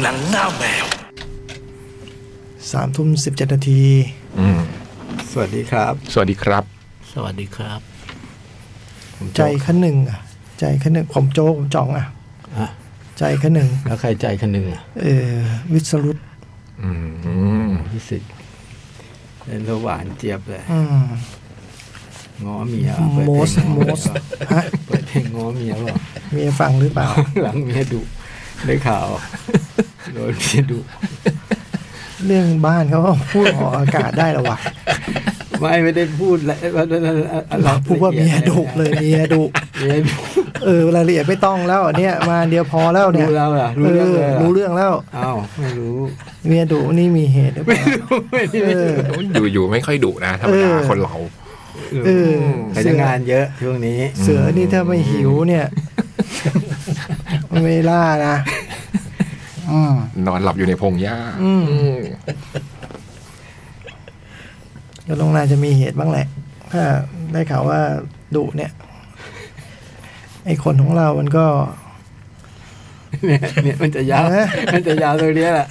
หนังหน้าแมว สามทุ่มสิบเจ็ดนาที สวัสดีครับ สวัสดีครับ สวัสดีครับ ใจขั้นหนึ่งอ่ะ ใจขั้นหนึ่งผมโจกผมจ่องอ่ะ ฮะ ใจขั้นหนึ่ง แล้วใครใจคนหนึ่งอ่ะ เออวิสรุต อืม พิสิทธิ์ เล่นระหวานเจี๊ยบเลย อืม ง้อเมียเปิดเพลง Most ง้อเมีย Most ฮะ เปิดเพลงง้อเมียบอก เมียฟังหรือเปล่า หลังเมียดุได้ข่าวโดนเมียดุ เรื่องบ้านเขาก็พูดออกอากาศได้แล้ววะ ไม่ไม่ได้พูดแล้ว เราพูดว่าเมียดุเลยเมียดุ เมียดุ เออรายละเอียดไม่ต้องแล้วอันเนี่ยมาอันเดียวพอแล้วเนี่ย รู้แล้วเหรอรู้ เอ เรื่อง อ เลยเหรอ รู้เรื่องแล้ว อ้าวไม่รู้ เมียดุนี่มีเหตุหรือเปล่า ไม่ได้ เออ อยู่อยู่ไม่ค่อยดุนะธรรมดา เออ คนเรา เออ แต่จะงานเยอะช่วงนี้ เสือนี่ถ้าไม่หิว เนี่ย ไม่ล่านะอืม นอนหลับอยู่ในพงหญ้า อืม อืม ก็ลงนาจะมีเหตุบ้างแหละ ถ้าได้ข่าวว่าดุเนี่ย ไอคนของเรา มันก็ เนี่ยเนี่ยมันจะยาว เออ มันจะยาวตรงเนี้ยแหละ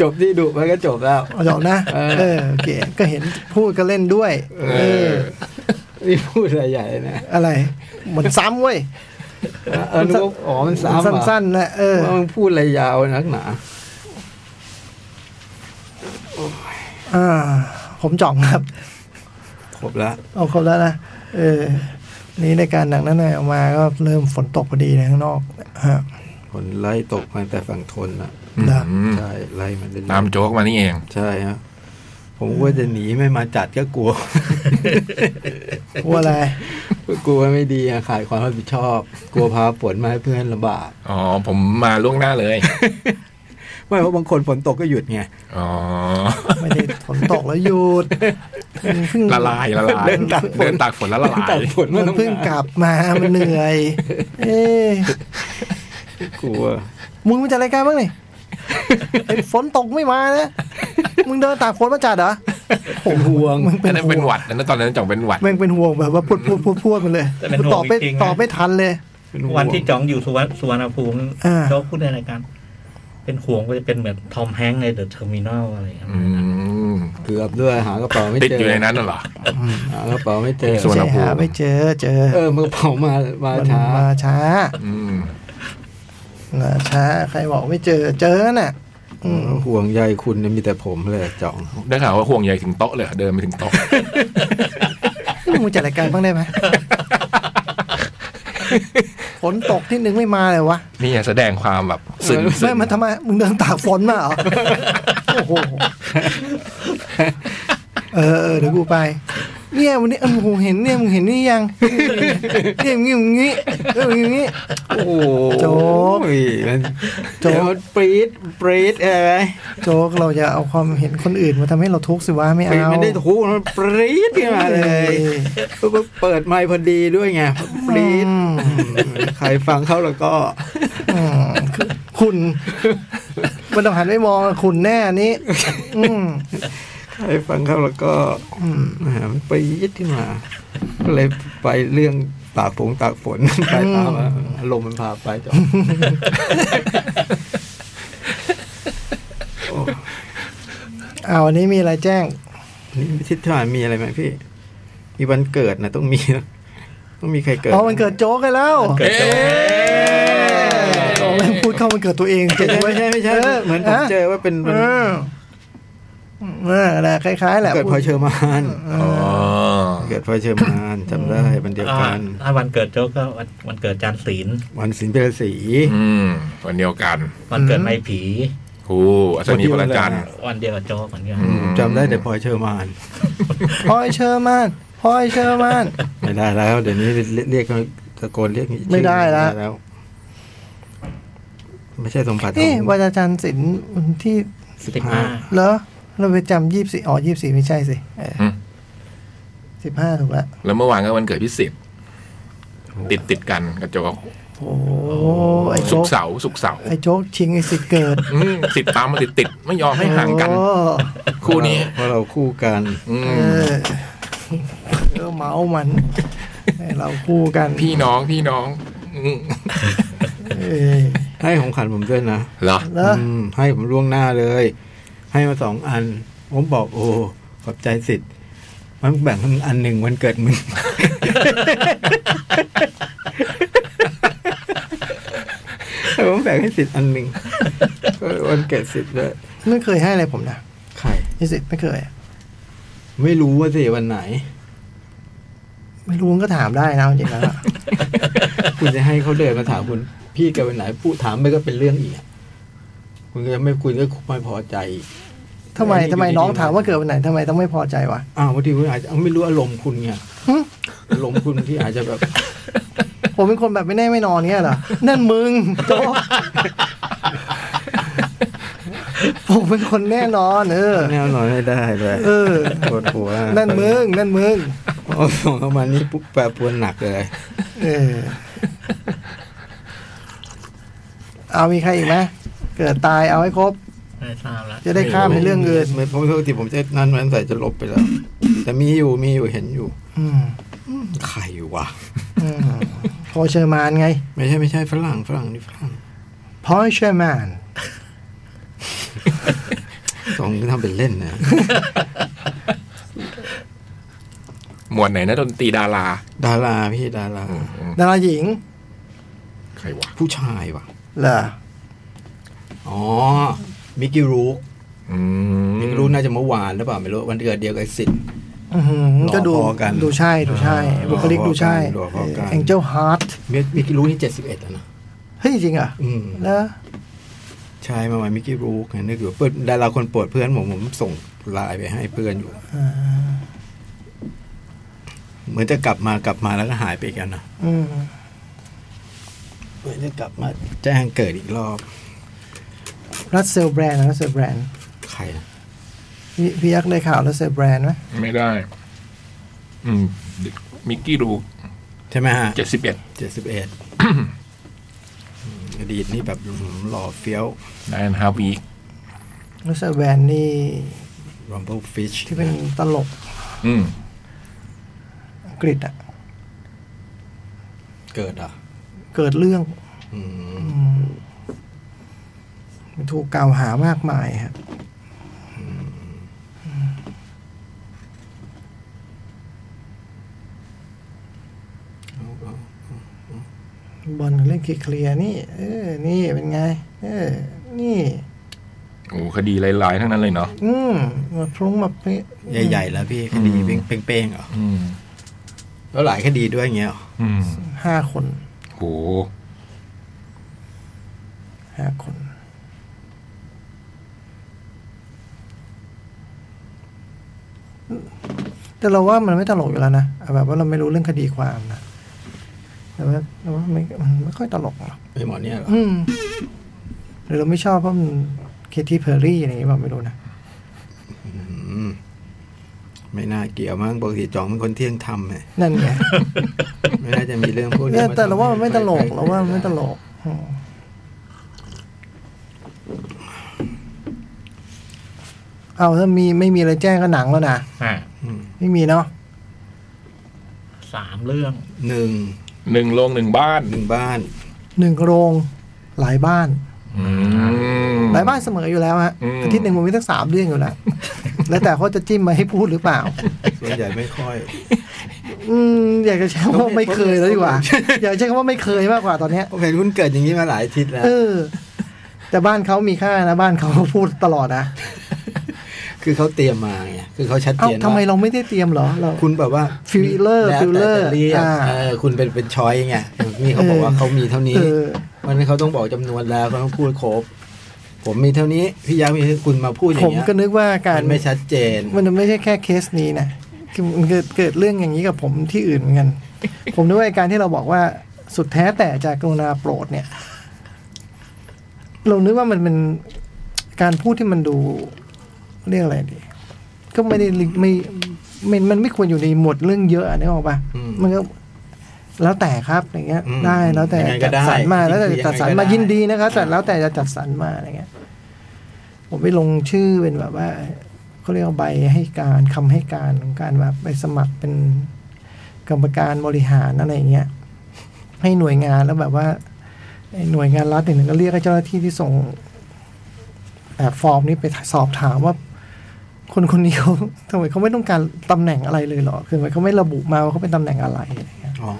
จบที่ดุมันก็จบแล้ว เอาจอกนะ เออ เออโอเคก็เห็นพูดก็เล่นด้วย เออ นี่พูดอะไรใหญ่นะ อะไรเหมือนซ้ำเว้ย เออนึกว่าอ๋อมันซ้ำเหรอ สั้นๆนะเออ ว่ามึงพูดอะไรยาวนักหนา อ่า ผมจ่องครับ ครบแล้ว เอาครบแล้วนะ เออ นี่ในการหนังนั้นน่ะออกมาก็เริ่มฝนตกพอดีนะข้างนอกฮะ ผลไล่ตกมาแต่ฝั่งทนนะ นะ อืม ใช่ ไล่มันเรื่อยๆ ตามโจ๊กมานี่เอง ใช่ฮะผมกลัว่าจะหนีไม่มาจัดก็กลัว กลัวอะไร กลัวไม่ดีอะขาดความรับผิดชอบ กลัวพาฝนมาให้เพื่อนลำบาก อ๋อ ผมมาล่วงหน้าเลย ไม่เพราะบางคนฝนตกก็หยุดไง อ๋อ ไม่ได้ฝนตกแล้วหยุดมันเพิ่ง ละลายละลาย เดินตากฝน เดินตากฝนแล้วละลา แต่ ย ฝนมั มัน น ต้อง เพิ่งกลับ มามันเหนื่อย เอ๊ะ กลัว มึงมาจัดรายการบ้างนี่ไอ้ฝนตกไม่มานะ มึงเดินตากฝนมาจัดเหรอ เป็นห่วง มึงเป็ อั น นนั้น ห่ เป็น วง หวัดอันนั้นตอนนั้นจ่องเป็นหวัด แม่งเป็นห่วงแบบว่าพูดพูดพูดพูดมันเลย แต่เป็นห่วง ตอบไม่ จริงๆนะ ตอบไม่ทันเลย เป็นห่วง วันที่จ๋องอยู่สุวรรณสุวรรณภูมิ อ่า เขาพูดในรายการเป็นห่วงก็จะเป็นเหมือนทอมแฮงค์ในเดอะเทอร์มินอลอะไรอย่างเงี้ย อืม เกือบด้วยหากระเป๋าไม่ ติดอเจอยู่ในนั้นน่ะเหรอ หากระเป๋าไม่เจอ ส่วน รณ ใช่ ภูมิ หาไม่เจอเจอ เออมันกระเป๋ามามา มัน ช้า มาช้า อืม นะช้า ใครบอกไม่เจอเจอน่ะ อืม ห่วงใยคุณเนี่ยมีแต่ผมเลยจ่อง ได้ข่าวว่าห่วงใหญ่ถึงโต๊ะเลยเหรอเดินไปถึงโต๊ะ มึงจัดรายการบ้างได้ไหมฝนตกที่หนึ่งไม่มาเลยวะ นี่ไงแสดงความแบบซึ้ง ไม่มันทำไมมึงเดินตากฝนมา เหรอโอ้โหเออเออเดี๋ยวกูไป เนี่ยวันนี้เออกูเห็นเนี่ยมึงเห็นนี่ยังเนี่ยมึงอย่างงี้เออมึงอย่างงี้ โอ้โห โจ๊ก มัน โจ๊ก เดี๋ยวมันปรีดปรีดอะไรไหม โจ๊กเราจะเอาความเห็นคนอื่นมาทำให้เราทุกข์สิวะไม่ ปรีด เอา มันได้ทุกมันปรีดขึ้นมาเลย ออ เปิดไมค์พอดีด้วยไงปรีด อืม ใครฟังเขาแล้วก็ อืมคือคุณมันต้องหันไปมองคุณแน่นี้อืม ใครฟังเขาแล้วก็ อืม แหมมันปรีดขึ้นมาก็เลยไปเรื่องตากฝงตากฝน ไปตามอารมณ์มันพาไปจ้ะโอ้ เอาอันนี้มีอะไรแจ้ง นี่ทิศทางมีอะไรไหมพี่ มีวันเกิดนะต้องมีนะ ต้องมีใครเกิด อ๋อมันเกิดโจ๊กกันแล้ว เกิดจ๋อง โอ้แม่งพูดเข้ามันเกิดตัวเองเจ๋งเว้ ไม่ ย ใช่ไม่ใช่เหมือนผมเจอว่าเป็น เออเออแหละคล้าย ๆ แหละ เกิดพลอยเชอร์มาน อ๋อ เกิดพลอยเชอร์มานจำได้วันเดียว อ่า กัน ถ้าวันเกิดโจ๊กก็วันวันเกิดจานศีล วันสินเปรศี อืม วันเดียวกัน วันเกิดไม่ผี โอ้อัศนีพระจันทร์ วันเดียวกับโจ๊กเหมือนกัน อืม จำได้แต่พลอยเชอร์มาน พลอยเชอร์มานพลอยเชอร์มาน ไม่ได้แล้ว เดี๋ยวนี้เรียกตะโกนเรียกชื่อ ไม่ได้ละ ม่แล้วไม่ใช่สมบัติ นี่วันอาจารย์ศิลป์วันที่ สิบ สิบ ห้า ห้า เหรอเราไปจำยี่สี่อ๋อยี่สี่ไม่ใช่สิ อืม สิบห้าถูกละ แล้วเมื่อวานก็วันเกิดพิสิทธิ์ติดติดๆกันกระจก โอ้ไอ สุ โจ๊ ก ก ร์เสาร์สุกร์เสาร์ ไอโจ๊กชิงไอสิทธิ์เกิด อืมสิทธิ์ตามมาติดติดๆไม่ยอมให้ห่างกัน โอ้ คู่นี้ เพราะเราคู่กัน อื เอ ม อเออเมาส์มันให้เราคู่กัน พี่น้องพี่น้องอืม เออ ให้ของขวัญผมด้วยนะ เหรอ แล้ว อืมให้ผมล่วงหน้าเลย ให้มาสองอัน ผมบอกโอ้ขอบใจสิทธิ์มันแบ่งให้มึงอันหนึ่งวันเกิดมึง ให้ผมแบ่งให้สิทธิ์อันหนึ่งเออวันเกิดสิทธิ์ด้วย ไม่เคยให้อะไรผมนะ ใคร นิสิตไม่เคยอะ ไม่รู้ว่าสิวันไหน ไม่รู้ก็ถามได้นะจริงๆแล้วอะ คุณจะให้เขาเดินมาถามคุณ พี่แกวันไหนพูดถามไปก็เป็นเรื่องอีกอะคุณก็ไม่คุณก็ไม่พอใจอีก ทำไม อันนี้ ทำไม อยู่ดีๆ น้องถาม มา ว่าเกิดวันไหนทำไมต้องไม่พอใจวะ อ้าวบางทีคุณอาจจะไม่รู้อารมณ์คุณไง หึ อารมณ์คุณที่อาจจะแบบ ผมเป็นคนแบบไม่แน่ไม่นอนเงี้ยเหรอ นั่นมึงโจกผมเป็นคนแน่นอน เออ แนวนอนไม่ได้เลย เออ ปวดหัว นั่นมึงนั่นมึง พอส่งเข้ามานี่ปุ๊บแปรปรวนหนักเลย เออ เอามีใครอีกไหมเกิดตายเอาให้ครบ ได้ทราบแล้ว จะได้ข้ามไปเรื่องอื่น ไม่ผมปกติผมจะนั่นมันใส่จะลบไปแล้ว แต่มีอยู่มีอยู่เห็นอยู่ อืม ใครวะ อืมพอเชอร์มานไง ไม่ใช่ไม่ใช่ฝรั่งฝรั่งนี่ฝรั่ง พอเชอร์มาน สองทำเป็นเล่นนะ หมวดไหนนะดนตรีดารา ดาราพี่ดารา ดาราหญิง ใครวะ ผู้ชายวะ เหรอ อ๋อมิกกี้รูก อื มิกกี้รูกน่าจะเมื่อวานหรือเปล่าไม่รู้วันเกิดเดียวกับไอ้สิทธิ์ อื้อหือก็ดู พอๆกัน ดูใช่ดูใช่ อ่า บุคลิกดูใช่ พอๆกัน แองเจิลฮาร์ท มิกกี้รูกนี่เจ็ดสิบเอ็ดแล้วนะ เฮ้ยจริงเหรอ่ะ อืม แล้ว ใช่เมื่อวานมิกกี้รูกไงนึกอยู่เปิดดาราคนโปรดเพื่อนผมผมส่งไลน์ไปให้เพื่อนอยู่ อ่า เหมือนจะกลับมากลับมาแล้วก็หายไปอีกันนะ อืม เหมือนจะกลับมาแจ้งเกิดอีกรอบ รัสเซลแบรนด์รัสเซลแบรนด์ ใครนะ พี่พี่ยักษ์ได้ข่าวรัสเซลแบรนด์ไหม ไม่ได้ อืมมิกกี้ดู ใช่ไหมฮะ เจ็ดสิบเอ็ด เจ็ดสิบเอ็ดอดีตนี่แบบหล่อเฟี้ยว ไดนฮาวี รัสเซลแบรนด์นี่ รัมเบิลฟิช ที่เป็นตลก อืม อังกฤษอ่ะ เกิดอ่ะ เกิดเรื่อง อืม ถูกกล่าวหามากมายครับบอลเล่นเคลียร์ๆนี่ เออ นี่เป็นไง เออ นี่ โอ้คดีหลายๆ ทั้งนั้นเลยเนาะ อืมมาพรุ้งมาเป๊ะ ใหญ่ๆแล้วพี่คดี อืม เป้งๆเหรอ อืม แล้วหลายคดีด้วยอย่างเงี้ยเหรอ อืม ห้าคน โห ห้าคน แต่เราว่ามันไม่ตลกอยู่แล้วนะเอาแบบว่าเราไม่รู้เรื่องคดีความนะแต่ว่าเราว่าไม่มันไม่ค่อยตลกหรอก ไอ้หมอเนี่ยเหรอ อืมหรือเราไม่ชอบเพราะมันเคที่เพอร์รี่อะไรอย่างเงี้ยแบบไม่รู้นะ อืมไม่น่าเกี่ยวมั้งปกติจ่องเป็นคนเที่ยงธรรม ไง นั่นไง ไม่น่าจะมีเรื่องพวกนี้ เนี่ย ม แต่เราว่ามันไม่ตลก ใคๆ เราว่ามันไม่ตลกอืมเอาถ้ามีไม่มีอะไรแจ้งก็หนังแล้วนะ อ่ะ อืม ไม่มีเนาะ สามเรื่อง หนึ่ง หนึ่งโรงหนึ่งบ้าน หนึ่งบ้าน หนึ่งโรงหลายบ้าน อืม หลายบ้านเสมออยู่แล้วฮะ อืม อาทิตย์หนึ่งมันมีตั้งสามเรื่องอยู่แล้ว แล้วแต่เขาจะจิ้มมาให้พูดหรือเปล่า ส่วนใหญ่ไม่ค่อย อืมอยากจะใช้คำว่าไม่เคยแล้วดีกว่า อยากใช้คำว่าไม่เคยมากกว่าตอนเนี้ย ผมเห็นคุณเกิดอย่างนี้มาหลายอาทิตย์แล้ว เออ แต่บ้านเขามีค่านะบ้านเขาพูดตลอดนะ คือเขาเตรียมมาไง คือเขาชัด เอ้า เจน ทำไม ว่า เราไม่ได้เตรียมเหรอเรา คุณแบบว่า Filler แวแต่ Filler จะเรียก อ่า เออคุณเป็นเป็นช้อยไงนี่เขาบอกว่า เออ เขามีเท่านี้ เออ วันนี้นเขาต้องบอกจำนวนแล้วเขาต้องพูดครบ ผมมีเท่านี้ พี่ยักษ์มีเท่านี้คุณมาพูดอย่า ผ ง ม เงี้ย ก็นึกว่าการ มันไม่ชัดเจน มันไม่ใช่แค่เคสนี้นะคือมันเกิดเกิดเรื่องอย่างนี้กับผมที่อื่นเหมือนกัน ผมนึกว่าการที่เราบอกว่าสุดแท้แต่จะกรุณาโปรดเนี่ย เรานึกว่ามันเป็นการพูดที่มันดูเรียกอะไรดี ก็ไม่ได้ลิไม่ไม่มันไม่ควรอยู่ในหมวดเรื่องเยอะอะนึกออกปะ อืม มันก็แล้วแต่ครับอย่างเงี้ย อืม ได้แล้วแต่ ยังไงก็ จัด ได้ สรรมาแล้วแต่ จริงๆ จัดสรร ยังไงก็ มา ได้ ยินดีนะครับแต่แล้วแต่จะจัดสรรมาอะไรเงี้ย ผมไปลงชื่อเป็นแบบว่าเขาเรียกว่าใบให้การคำให้การของการแบบไปสมัครเป็นกรรมการบริหารอะไรอย่างเงี้ย ให้หน่วยงานแล้วแบบว่า ไอ้หน่วยงานรัฐเนี่ยก็เรียกให้เจ้าหน้าที่ที่ส่งแบบฟอร์มนี้ไปสอบถามว่า คนคนนี้เขา ทำไมเขาไม่ต้องการตำแหน่งอะไรเลยเหรอคือทำไมเขาไม่ระบุมาว่าเขาเป็นตำแหน่งอะไรอะไรเงี้ย อ๋อ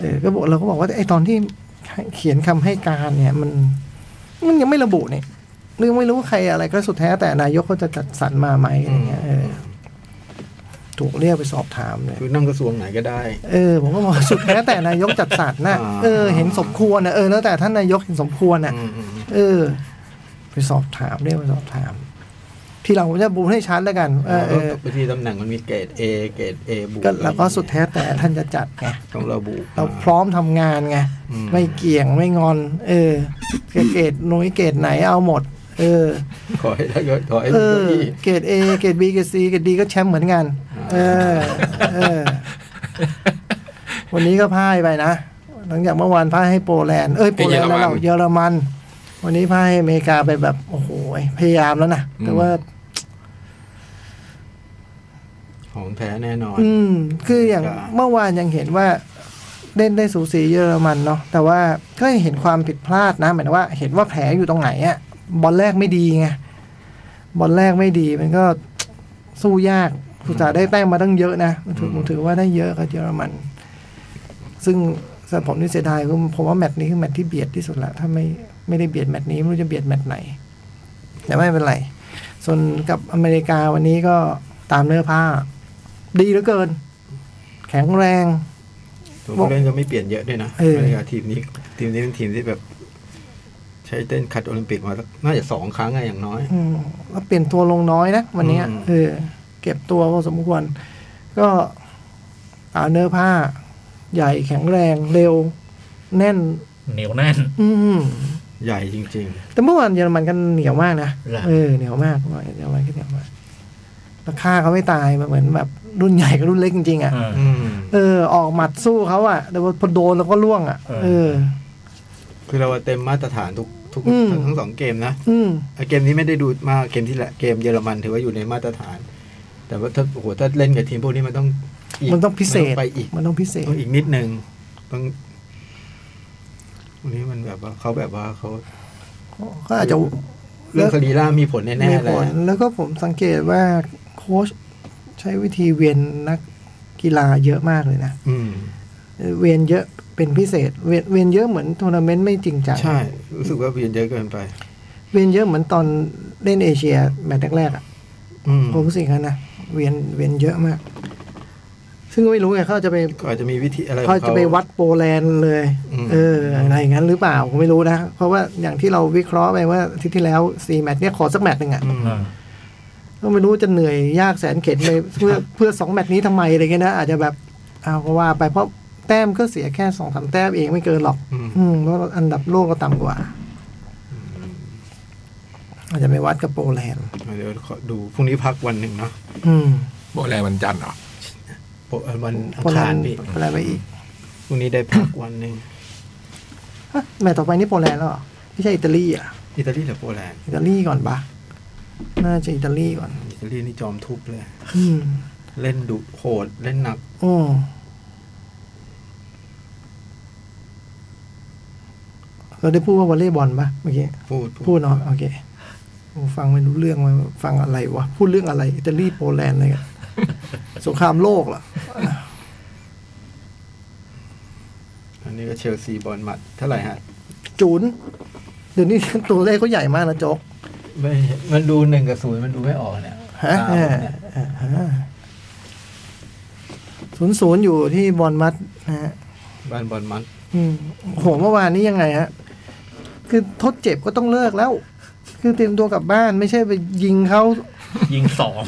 เออก็บอกเราก็บอกว่าไอ้ตอนที่เขียนคำให้การเนี่ย มัน มันยังไม่ระบุเนี่ยเรื่องไม่รู้ว่าใครอะไรก็สุดแท้แต่นายกเขาจะจัดสรรมาไหมอะไรเงี้ยเออถูกเรียกไปสอบถามเลย คือนั่งกระทรวงไหนก็ได้ เออผมก็บอกสุดแท้แต่นายกจัดสรรนะ อ่า เออ เห็นสมควรนะเออแล้วแต่ท่านนายกเห็นสมควรนะ อืมอืม เออ ไปสอบถามเรียกไปสอบถาม ที่เราจะบูมให้ชัดแล้วกันเออเออ แล้วบางทีตำแหน่งมันมีเกรด A เกรด A บวก ก็แล้วก็สุดแท้แต่ท่านจะจัดไง ต้องระบุ เราพร้อมทำงานไงไม่เกี่ยงไม่งอน เออเกรดหน่วยเกรดไหนเอาหมด เออ ขอให้ได้ก็ขอให้ เอ ได้ อ เก้าอี้ เกรดเอเกรดบีเกรดซีเกรดดีก็แชมป์เหมือนกัน เออ เออ วันนี้ก็พ่ายไปนะ หลังจากเมื่อวานพ่ายให้โปแลนด์ เอ้ย โปแลนด์แล้วเราเยอรมัน วันนี้พ่ายให้อเมริกาไปแบบ โอ้โห พยายามแล้วนะ แต่ว่า ของแท้แน่นอน อืม คืออย่าง ครับ เมื่อวานยังเห็นว่าเล่นได้สูสีเยอรมันเนาะแต่ว่าก็เห็นความผิดพลาดนะหมายถึงว่าเห็นว่าแผลอยู่ตรงไหนอะบอลแรกไม่ดีไงบอลแรกไม่ดีมันก็สู้ยากสุตาห์ได้แต้มมาตั้งเยอะนะมันถือผมถือว่าได้เยอะกับเยอรมัน ซึ่งสำหรับผมนี่เสียดายคือผมว่าแมตช์นี้คือแมตช์ที่เบียดที่สุดละถ้าไม่ไม่ได้เบียดแมตช์นี้ไม่รู้จะเบียดแมตช์ไหน แต่ไม่เป็นไร ส่วนกับอเมริกาวันนี้ก็ตามเนื้อผ้า ดีเหลือเกิน แข็งแรง ตัวผู้เล่นก็ไม่เปลี่ยนเยอะด้วยนะ เออ บรรยากาศทีมนี้ ทีมนี้เป็นทีมที่แบบ ใช้เต้นคัดโอลิมปิกมาสักน่าจะสองครั้งอะอย่างน้อย อืมแล้วเปลี่ยนตัวลงน้อยนะวันเนี้ย อืม เออ เก็บตัวพอสมควร ก็ตามเนื้อผ้า ใหญ่แข็งแรงเร็ว แน่น เหนียวแน่น อืม ใหญ่จริง แต่เมื่อวานเยอรมันกันเหนียวมากนะ เหรอ เออเหนียวมากเมื่อวานเยอรมันก็เหนียวมากแล้วฆ่าเขาไม่ตายมันเหมือนแบบรุ่นใหญ่กับรุ่นเล็กจริงๆอ่ะ เออ ๆ อืม เออ ออกหมัดสู้เขาอ่ะ แต่ว่าพอโดนแล้วก็ล่วงอ่ะ เอ เอ อ อ คือเราเต็มมาตรฐานทุกทุก อืม ทั้งสองเกมนะ อืม อ่ะเกมนี้ไม่ได้ดูมากเกมที่แหละเกมเยอรมันถือว่าอยู่ในมาตรฐาน แต่ว่าถ้าโอ้โหถ้าเล่นกับทีมพวกนี้มันต้องก มันต้องพิเศษ มันไปอีก มันต้องพิเศษ ต้องอีกนิดนึงต้องวันนี้มันแบบว่าเขาแบบว่าเขา ก็อาจจะ เรื่องสรีร่างมีผลแน่ มี ๆผเลย ลแล้วก็ผมสังเกตว่าโค้ชใช้วิธีเวียนนักกีฬาเยอะมากเลยนะ อืม เออเวียนเยอะเป็นพิเศษ เวียนเวียนเยอะเหมือนทัวร์นาเมนต์ไม่จริงจัง ใช่ รู้สึกว่าเปลี่ยนเยอะเกินไป เวียนเยอะเหมือนตอนเล่นเอเชียแมตช์แรกๆอะ อืม ผมรู้สึกอย่างนั้นนะเวียนเวียนเยอะมาก ซึ่งไม่รู้ไงเขาจะไป ก็อาจจะมีวิธีอะไรของ เขา เขา จะไปวัดโปแลนด์เลย อืม เออ อะไรอย่างนั้นหรือเปล่าผมไม่รู้นะ เพราะว่าอย่างที่เราวิเคราะห์ไปว่าอาทิตย์ที่แล้วสี่แมตช์เนี่ยขอสักแมตช์หนึ่งอะ อืม เออ ก็ไม่รู้จะเหนื่อยยากแสนเข็นไป เพื่อเพื่อสองแมตช์นี้ทำไมอะไรเงี้ยนะอาจจะแบบเอาก็ว่าไปเพราะแต้มก็เสียแค่สองสามแต้มเองไม่เกินหรอก อืม อืมเพราะอันดับโลกก็ต่ำกว่า อาจจะไปวัดกับโปแลนด์ เดี๋ยวขอดูพรุ่งนี้พักวันหนึ่งเนาะ อืม โบแลมันจันทร์เหรอ โปะวันอัง โปแล คาร นด์ พี่ โปแลนด์ไปอีก พรุ่งนี้ได้พักวันหนึ่ง ฮะแมตช์ต่อไปนี่โปแลนด์แล้วเหรอไม่ใช่อิตาลีอ่ะ อิตาลีหรือโปแลนด์ อิตาลีก่อนปะน่าจะอิตาลีก่อน อิตาลีนี่จอมทุบเลย อืม เล่นดุโหดเล่นหนัก โอ้เราได้พูดว่าวอลเลย์บอลปะเมื่อกี้ พูด พูดเนาะโอเคผมฟังไม่รู้เรื่องว่าฟังอะไรวะ พูดเรื่องอะไร อิตาลีโปแลนด์อะไรกัน สงครามโลกเหรอ อันนี้ก็เชลซีบอลหมัดเท่าไหร่ฮะ จูน เดี๋ยวนี้ ตัวเลขเขาใหญ่มากนะโจ๊ก ไม่มันดูหนึ่งกับศูนย์มันดูไม่ออกเนี่ย ฮะ ตามเนี่ย ศูนย์ศูนย์อยู่ที่บอลมัดนะฮะ บ้านบอลมัด อืมโอ้โหเมื่อวานนี้ยังไงฮะ คือทดเจ็บก็ต้องเลิกแล้ว คือเตรียมตัวกลับบ้านไม่ใช่ไปยิงเขา ยิงสอง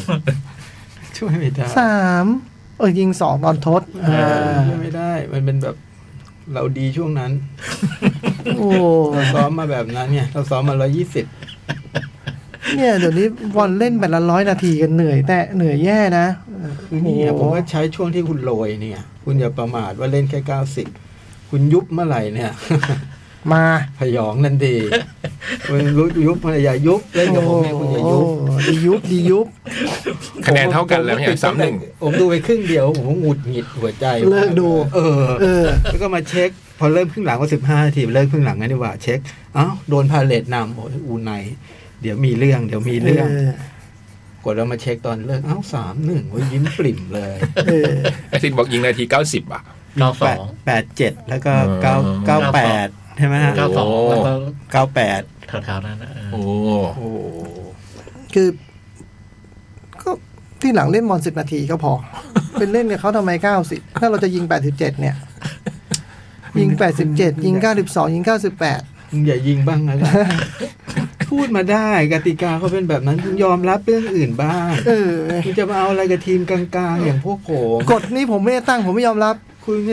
ช่วยไม่ได้ สามเออยิงสองตอนทด เอ อ่า อช่วยไม่ได้ มันเป็นแบบเราดีช่วงนั้น โอ้ เราซ้อมมาแบบนั้นเนี่ย เราซ้อมมาร้อยี่สิบ เนี่ยเดี๋ยวนี้บอลเล่นแบบละร้อยนาทีกันเหนื่อยแต่เหนื่อยแย่นะ คือเนี่ยผมว่าใช้ช่วงที่คุณโรยเนี่ย คุณอย่าประมาทว่าเล่นแค่เก้าสิบคุณยุบเมื่อไหร่เนี่ย มา พยองนัน ดีคุณรู้ยุบเมื่อไหร่อย่ายุบเล่นกับผมเนี่ยคุณอย่ายุบ โอ้ดียุบดียุบ คะแนนเท่ากันแล้วอย่างสามหนึ่ง ผมดูไปครึ่งเดียว ผมก็หงุดหงิดหัวใจ เลิกดู เออ เออ แล้วก็มาเช็ค อเริ่มครึ่งหลังก็สิบห้านาทีเริ่มครึ่งหลังงั้นดีกว่าเช็คอ้าวโดนพาเลตนำโอ้ยอูไนเดี๋ยวมีเรื่อง เดี๋ยวมีเรื่อง กดเรามาเช็คตอนเลิกอ้าวสามหนึ่งโอ้ยยิ้มปริ่มเลย เออ ไอ้ที่บอกยิงนาทีเก้าสิบอ่ะ เก้าสอง แปดเจ็ดแล้วก็ อืม เก้าเก้าแปดใช่ไหมฮะ เก้าสองแล้วก็ เก้าแปด แถวๆนั้นนะเออ โอ้ โอ้ คือ ก็ที่หลังเล่นบอลสิบนาทีก็พอ เป็นเล่นกับเขาทำไมเก้าสิบถ้าเราจะยิงแปดสิบเจ็ดเนี่ย ยิงแปดสิบเจ็ดยิงเก้าสิบสองยิงเก้าสิบแปด มึงอย่ายิงบ้างนะ พูดมาได้กติกาเขาเป็นแบบนั้นคุณยอมรับเรื่องอื่นบ้าง เออ คุณจะมาเอาอะไรกับทีมกลางๆ อย่างพวกผม กฎนี้ผมไม่ได้ตั้งผมไม่ยอมรับ คุณจะ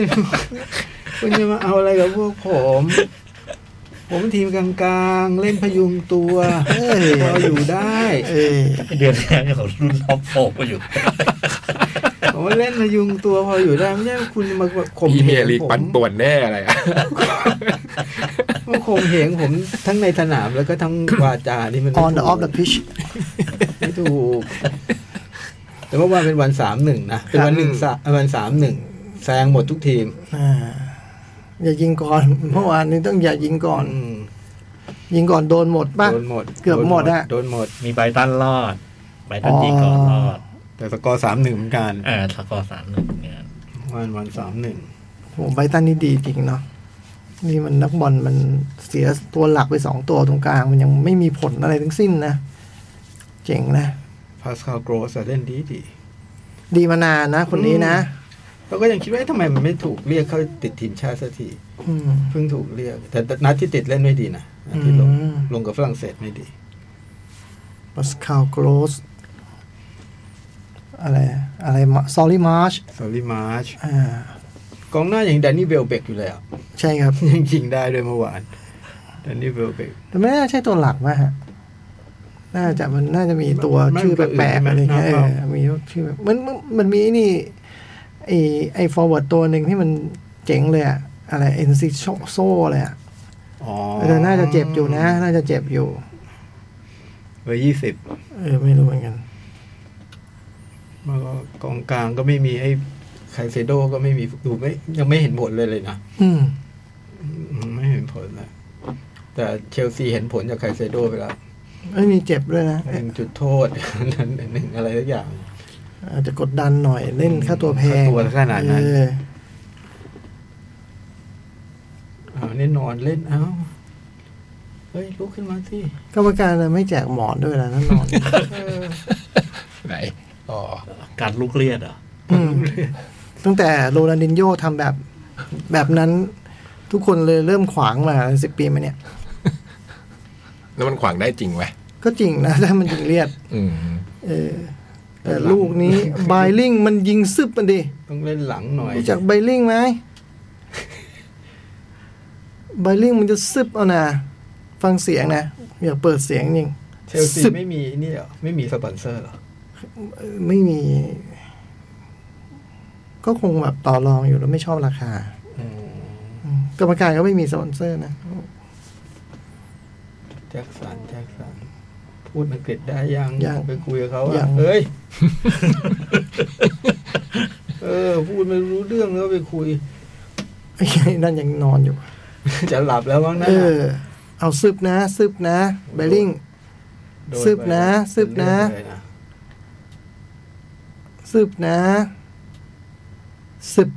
คุณจะมาเอาอะไรกับพวกผม ผมทีมกลางๆ เล่นพยุงตัว เอ้ย พออยู่ได้ เออ เดือนแรกของรุ่นท็อปโฟร์ก็อยู่ ผมว่าเล่นพยุงตัวพออยู่ได้ไม่ใช่ว่าคุณมาข่ม พี่เม เห ย ง ลีก ผม ปันป่วนแน่อะไรอ่ะ มาข่มเหงผมทั้งในสนามแล้วก็ทั้งวาจานี่มันไม่ on the ถูก off the pitch ไม่ถูก แต่ว่าวันเป็นวันสามหนึ่งนะ เป็นวันหนึ่งสามวันสามหนึ่งแซงหมดทุกทีม อ่าอย่ายิงก่อนเมื่อวานนี้ต้องอย่ายิงก่อน อืม ยิงก่อนโดนหมดป่ะ โดนหมด เกือบหมดอะ โดนหมด มีไบรตันรอดไบรตันยิงก่อนรอด แต่สกอร์สามหนึ่งเหมือนกัน อ่าสกอร์สามหนึ่งเนี่ย วันวันสามหนึ่ง โอ้ไบรตันนี่ดีจริงเนาะนี่มันนักบอลมันเสียตัวหลักไปสองตัวตรงกลาง มันยังไม่มีผลอะไรทั้งสิ้นนะ เจ๋งนะ พาสคาลโกรสอะเล่นดีดี ดีมานานนะ คนนี้นะ เราก็ยังคิดว่าเอ๊ะทำไมมันไม่ถูกเรียกเข้าติดทีมชาติสักที อืม เพิ่งถูกเรียก แต่นัดที่ติดเล่นไม่ดีนะนัดที่ลง อืม ลงกับฝรั่งเศสไม่ดี p าสคาลโกรสอะไร อะไรซอรี่มาร์ช ซอรี่มาร์ช อ่าก องหน้าอย่างแดนนี่เวลเบกอยู่แล้ว ใช่ครับ ยังยิงได้ด้วยเมื่อวานแดนนี่เวลเบก แต่ไม่น่าใช่ตัวหลักมาฮะ น่าจะมันน่าจะมีตัวชื่อแปลกๆอะไรเงี้ยเออมีชื่อแบบมันมันมันมีนี่ไอไอฟอร์เวิร์ดตัวหนึ่งที่มันเจ๋งเลยอะอะไรเอ็นซิโซโซเลยอะ อ๋อ แต่น่าจะเจ็บอยู่นะ น่าจะเจ็บอยู่ เบอร์ยี่สิบ เออไม่รู้เหมือนกัน แล้วก็กองกลางก็ไม่มีไอ้ไคเซโดก็ไม่มีดูไม่ยังไม่เห็นผลเลยเลยนะ อืม อืมไม่เห็นผลเลยแต่เชลซีเห็นผลจากไคเซโดไปแล้ว ไม่มีเจ็บด้วยนะ หนึ่งจุดโทษ นั้นหนึ่งอะไรสักอย่าง อาจจะกดดันหน่อยเล่นค่าตัวแพง ค่าตัวขนาดนั้น เออ อ้าวนี่นอนเล่นเอ้าเฮ้ยลุกขึ้นมาสิ กรรมการน่ะไม่แจกหมอนด้วยนะนั่นนอน เออ ไหนอ๋อ การลุกเลียดเหรอ่ะ อืมตั้งแต่โรนัลดินโญ่ทำแบบแบบนั้นทุกคนเลยเริ่มขวางมาสิบปีมาเนี่ย แล้วมันขวางได้จริงไหม ก็จริงนะถ้ ามันยิงเลียด อืม เออ แต่ลูกนี้ ไบลิงมันยิงซึบมันดิ ต้องเล่นหลังหน่อย รู้จักไบลิงไหมไบลิงมันจะซึบเอานะฟังเสียงนะ อยากเปิดเสียงจริง เชลซี ซึบ ไม่มีนี่เหรอไม่มีสปอนเซอร์เหรอ เออไม่มี ก็คงแบบต่อรองอยู่แล้วไม่ชอบราคา อืม อืมกรรมการก็ไม่มีสปอนเซอร์นะ แจ็คสันแจ็คสันพูดอังกฤษได้ยัง ยัง ไปคุยกับเขา ยั อ่ะ ง เฮ้ ย เออ พูดไม่รู้เรื่องแล้วไปคุย ไอ้นั่นยังนอนอยู่ จะหลับแล้วมั้งนะ เออ เอาซึบนะ ซึบนะ ไบลิง โดนไป ซึบนะซึบนะ เรื่อยๆ ซึบนะซึบ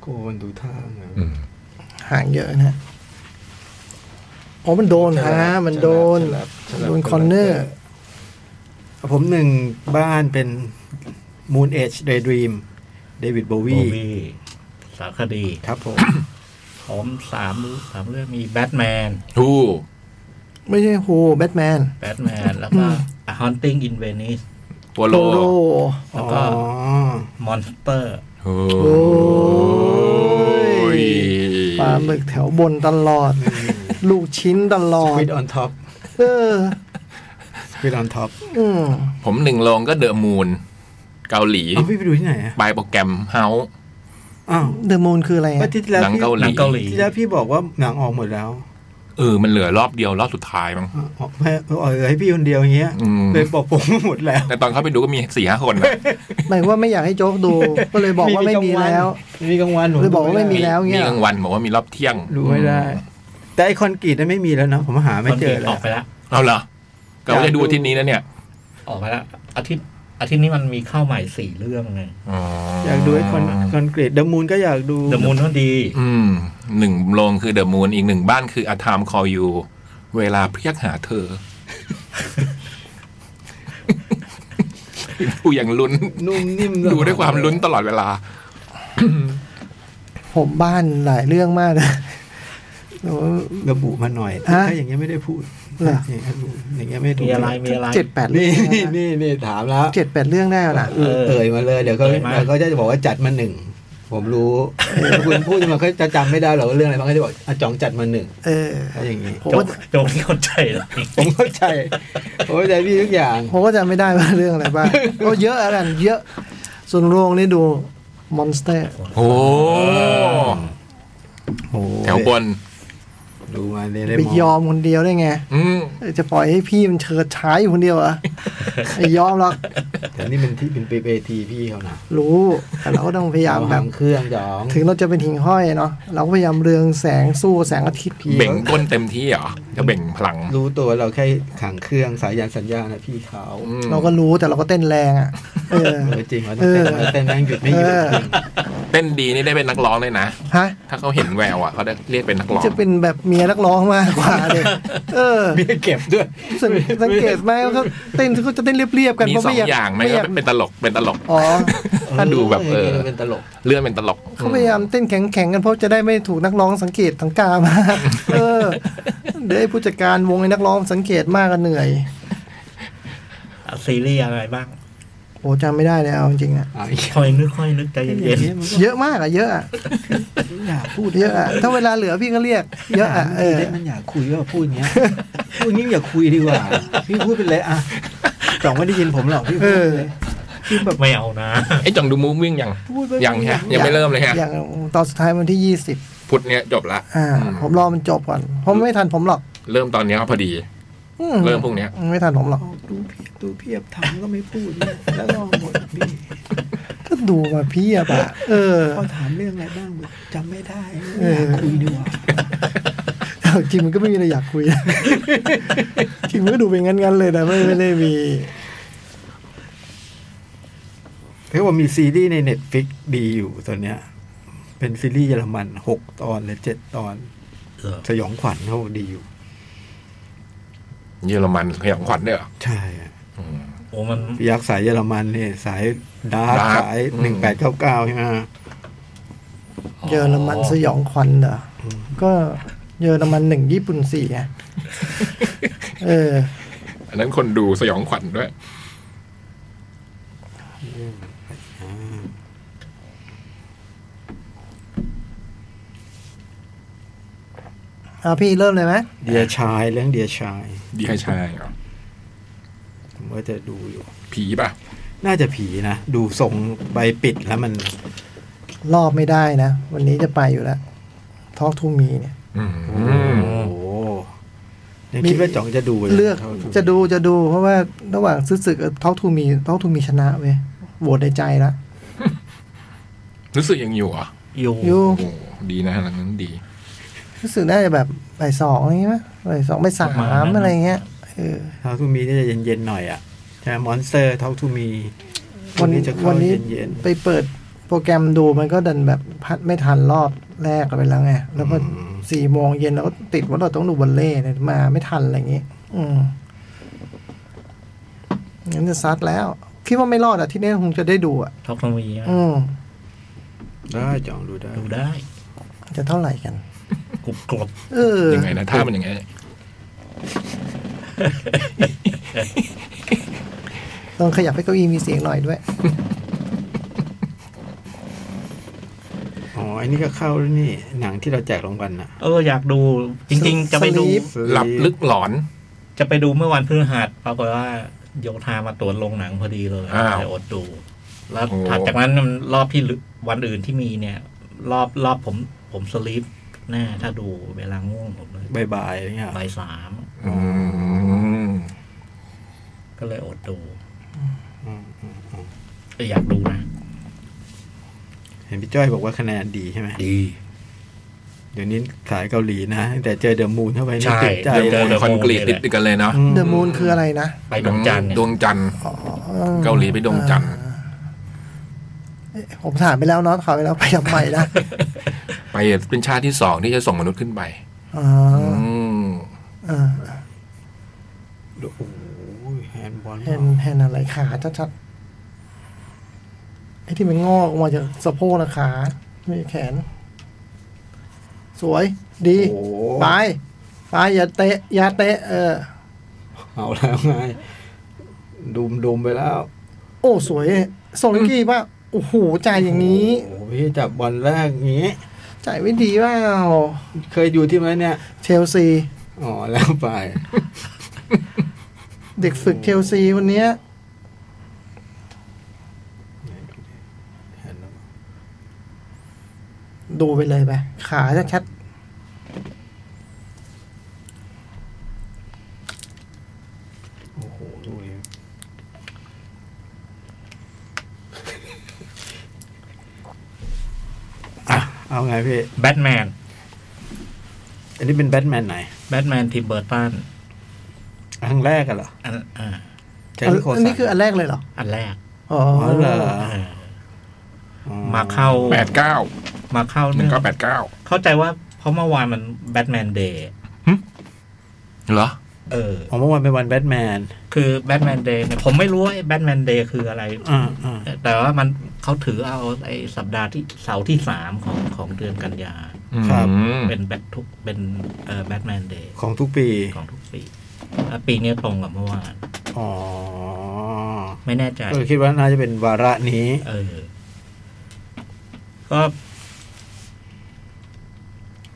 โกมันดูท่าไง อืม ห่างเยอะนะฮะอ๋อมันโดนฮะ มันโดน ฉลับฉลับ โดนคอนเนอร์ ผมหนึ่งบ้านเป็น Moon Age Daydream เดวิดโบ โบ วี วี่สารคดี ครับผม ผมสามสามเรื่องมีแบทแมน ทู ไม่ใช่ฮูแบทแมน แบทแมน แล้วก็ A Haunting in Venice โปโล โลโล แล้ว อ๋ ก็ อ Monster โอ้ ย ปลาหมึกแถวบนตลอด ลูกชิ้นตลอด Squid on top เออ Squid on top อืม ผมหนึ่งลงก็เดอะมูน เกาหลี เอาพี่ไปดูที่ไหนอะ ปลายโปรแกรมเฮาส์ อ้าว เดอะมูนคืออะไร อา อ่ะ ทิตย์ที่แล้ว หนัง พี่ เกาหลี หนังเกาหลี ที่แล้วพี่บอกว่าหนังออกหมดแล้ว เออมันเหลือรอบเดียวรอบสุดท้ายมั้ง อ๋อให้เออให้พี่คนเดียวอย่างเงี้ย อืม เลยบอกผมหมดแล้ว แต่ตอนเขาไปดูก็มีสี่ห้าคนนะ หมายความว่าไม่อยากให้โจ๊กดู ก็เลยบอกว่าไม่มีแล้ว ไม่มีกลางวันผ เลยบอกว่าไม่มี แล้วเงี้ มี ย กลางวันบอกว่ามีรอบเที่ยง ดูไม่ได้ แต่ไอคอนกรีตนั้นไม่มีแล้วนะผมหาไม่เจอ อ แล้ อ ว กไปแล้ว เอาเหรอก็ว่าจะดูอาที่นี้นะเนี่ย ออกไปแล้วอาทิตย์อาทิตย์นี้มันมีเข้าใหม่สี่เรื่องไง อยากดูไอคอนคอนกรีตเดอะมูนก็อยากดู เดอะมูนก็ดี อืมหนึ่งโรงคือเดอะมูนอีกหนึ่งบ้านคืออา i m มคอยูเวลาเพียกหาเธอ ผู้อย่างลุ้น นุ่มนิ่ม ดูด้วยความลุ้นตลอดเวลา ผมบ้านหลายเรื่องมากนะแต่ว่า ระบุมาหน่อย ฮะ ถ้าอย่างเงี้ยไม่ได้พูด เหรอ อย่างเงี้ยอย่างเงี้ยไม่ถู มี ก อะไรมีอะไร เจ็ดแปดเรื่ นี่ อง นี่นี่นี่ถามแล้ว เจ็ดแปดเรื่องได้แล้วนะ เออเอ่ยมาเลยเดี๋ยวเขา เอ่ยมา เดี๋ยวเขาจะบอกว่าจัดมาหนึ่งผมรู้ คุณพูดมาเขาจะจำไม่ได้หรอกว่าเรื่องอะไรบางก็จะบอกอ่ะจ่องจัดมาหนึ่ง เออ ถ้าอย่างงี้ ผม โจ ก็ กโจกที่คนใจเลย ผมเข้าใจ ผมเข้าใจพี่ทุกอย่าง ผมก็จำไม่ได้ว่าเรื่องอะไรบ้างก็เยอะแล้วกันเยอะ ส่วนโรงนี่ดูมอนสเตอร์ โอ้ โอ้โห แถวบน ดูมาเรื่ ไป อยๆ ยอมคนเดียวได้ไง อืม จะปล่อยให้พี่มันเชิดฉายอยู่คนเดียวเหรอะไม่ยอมหรอก แต่นี่เป็นที่เป็นปีเปทีพี่เขานะ รู้ แต่เราก็ต้องพยายาม เอ แบ หา บ งเครื่องจ่อง ถึงเราจะเป็นหิ่งห้อยเนาะเราก็พยายามเรืองแสงสู้แสงอาทิตย์ พี่ เบ่งก้นเต็มที่เหรอ จะเบ่งพลัง รู้ตัวเราแค่ขังเครื่องสายยานสัญญาณนะพี่เขา อืม เราก็รู้แต่เราก็เต้นแรงอ่ะเออ เออจริงว่าเต้นมาเต้นแม่งหยุดไม่หยุด เออ จริง เต้นดีนี่ได้เป็นนักร้องเลยนะ ฮะ ถ้าเขาเห็นแววอ่ะเขาได้เรียกเป็นนักร้อง จะเป็นแบบเมียนักร้องมากกว่า เลยเออ มี เก็บด้วย สังสังเกตไหมว่าเขาเต้นเขาจะเต้นเรียบๆกัน มี เพราะ สอ ไม่ ง อยาก อย่างไหม ไม่อ ก็ ยาก เป็นตลกเป็นตลก อ๋อ ถ้าดูแบบเออ เป็นตลก เลื่อนเป็นตลก เขาพยายามเต้นแข็งๆกันเพราะจะได้ไม่ถูกนักร้องสังเกตสังกามาก เออ เดี๋ยวไอ้ผู้จัดการวงไอ้นักร้องสังเกตมากก็เหนื่อย อ่ะซีรีส์อะไรบ้าง โอ้จำไม่ได้แล้วจริงๆอะ เอาอีก ค่อยนึกค่อยนึกใจ อย่าง เย็น นี้มันก็ เยอะมากอะเยอะอะ อยากพูด เยอะอะถ้าเวลาเหลือพี่ก็เรียก เยอะอะเออ มันอยากคุยว่าพูดอย่างเงี้ ยพูดอย่างงี้อย่าคุยดีกว่า พี่พูดเป็นเลยอ่ะจ่องไม่ได้ยินผมหรอกพี่พูดไปเลยพี่แบบ ๆไม่เอานะ ไอ้ยจ่องดูมูฟวิ่งยัง พูดไป ยังฮะ ยั ยัง งไม่เริ่มเลยฮะ อย่างตอนสุดท้ายวันที่ยี่สิบ พุธเนี้ยจบละ อ่า อืม ผมรอมันจบก่อนเพราะไม่ทันผมหรอก เริ่มตอนเนี้ยพอดี อืม เริ่มพรุ่งเนี้ย ไม่ทันผมหรอก บอกดูเพียบดูเพียบทำก็ไม่พูดเนี่ยแล้วก็หมดพี่ ก็ดูมาเพี่อะปะเออ เขาถามเรื่องอะไรบ้างบอกจำไม่ได้ เออ อยากคุยดีกว่า เอาจริงมันก็ไม่มีอะไรอยากคุย จริงมันก็ดูเป็นงั้นๆเลยนะไม่ไม่ได้มี เขาบอกมีซีรีส์ในเน็ตฟิกดีอยู่ตอนเนี้ย เป็นซีรีส์เยอรมันหกตอนหรือเจ็ดตอน เออ สยองขวัญเขาบอกดีอยู่ เยอรมันขยองขวัญด้วยเหรอ ใช่อะ อืม โอ้มัน ยักษ์สายเยอรมันเนี่ยสายดาร์ก Dark สาย อืม หนึ่งแปดเก้าเก้าใช่ไหม เยอรมันสยองขวัญเหรออก็เยอรมันหนึ่งญี่ปุ่นสี่ไงเออ อันนั้นคนดูสยองขวัญด้วย เอาพี่เริ่มเลยไหม เดียชายเรื่องเดียชาย ดีให้ใช่เหรอ ผมว่าจะดูอยู่ ผีป่ะ น่าจะผีนะ ดูทรงใบปิดแล้วมัน รอบไม่ได้นะ วันนี้จะไปอยู่แล้วทอกทูมีเนี่ย อืม โอ้โหยังคิดว่าจ่องจะดูย เลือกจะดูจะดู เพราะว่าระหว่างซื้อสึกทอกทูมีทอกทูมีชนะเว้ยโหวตในใจละ รู้สึกยังอยู่เหรอ่ะ อยู่ ยู โอ้โหดีนะหลังนั้นดี รู้สึกน่าจะแบบบ่ายสองอะไรเงี้ยมั้ยบ่ายสองบ่ายสามอะไรเงี้ยเออ เท่าทูมีน่าจะเย็นๆหน่อยอ่ะใช่มอนสเตอร์เท่าทูมี วัน นี้จะเข้า วันนี้ เย็น ไปเปิดโปรแกรมดูมันก็ดันแบบพัดไม่ทันรอบแรกไปแล้วไง แล้วพอสี่โมงเย็นเราก็ติดว่าเราต้องดูบอลเล่เนี่ยมาไม่ทันอะไรอย่างงี้ อืมงั้นจะซัดแล้ว คิดว่าไม่รอดอ่ะที่นี่คงจะได้ดูอ่ะ ท็อกโนมีอะ อืม ๆได้จองดูได้ ดูได้ จะเท่าไหร่กัน กรุบกรอบ เออ ยังไงนะถ้ามันยังไง ต้องขยับให้เก้าอี้มีเสียงหน่อยด้วย อ๋ออันนี้ก็เข้าแล้วนี่ หนังที่เราแจกรางวัลน่ะ เอออยากดูจริง ๆ จะไปดู Sleep หลับลึกหลอน จะไปดูเมื่อวันพฤหัสปรากฏว่าโยธามาตรวจโรงหนังพอดีเลย อ้าว เลยอดดู แล้ว โอ้ ถัดจากนั้นรอบที่เหลือวันอื่นที่มีเนี่ย รอบรอบผมผมสลีป หน้าถ้าดูเวลาง่วงผมเลย บายบายอะไรเงี้ย บ่ายสาม อืม ก็เลยอดดู อืมอืมอืม แต่อยากดูนะ เห็นพี่จ้อยบอกว่าคะแนนดีใช่ไหม ดี เดี๋ยวนี้สายเกาหลีนะตั้งแต่เจอเดอะมูนเข้าไปนี่ ใช่ ติดใจ เดอะ เล มูนคอนยกรีตติดๆกันเลยเนาะ เดอะมูนคืออะไรนะ ไปดวงจันทร์เนี่ย ดวงจันทร์ อ๋อ เกาหลีไปดวงจันทร์ เอ๊ะผมถามไปแล้วเนาะถามไปแล้ว ไปทำไมนะ ไปเป็นชาติที่สองที่จะส่งมนุษย์ขึ้นไป อ๋อ อืม อ่า โอ้โหแฮนด์บอล แฮนแฮนอะไรขาชัดๆไอ้ที่มันงอกออกมาจากสะโพกนะขาไม่ใช่แขน สวย ดี โอ้โห ไปไปอย่าเตะอย่าเตะเออ เอาแล้วไงดุมดุมไปแล้ว โอ้สวยส่งลูกกี้ว่าโอ้โหจ่ายอย่างนี้ โอ้โหพี่จับบอลแรกงี้ จ่ายไม่ดีว่า เคยดูที่ไหนเนี่ย เชลซี อ๋อแล้วไป เด็กฝึกเชลซีวันเนี้ยดูไปเลยไปขาจะชัด โอ้โหดูดิ อ่ะเอาไงพี่ แบทแมน อันนี้เป็นแบทแมนไหน แบทแมนทีมเบอร์ตัน ครั้งแรกกันเหรอ อันอ่า แจ็ค อัน นิโคลสั อันนี้คืออันแรกเลยเหรอ อันแรก อ๋อ อ๋อเหรอ เออ อ๋อ มาเข้า แปดเก้า มาเข้า ห เนื่ นึ่ อง ง เก้าแปดเก้า เข้าใจว่าเพราะเมื่อวานมันแบทแมนเดย์ เหรอ เออ อ๋อเมื่อวานเป็นวันแบทแมน คือแบทแมนเดย์เนี่ยผมไม่รู้ว่าแบทแมนเดย์คืออะไร อ่าอ่า แต่ว่ามันเขาถือเอาไอ้สัปดาห์ที่เสาร์ที่สามของของเดือนกันยา ครับ เป็นแบททุกเป็นเอ่อแบทแมนเดย์ ของทุกปี ของทุกปีอ่ะปีนี้ตรงกับเมื่อวาน อ๋อ ไม่แน่ใจ ก็เลยคิดว่าน่าจะเป็นวาระนี้ เออ ก็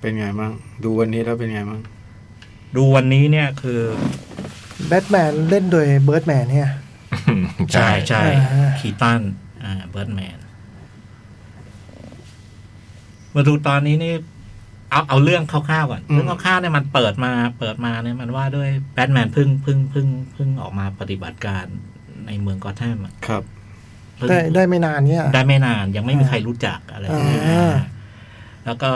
เป็นไงบ้างดูวันนี้แล้วเป็นไงบ้าง ดูวันนี้เนี่ยคือ แบทแมนเล่นโดยเบิร์ดแมนเนี่ย ใช่ ใช่ใช่ อ่า คีตันอ่าเบิร์ดแมน มาดูตอนนี้นี่ เอาเอาเรื่องคร่าวๆก่อน เรื่องคร่าวๆเนี่ยมันเปิดมาเปิดมาเนี่ยมันว่าด้วยแบทแมนพึ่งพึ่งพึ่งพึ่งออกมาปฏิบัติการในเมืองกอแทมอะ ครับ เพิ่ง ได้ได้ไม่นานเนี่ย ได้ไม่นานยังไม่มีใครรู้จักอะไรอย่างเงี้ย อ่า แล้วก็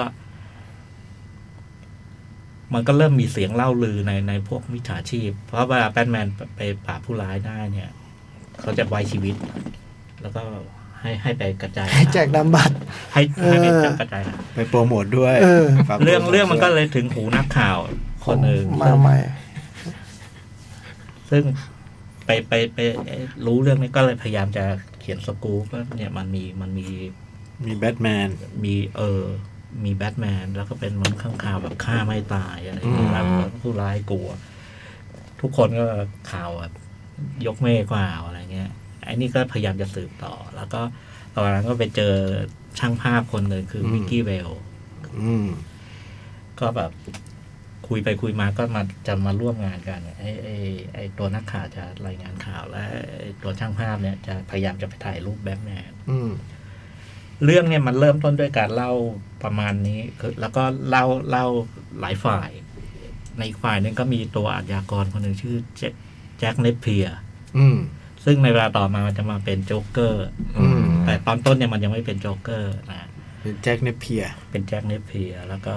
มันก็เริ่มมีเสียงเล่าลือในในพวกมิจฉาชีพ เพราะว่าแบทแมนไปปราบผู้ร้ายได้เนี่ย เขาจะไว้ชีวิต แล้วก็ให้ให้ไปกระจาย ให้แจกนามบัตร ให้ให้ไป เออ กระจายข่าว ไปโปรโมทด้วย เออ ฝาก เรื่อง โปโท เรื่องมันก็เลยถึงหูนักข่าวคนหนึ่ง มาใหม่ ซึ่งไปไปไปเอ่อรู้เรื่องนี้ก็เลยพยายามจะเขียนสกู๊ปว่าเนี่ยมันมีมันมี มีแบทแมน มีเออ มีแบทแมน แล้วก็เป็นมนุษย์ข้างคาวแบบฆ่าไม่ตายอะไรอย่างเงี้ย อืม แล้วผู้ร้ายกลัว ทุกคนก็ข่าวแบบยกเมฆกล่าวอะไรเงี้ยไอ้นี่ก็พยายามจะสืบต่อ แล้วก็ตอนนั้นก็ไปเจอช่างภาพคนหนึ่งคือวิกกี้เวล อืม ก็แบบคุยไปคุยมาก็มาจะมาร่วมงานกันไอ้ไอ้ไอ้ตัวนักข่าวจะรายงานข่าวและไอ้ตัวช่างภาพเนี่ยจะพยายามจะไปถ่ายรูปแบทแมน อืม เรื่องเนี่ยมันเริ่มต้นด้วยการเล่าประมาณนี้คือแล้วก็เล่าเล่าหลายฝ่าย ในอีกฝ่ายหนึงก็มีตัวอาชญากรคนหนึ่งชื่อแจ็คแจ็คเนปเพียร์ อืม ซึ่งในเวลาต่อมามันจะมาเป็นโจ๊กเกอร์ อืม แต่ตอนต้นเนี่ยมันยังไม่เป็นโจ๊กเกอร์นะ เป็นแจ็คเนปเพียร์ เป็นแจ็คเนปเพียร์แล้วก็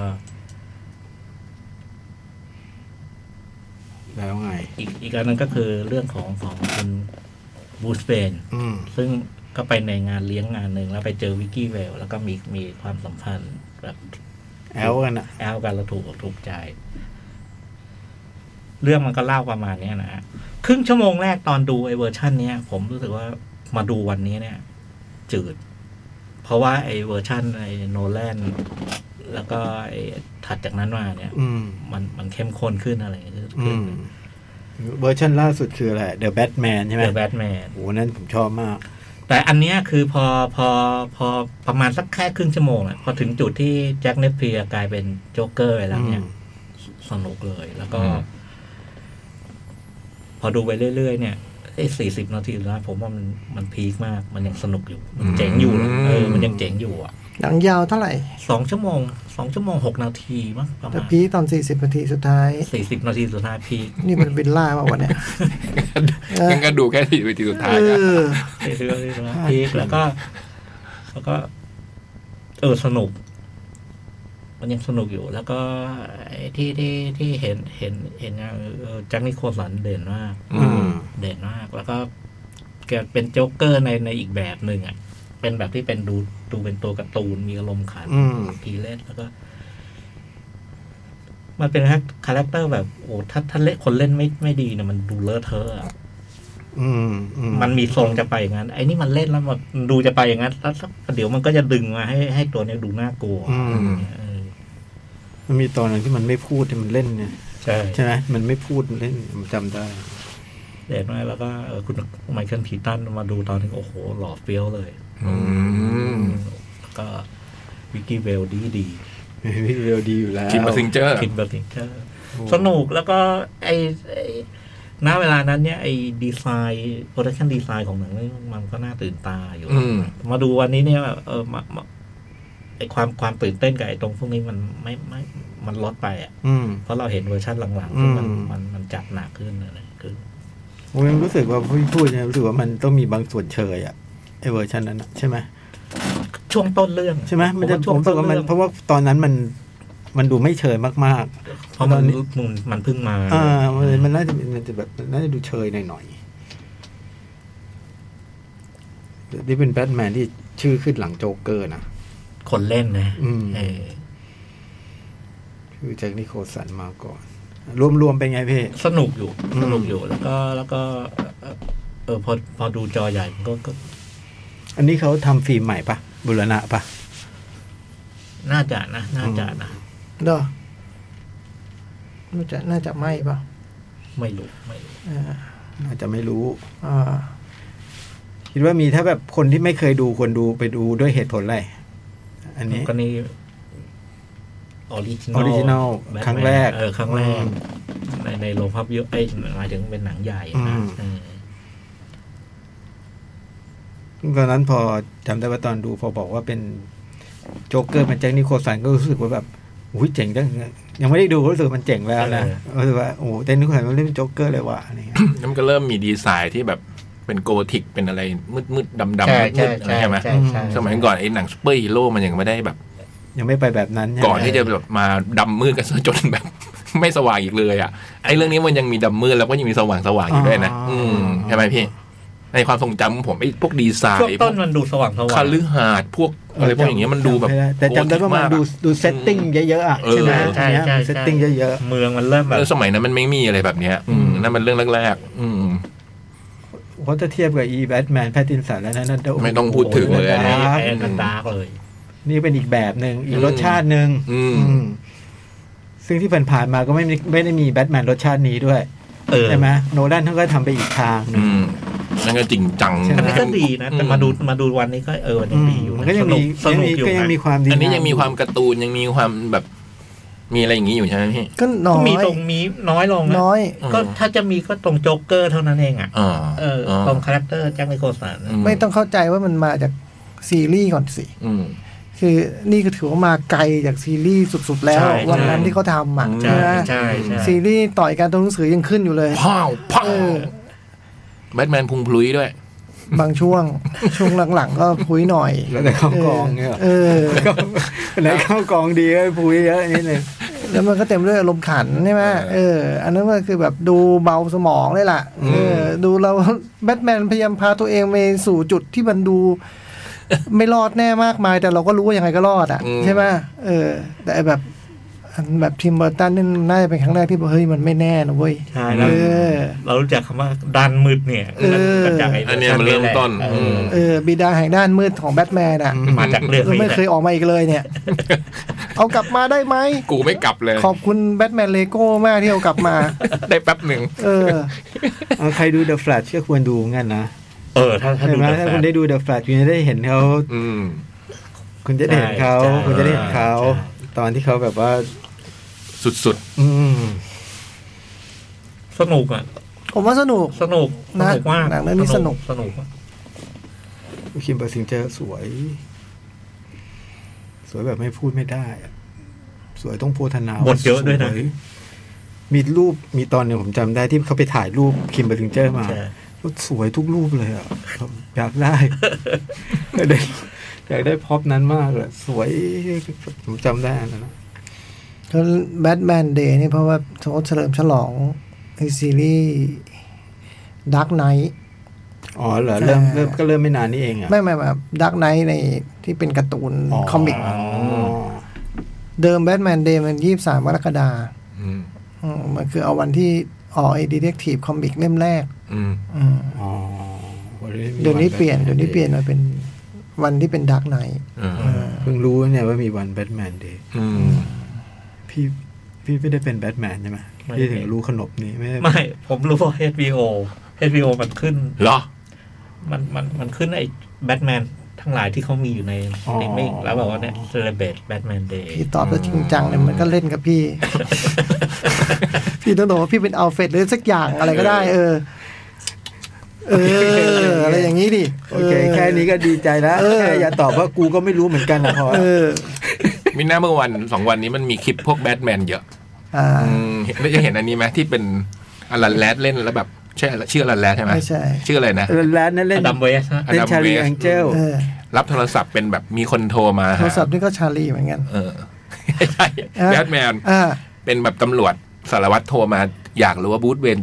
แล้วไง อีกอีกอันนึงก็คือเรื่องของของคุณบูสเปน อืม ซึ่งก็ไปในงานเลี้ยงงานหนึ่งแล้วไปเจอวิกกี้เวล แล้วก็มีมีความสัมพันธ์แบบ แอลกันอ่ะ แอลกันเราถูกอกถูกใจ เรื่องมันก็เล่าประมาณเนี้ยนะฮะครึ่งชั่วโมงแรกตอนดูไอ้เวอร์ชันเนี้ย ผมรู้สึกว่ามาดูวันนี้เนี่ย จืด เพราะว่าไอ้เวอร์ชันไอ้โนแลนแล้วก็ไอ้ถัดจากนั้นมาเนี่ย อืม มันมันเข้มข้นขึ้นอะไรขึ้น อืม เวอร์ชันล่าสุดคืออะไร The Batman ใช่ไหม เดอะแบทแมน โอ้โหนั่นผมชอบมาก แต่อันเนี้ยคือพอพอพอประมาณสักแค่ครึ่งชั่วโมงอะพอถึงจุดที่แจ็คเนปเพียร์กลายเป็นโจ๊กเกอร์ไปแล้ว อื เนี่ย ม สนุกเลยแล้วก็ พอดูไปเรื่อยๆเนี่ยไอ้สี่สิบนาทีแล้วผมว่ามันมันพีคมาก มันยังสนุกอยู่ มันเจ๋งอยู่เลยเออ มันยังเจ๋งอยู่อ่ะ หนังยาวเท่าไหร่ สองชั่วโมงสองชั่วโมงหกนาทีมั้งประ แต่ มาณ พีคตอนสี่สิบนาทีสุดท้าย สี่สิบนาทีสุดท้ายพีค นี่มันวิลล่าเปล่าวะเนี่ย เออ งั้นก็ดูแค่ที่วิธีสุดท้าย เอ อะ อ สี่สิบนาที สุดท้ายพีคแล้วก็ แล้วก็ เออสนุก มันยังสนุกอยู่ แล้วก็ไอ้ที่ที่ที่เห็นเห็นเห็นอย่างเออแจ็คนิโคลสันเด่นมาก อืม เด่นมาก แล้วก็แกเป็นโจ๊กเกอร์ในในอีกแบบหนึ่งอ่ะ เป็นแบบที่เป็นดูดูเป็นตัวการ์ตูนมีอารมณ์ขัน อืม ทีเล่นแล้วก็ มันเป็นคาแรคเตอร์แบบโอ้ถ้าถ้าเล่นคนเล่นไม่ไม่ดีเนี่ยมันดูเลอะเทอะอะ อืมอืม มันมีทรงจะไปอย่างนั้น ไอ้นี่มันเล่นแล้วมันดูจะไปอย่างนั้นแล้วสักประเดี๋ยวมันก็จะดึงมาให้ให้ตัวเนี้ยดูน่ากลัว อืม เออ มันมีตอนหนึงที่มันไม่พูดที่มันเล่นเนี่ย ใช่ ใช่ไหมมันไม่พูดเล่นผมจำได้ เด็ดมากแล้วก็เออคุณไมเคิลพีตันมาดูตอนนึงโอ้โห หล่อเฟี้ยวเลย อืม แล้วก็วิกกี้เวลดีดี พี่เร็วดีอยู่แล้ว คิมมาซิงเจอร์ คินเบอร์ติงเกอร์ สนุกแล้วก็ไอ้ไอ้ณเวลานั้นเนี่ยไอ้ดีไซน์โปรดักชันดีไซน์ของหนังเรื่องมันก็น่าตื่นตาอยู่ อืม มาดูวันนี้เนี่ยแบบเออมามาไอ้ความความตื่นเต้นกับไอ้ตรงพวกนี้มันไม่ไม่มันลดไปอ่ะ อืม เพราะเราเห็นเวอร์ชันหลังๆที่มัน อืม มันมันจัดหนักขึ้นอะไรขึ้น ผมยังรู้สึกว่าพี่พูดเนี่ยรู้สึกว่ามันต้องมีบางส่วนเชยอะไอเวอร์ชันนั้นอะใช่ไหม ช่วงต้นเรื่อง ใช่ไหมมันจะ ช่ว ผ ง มรู้สึ ต้ ก น ว่ามัน เรื่อง เพราะว่าตอนนั้นมันมันดูไม่เชยมาก เพราะมัตอนนนี้ มันมันเพิ่งมา ๆอ่ามันมันน่าจะมันจะแบบน่าจะดูเชยหน่อยๆนี่เป็นแบทแมนที่ชื่อขึ้นหลังโจ๊กเกอร์นะ คนเล่นนะ อืม เออ คือแจ็คนิโคลสันมาก่อน รวมๆเป็นไงพี่ สนุกอยู่ อืม สนุกอยู่แล้วก็แล้วก็ เอ่อเออพอพอดูจอใหญ่มันก็ก็ อันนี้เขาทำฟิล์มใหม่ปะบุรณะปะ น่าจะนะน่าจะนะ เด้อน่าจะน่าจะไม่ป่ะ ไม่รู้ไม่รู้ เออ อาจจะไม่รู้ อ่า คิดว่ามีถ้าแบบคนที่ไม่เคยดูควรดูไปดูด้วยเหตุผลอะไร อันนี้ ก็นี่ออริจินอล Original ครั้งแรก เออครั้งแรอืกม ในในโรงภาพยนตร์ไอ้ยหมายถึงเป็นหนังใหญ่อะนะ อืม เออ ตอนนั้นพอจำได้ว่าตอนดูพอบอกว่าเป็นโจ๊กเกอร์เป็นแจ็คนิโคลสันก็รู้สึกว่าแบบอุ้ยเจ๋งจังยังไม่ได้ดูก็รู้สึกมันเจ๋งแล้วนะรู้สึกว่าโอ้โหแจ็คนิโคลสันมันเล่นโจ๊กเกอร์เลยว่ะอะไรเงี้ย แล้วมันก็เริ่มมีดีไซน์ที่แบบเป็นโกธิกเป็นอะไรมืดมืดดำดำมืดมืดอะไรใช่ไหม ใช่ สมัยก่อนไอ้หนังซูเปอร์ฮีโร่มันยังไม่ได้แบบ ยังไม่ไปแบบนั้นใช่ไหม ก่อนที่จะแบบมาดำมืดกันซะจนแบบ ไม่สว่างอีกเลยอ่ะไอ้เรื่องนี้มันยังมีดำมืดแล้วก็ยังมีสว่างสว่างอยู่ด้วยนะอืมใช่ไหมพี่ ในความทรงจำของผมไอ้พวกดีไซ ช่วง น์ ต้นมันดูสว่างสว่าง คาลือหาดพวกอะไรพวกอย่างเงี้ยมันดูแบบ จำไได้แต่จำได้ว่ามันดู โกธิกกอะ ดูเซตติ้งเยอะๆอ่ะใช่ไหม เออ อันเนี้ยเซตติ้งเยอะ เมืองมันเริ่มแบบ แล้วสมัยนั้นมันไม่มีอะไรแบบเนี้ย อืมนั่นมันเรื่องแรกๆอืม ๆเขาจะเทียบกับอีแบทแมนแพตตินสันแล้วนะนั่นโโห ไม่ต้องพูดถึงเลยอันนี้ ไอ้นันดาร์กเลย นี่เป็นอีกแบบหนึ่งอีกรสชาติหนึ่ง อืม อืมซึ่งที่ผ่านๆมาก็ไม่มีไม่ได้มีแบทแมนรสชาตินี้ด้วย เออ ใช่ไหมโนแลนเขาก็ทำไปอีกทางหนึ่ อื ง มนั่นก็จริงจัง ใช่ไห อันนี้ก็ดีนะ แต่ อืม มาดูมาดูวันนี้ก็เออวันนี้ดีอยู่ มัน นะ ก็ยัง สนุ มี กส ยัง นุก มี อยู่ ก็ยัง นะ มีความดี อันนี้ยังมีความการ์ตูนยังมีความแบบ มีอะไรอย่างนี้อยู่ใช่ไหมพี่ ก็น้อยก็มีตรงมีน้อยลงนะ น้อย ก็ถ้าจะมีก็ตรงโจ๊กเกอร์เท่านั้นเองอ่ะ อ่า เอออตรงคาแรคเตอร์แจ็คนิโคลสัน ม ไม่ต้องเข้าใจว่ามันมาจากซีรีส์ก่อนสิ อืม คือนี่ก็ถือว่ามาไกลจากซีรีส์สุด ๆ แล้ว ใช่ วันนั้น ใช่ ที่เขาทำอ่ะ อืม ใช่ ใช่ไหม ใช่ใช่ ซีรีส์ต่อยการตัวหนังสือยังขึ้นอยู่เลย พ้าวพ้าวแบทแมนพุงพลุยด้วย บางช่วง ช่วงหลัง ๆ ก็พุ้ยหน่อย แล้วแต่เข้ากองเนี่ยเหรอ เออ ไหนเข้ากองดีก็พูดเยอะนิดนึง แล้วมันก็เต็มด้วยอารมณ์ขันใช่ไหมเออ อันนั้นมันคือแบบดูเบาสมองเลยล่ะ เออ ดูเรา แบทแมนพยายามพาตัวเองไปสู่จุดที่มันดู ไม่รอดแน่มากมาย แต่เราก็รู้ว่ายังไงก็รอดอ่ะ อืม ใช่ไหมเออ แต่ไอ้แบบอันแบบทิมเบอร์ตันนี่น่าจะเป็นครั้งแรกที่บอกเฮ้ยมันไม่แน่นะเว้ย ใช่แล้ว เออ เรารู้จักคำว่าด้านมืดเนี่ยมันมันจากไอ้ อันเนี้ยมันเริ่มต้น เออ ม เออบิดาแห่งด้านมืดของแบทแมนอ่ะ มาจากเรื่อง แล้ว นี้ ไม่ แหละ เคยออกมาอีกเลย เนี่ย เอากลับมาได้ไหม กูไม่กลับเลย ขอบคุณแบทแมนเลโก้มากที่เอากลับมา ได้แป๊บหนึ่ง เออ เอาใครดูเดอะแฟลชก็ควรดูเหมือนกันนะ เออถ้าถ้า ใช่ ดู ไหม จาก ถ้า แฟ คุณ น ได้ดูเดอะแฟลชคุณจะได้เห็นเขา อืม คุณจะได้เห็นเขา ใช่ คุณจะได้เห็นเขา ใช่ ตอนที่เขาแบบว่า สุด อืม สนุกอ่ะ ผมว่าสนุก สนุกส นะ นุกมาก หนังเรื่องนี้สนุก สนุกมาก คิมเบอร์ซิงเจอร์สวย สวยแบบไม่พูดไม่ได้อะสวยต้องโพธนา บทเยอะด้วยนะ สมีรูปมีตอนหนึ่งผมจำได้ที่เขาไปถ่ายรูปคิมเบอร์ลิงเจอร์มา ใช่ สวยทุกรูปเลยอ่ะผมอยากได้ อยากได้อยากได้พ็อปนั้นมากเลยสวยผมจำได้อันนนนะ แล้วแบทแมนเดย์นี่เพราะว่าเขาเฉลิมฉลองในซีรีส์ดักไนท์ อ๋อเหรอเริ่ม อ่า เริ่มก็เริ่มไม่นานนี้เองอ่ะ ไม่ไม่แบบดักไนท์ในที่เป็นการ์ตูนคอมิก อ๋อ เดิมแบทแมนเดย์มันยี่สามกรกฎา อืม อืมมันคือเอาวันที่ออกไอ้ดีเด็กทีฟคอมิกเล่มแรก อืม อืม อ๋อวันนี้มี เดี๋ยวนี้ วั เปลี่ยน แบทแม เดี๋ยวนี้เปลี่ยนมาเป็นวันที่เป็นดักไนท์ เออ เพิ่งรู้เนี่ยว่ามีวันแบทแมนเดย์ อืม พี่พี่ไม่ได้เป็นแบทแมนใช่ไหม ไม่ได้ พี่ เป็น ถึงรู้ขนบนี้ไม่ได้ ไม่ ผมรู้ว่า HBO HBO มันขึ้น เหรอ มันมันมันขึ้นไอ้แบทแมนทั้งหลายที่เขามีอยู่ในในเมฆแล้วแบบว่าเนี่ยเซเลบ a t แบทแมนเดย์ พี่ตอบแล้วจริงจังเนี่ยมันก็เล่นกับพี่ พี่ต้องบอกว่าพี่เป็นอัลเฟรดหรือสักอย่างอะไรก็ได้ เออ เออ อะไรอย่างนี้ดิ โอเค แค่นี้ก็ดีใจแล้วแค่อย่าตอบว่ากูก็ไม่รู้เหมือนกันนะพอ เออ มิน่าเมื่อวันสองวันนี้มันมีคลิปพวกแบทแมนเยอะ อ่า อืมเห็นได้จะเห็นอันนี้ไหมที่เป็นอลันแรดเล่นแล้วแบบใช่อลันชื่ออลันแรดใช่ไหม ไม่ใช่ ชื่ออะไรนะ แล้วนั่นเล่น ดัมเวสนะ เล่นชาลีแองเจล เออ รับโทรศัพท์เป็นแบบมีคนโทรมา โทรศัพท์นี่ก็ชาลีเหมือนกัน เอ อใช่ เออ แบทแมน อ่า เป็นแบบตำรวจสารวัตรโทรมาอยากรู้ว่าบูธเวน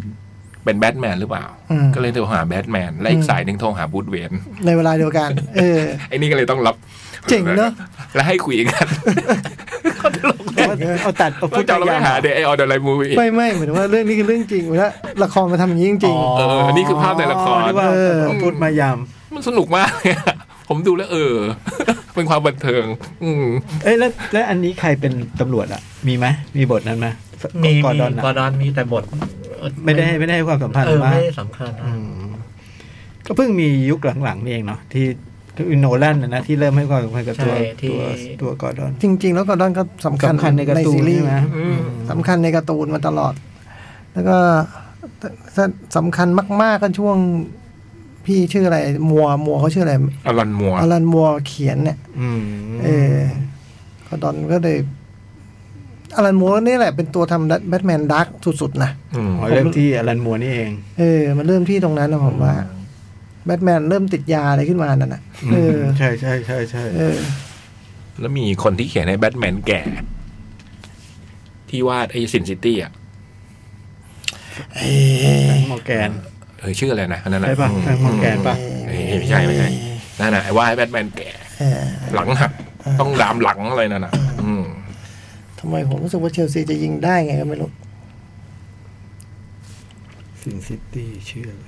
เป็นแบทแมนหรือเปล่า อืม ก็เลยโทรหาแบทแมนและอีกสายหนึ่งโทรหาบูธเวน ในเวลาเดียวกัน เออ ไอ้นี่ก็เลยต้องรับ เจ๋งเนอะ และให้คุยกัน เอาตัดเอา ก็ พูด จะเราไปหาเดไอออเดอร์ไลมูวี่ ไม่ไม่เหมือนว่าเรื่องนี้คือเรื่องจริงแล้วละครมาทำอย่างนี้จริง เออนี่คือภาพในละคร นี่ว่า เออ เอาพูดมาย มันสนุกมากเลยอะผมดูแล้วเออ เป็นความบันเทิง อืม ำเอ้ยแล้วแล้วอันนี้ใครเป็นตำรวจอ่ะ มีไหมมีบทนั้นไหม มี กอ มี ดอน กอ อะ ร์ดอนมีแต่บท ไม่ได้ไม่ได้ให้ความสำคัญ เออ มาก ไม่ได้สำคัญนะ อืมก็เพิ่งมียุคหลังๆนี่เองเนาะที่ที่โนแลนนะนะที่เริ่มให้ความสำคัญกับตัว ใช่ที่ ตัวตัวกอดอน ๆ จริง ๆ แล้วก็ดอนก็สำคัญ สำคัญในการ์ตูน ซีรี ใช่ ส์ ไหม อืม สำคัญในการ์ตูนมาตลอด แล้วก็ถ้าสำคัญมากๆก็ช่วงพี่ชื่ออะไร มัวมัวเขาชื่ออะไร อลันมัว อลันมัวเขียนเนี่ย อืม เออก็ดอนก็เลยอลันมัวนี่แหละเป็นตัวทำแบทแมนดักสุดๆนะ อืม อ๋อเริ่มที่อลันมัวนี่เอง เออ มันเริ่มที่ตรงนั้นนะผมว่า แบทแมนเริ่มติดยาอะไรขึ้นมานั่นน่ะ เออ ใช่ใช่ใช่ใช่ เออ แล้วมีคนที่เขียนให้แบทแมนแก่ ที่วาดไอ้สินซิตี้อ่ะ เอะ แฟรงค์มอร์แกน เออชื่ออะไรนะอันนั้นอ ใช่ป่ะ อืม แฟรงค์มอร์แกนป่ะ เอ้ยไม่ใช่ไม่ใช่นั่นน่ะไอ้ว่าดให้แบทแมนแก่ เออ หลังหักต้องดามหลังอะไรนั่นน่ะ อืม ทำไมผมรู้สึกว่าเชลซีจะยิงได้ไงก็ไม่รู้ สินซิตี้ชื่ออะไร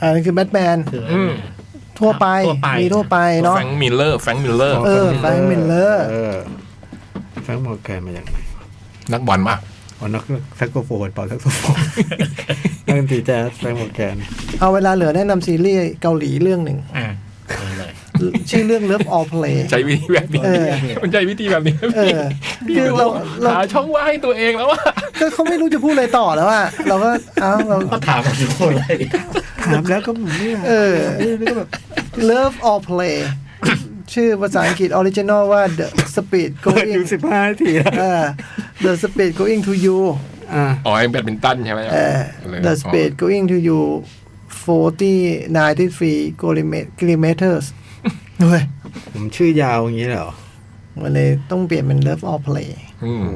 อ่านั่นคือแบทแมน คือ ทั่วไป ทั่วไป มีทั่วไปเนาะ แฟรงค์มิลเลอร์แฟรงค์มิลเลอร์ เออ Frank Miller แฟรงค์มอร์แกนมาจากไหน นักบอลมา อ๋อนักแซกโซโฟนเป่าแซกโซโฟนนักดนตรีแจ๊สแฟรงค์มอร์แกน เอาเวลาเหลือแนะนำซีรีส์เกาหลีเรื่องหนึ่ง อ่าเอาเลย ชื่อเรื่อง Love All Play ใช้วิธีแบบนี้ เออ มันใช้วิธีแบบนี้ เออ พี่ คือเราเรา หาช่องว่างให้ตัวเองแล้วว่า ก็เขาไม่รู้จะพูดอะไรต่อแล้วอ่ะเราก็เอ้าเรา ก็ถามกันทุกคนเลย ถามแล้วก็เหมือนไม่ เออ Love All Play ชื่อภาษาอังกฤษออริจินอลว่า The Speed เปิด Going อยู่สิบห้านาทีแล้ว เออ The Speed Going to You อ่า อ๋อไอ้แบดมินตันใช่ไหม เออ เลย The Speed Going to You 40 93 kilometers เว้ย ผมชื่อยาวอย่างนี้เหรอ มันเลยต้องเปลี่ยนเป็น Love All Play อืม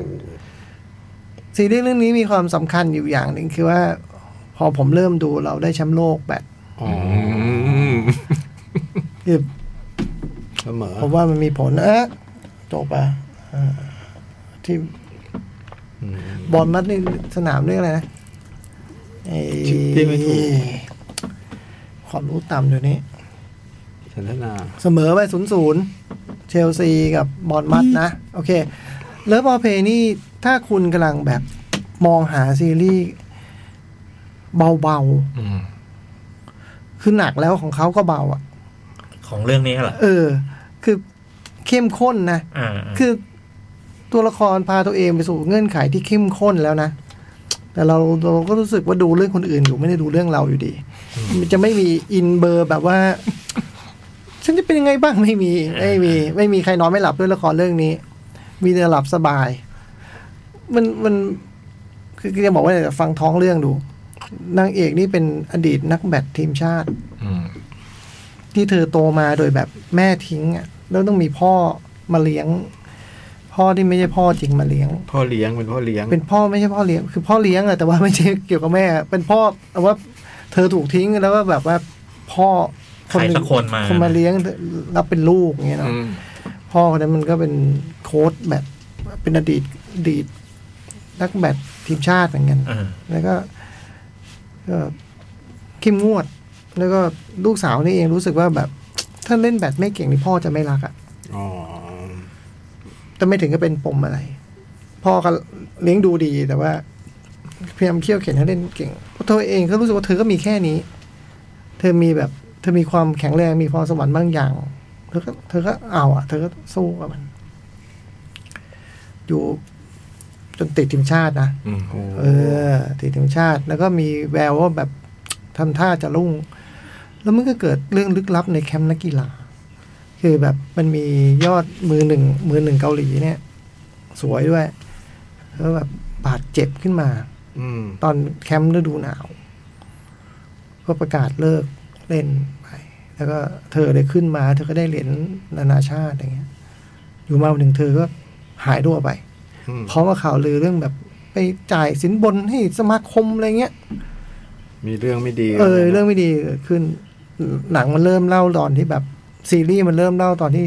ซีรีส์เรื่องนี้มีความสำคัญอยู่อย่างหนึ่งคือว่า พอผมเริ่มดูเราได้แชมป์โลกแบบ อ๋อ คือ เสมอ ผมว่ามันมีผลนะจบอ่ะเออที่ อืม บอลมัดในสนามเรื่องอะไรนะไอ้ ชื่อที่ไม่ถูก ความรู้ต่ำเดี๋ยวนี้ สันทนา เสมอไปศูนย์ศูนย์เชลซีกับบอลมัดนะ โอเคเลิฟออเพนี่ ถ้าคุณกำลังแบบมองหาซีรีส์เบา อืม ๆ คือหนักแล้วของเขาก็เบาอ่ะ ของเรื่องนี้เหรอ เออ คือเข้มข้นนะ อ่า คือตัวละครพาตัวเองไปสู่เงื่อนไขที่เข้มข้นแล้วนะ แต่เราเราก็รู้สึกว่าดูเรื่องคนอื่นอยู่ไม่ได้ดูเรื่องเราอยู่ดี มันจะไม่มีอินเบอร์แบบว่า ฉันจะเป็นยังไงบ้างไม่มี ไม่มี ไม่มีใครนอนไม่หลับด้วยละครเรื่องนี้ มีแต่หลับสบาย มันมันคือคือจะบอกว่าอะไรแต่ฟังท้องเรื่องดูนางเอกนี่เป็นอดีตนักแบดทีมชาติ อืม ที่เธอโตมาโดยแบบแม่ทิ้งอ่ะแล้วต้องมีพ่อมาเลี้ยง พ่อที่ไม่ใช่พ่อจริงมาเลี้ยง พ่อเลี้ยงเป็นพ่อเลี้ยง เป็นพ่อไม่ใช่พ่อเลี้ยง คือพ่อเลี้ยงอะแต่ว่าไม่ใช่เกี่ยวกับแม่ เป็นพ่อแต่ว่าเธอถูกทิ้งแล้วก็แบบว่าพ่อห ใครสักคนมา คนมาเลี้ยงรับเป็นลูกอย่างเงี้ยเนาะ อืม พ่อคนนั้นมันก็เป็นโค้ชแบบเป็นอดีตอดีตนักแบดทีมชาติเหมือนกัน เออ แล้วก็ก็เข้มงวด แล้วก็ลูกสาวนี่เองรู้สึกว่าแบบ ถ้าเล่นแบดไม่เก่งนี่พ่อจะไม่รักอะ อ๋อ แต่ไม่ถึงก็เป็นปมอะไร พ่อก็เลี้ยงดูดีแต่ว่าพยายามเขี่ยวเข็นให้เล่นเก่งเธอเองก็รู้สึกว่าเธอก็มีแค่นี้ เธอมีแบบ เธอมีความแข็งแรงมีพรสวรรค์บางอย่าง เธอก็เธอก็เอาอ่ะ เธอก็สู้กับมัน อยู่จนติดทีมชาตินะ อืม เออ ติดทีมชาติ แล้วก็มีแววว่าแบบทำท่าจะรุ่ง แล้วมันก็เกิดเรื่องลึกลับในแคมป์นักกีฬา คือแบบมันมียอดมือหนึ่งมือหนึ่งเกาหลีเนี่ย สวยด้วยแล้วแบบบาดเจ็บขึ้นมา อืม ตอนแคมป์ฤดูหนาว ก็ประกาศเลิกเล่นไป แล้วก็เธอได้ขึ้นมา เธอก็ได้เหรียญนานาชาติอย่างเงี้ย อยู่มาวันหนึ่งเธอก็หายตัวไป อืม พร้อมกับข่าวลือเรื่องแบบไปจ่ายสินบนให้สมาคมอะไรเงี้ย มีเรื่องไม่ดี เออเรื่องไม่ดีเกิดขึ้นหนังมันเริ่มเล่าตอนที่แบบซีรีส์มันเริ่มเล่าตอนที่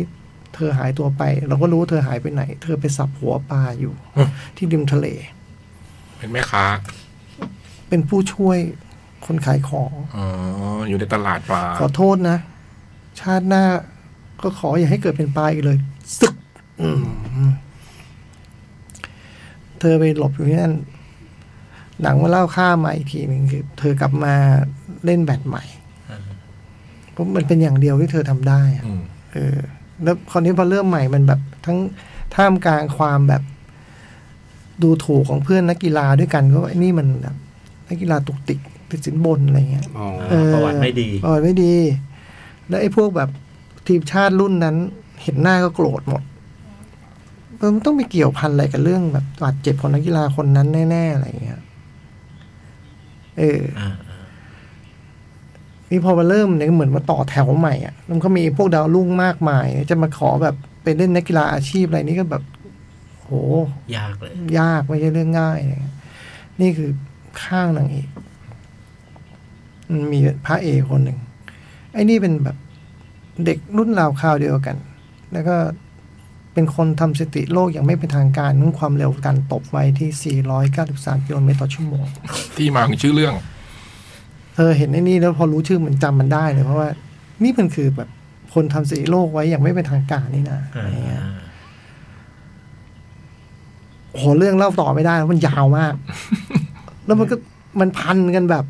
เธอหายตัวไป เราก็รู้ว่าเธอหายไปไหน เธอไปสับหัวปลาอยู่ ที่ริมทะเล เป็นแม่ค้า เป็นผู้ช่วยคนขายของ อ๋ออยู่ในตลาดปลา ขอโทษนะ ชาติหน้าก็ขออย่าให้เกิดเป็นปลาอีกเลยสึกอืมเธอไปหลบอยู่ที่นั่น หนังมาเล่าข้ามมาอีกทีหนึ่งคือ เธอกลับมาเล่นแบดใหม่เพราะมันเป็นอย่างเดียวที่เธอทำได้อะ อืม เออแล้วคราวนี้พอเริ่มใหม่มันแบบทั้งท่ามกลางความแบบ ดูถูกของเพื่อนนักกีฬาด้วยกันก็ว่าไอ้นี่มันแบบนักกีฬาตุกติกติดสินบนอะไรเงี้ย อ๋อ าประวัติไม่ดี ประวัติไม่ดี แล้วไอ้พวกแบบทีมชาติรุ่นนั้น เห็นหน้าก็โกรธหมดเออมันต้องไปเกี่ยวพันอะไรกับเรื่องแบบบาดเจ็บของนักกีฬาคนนั้นแน่ๆอะไรเงี้ยเออ อ่า นี่พอมาเริ่มเนี่ยเหมือนมาต่อแถวใหม่อ่ะแล้วมันก็มีพวกดาวรุ่งมากมาย จะมาขอแบบเป็นเล่นนักกีฬาอาชีพอะไรนี่ก็แบบ โห ยากเลย ยากไม่ใช่เรื่องง่ายอะไรเงี้ยนี่คือข้างนางเอกมันมีพระเอกคนหนึ่ง ไอ้นี่เป็นแบบเด็กรุ่นราวคราวเดียวกัน แล้วก็เป็นคนทำสถิติโลกอย่างไม่เป็นทางการเรื่องความเร็วการตบไว้ที่ 493กิโลเมตรต่อชั่วโมง ที่มาของชื่อเรื่อง เธอเห็นไอ้นี่แล้วพอรู้ชื่อมันจำมันได้เลยเพราะว่า นี่มันคือแบบคนทำสถิติโลกไว้อย่างไม่เป็นทางการนี่นะ อ่า อะไรเงี้ยโหเรื่องเล่าต่อไม่ได้แล้วมันยาวม าก แล้วมันก็มันพันกันแบบ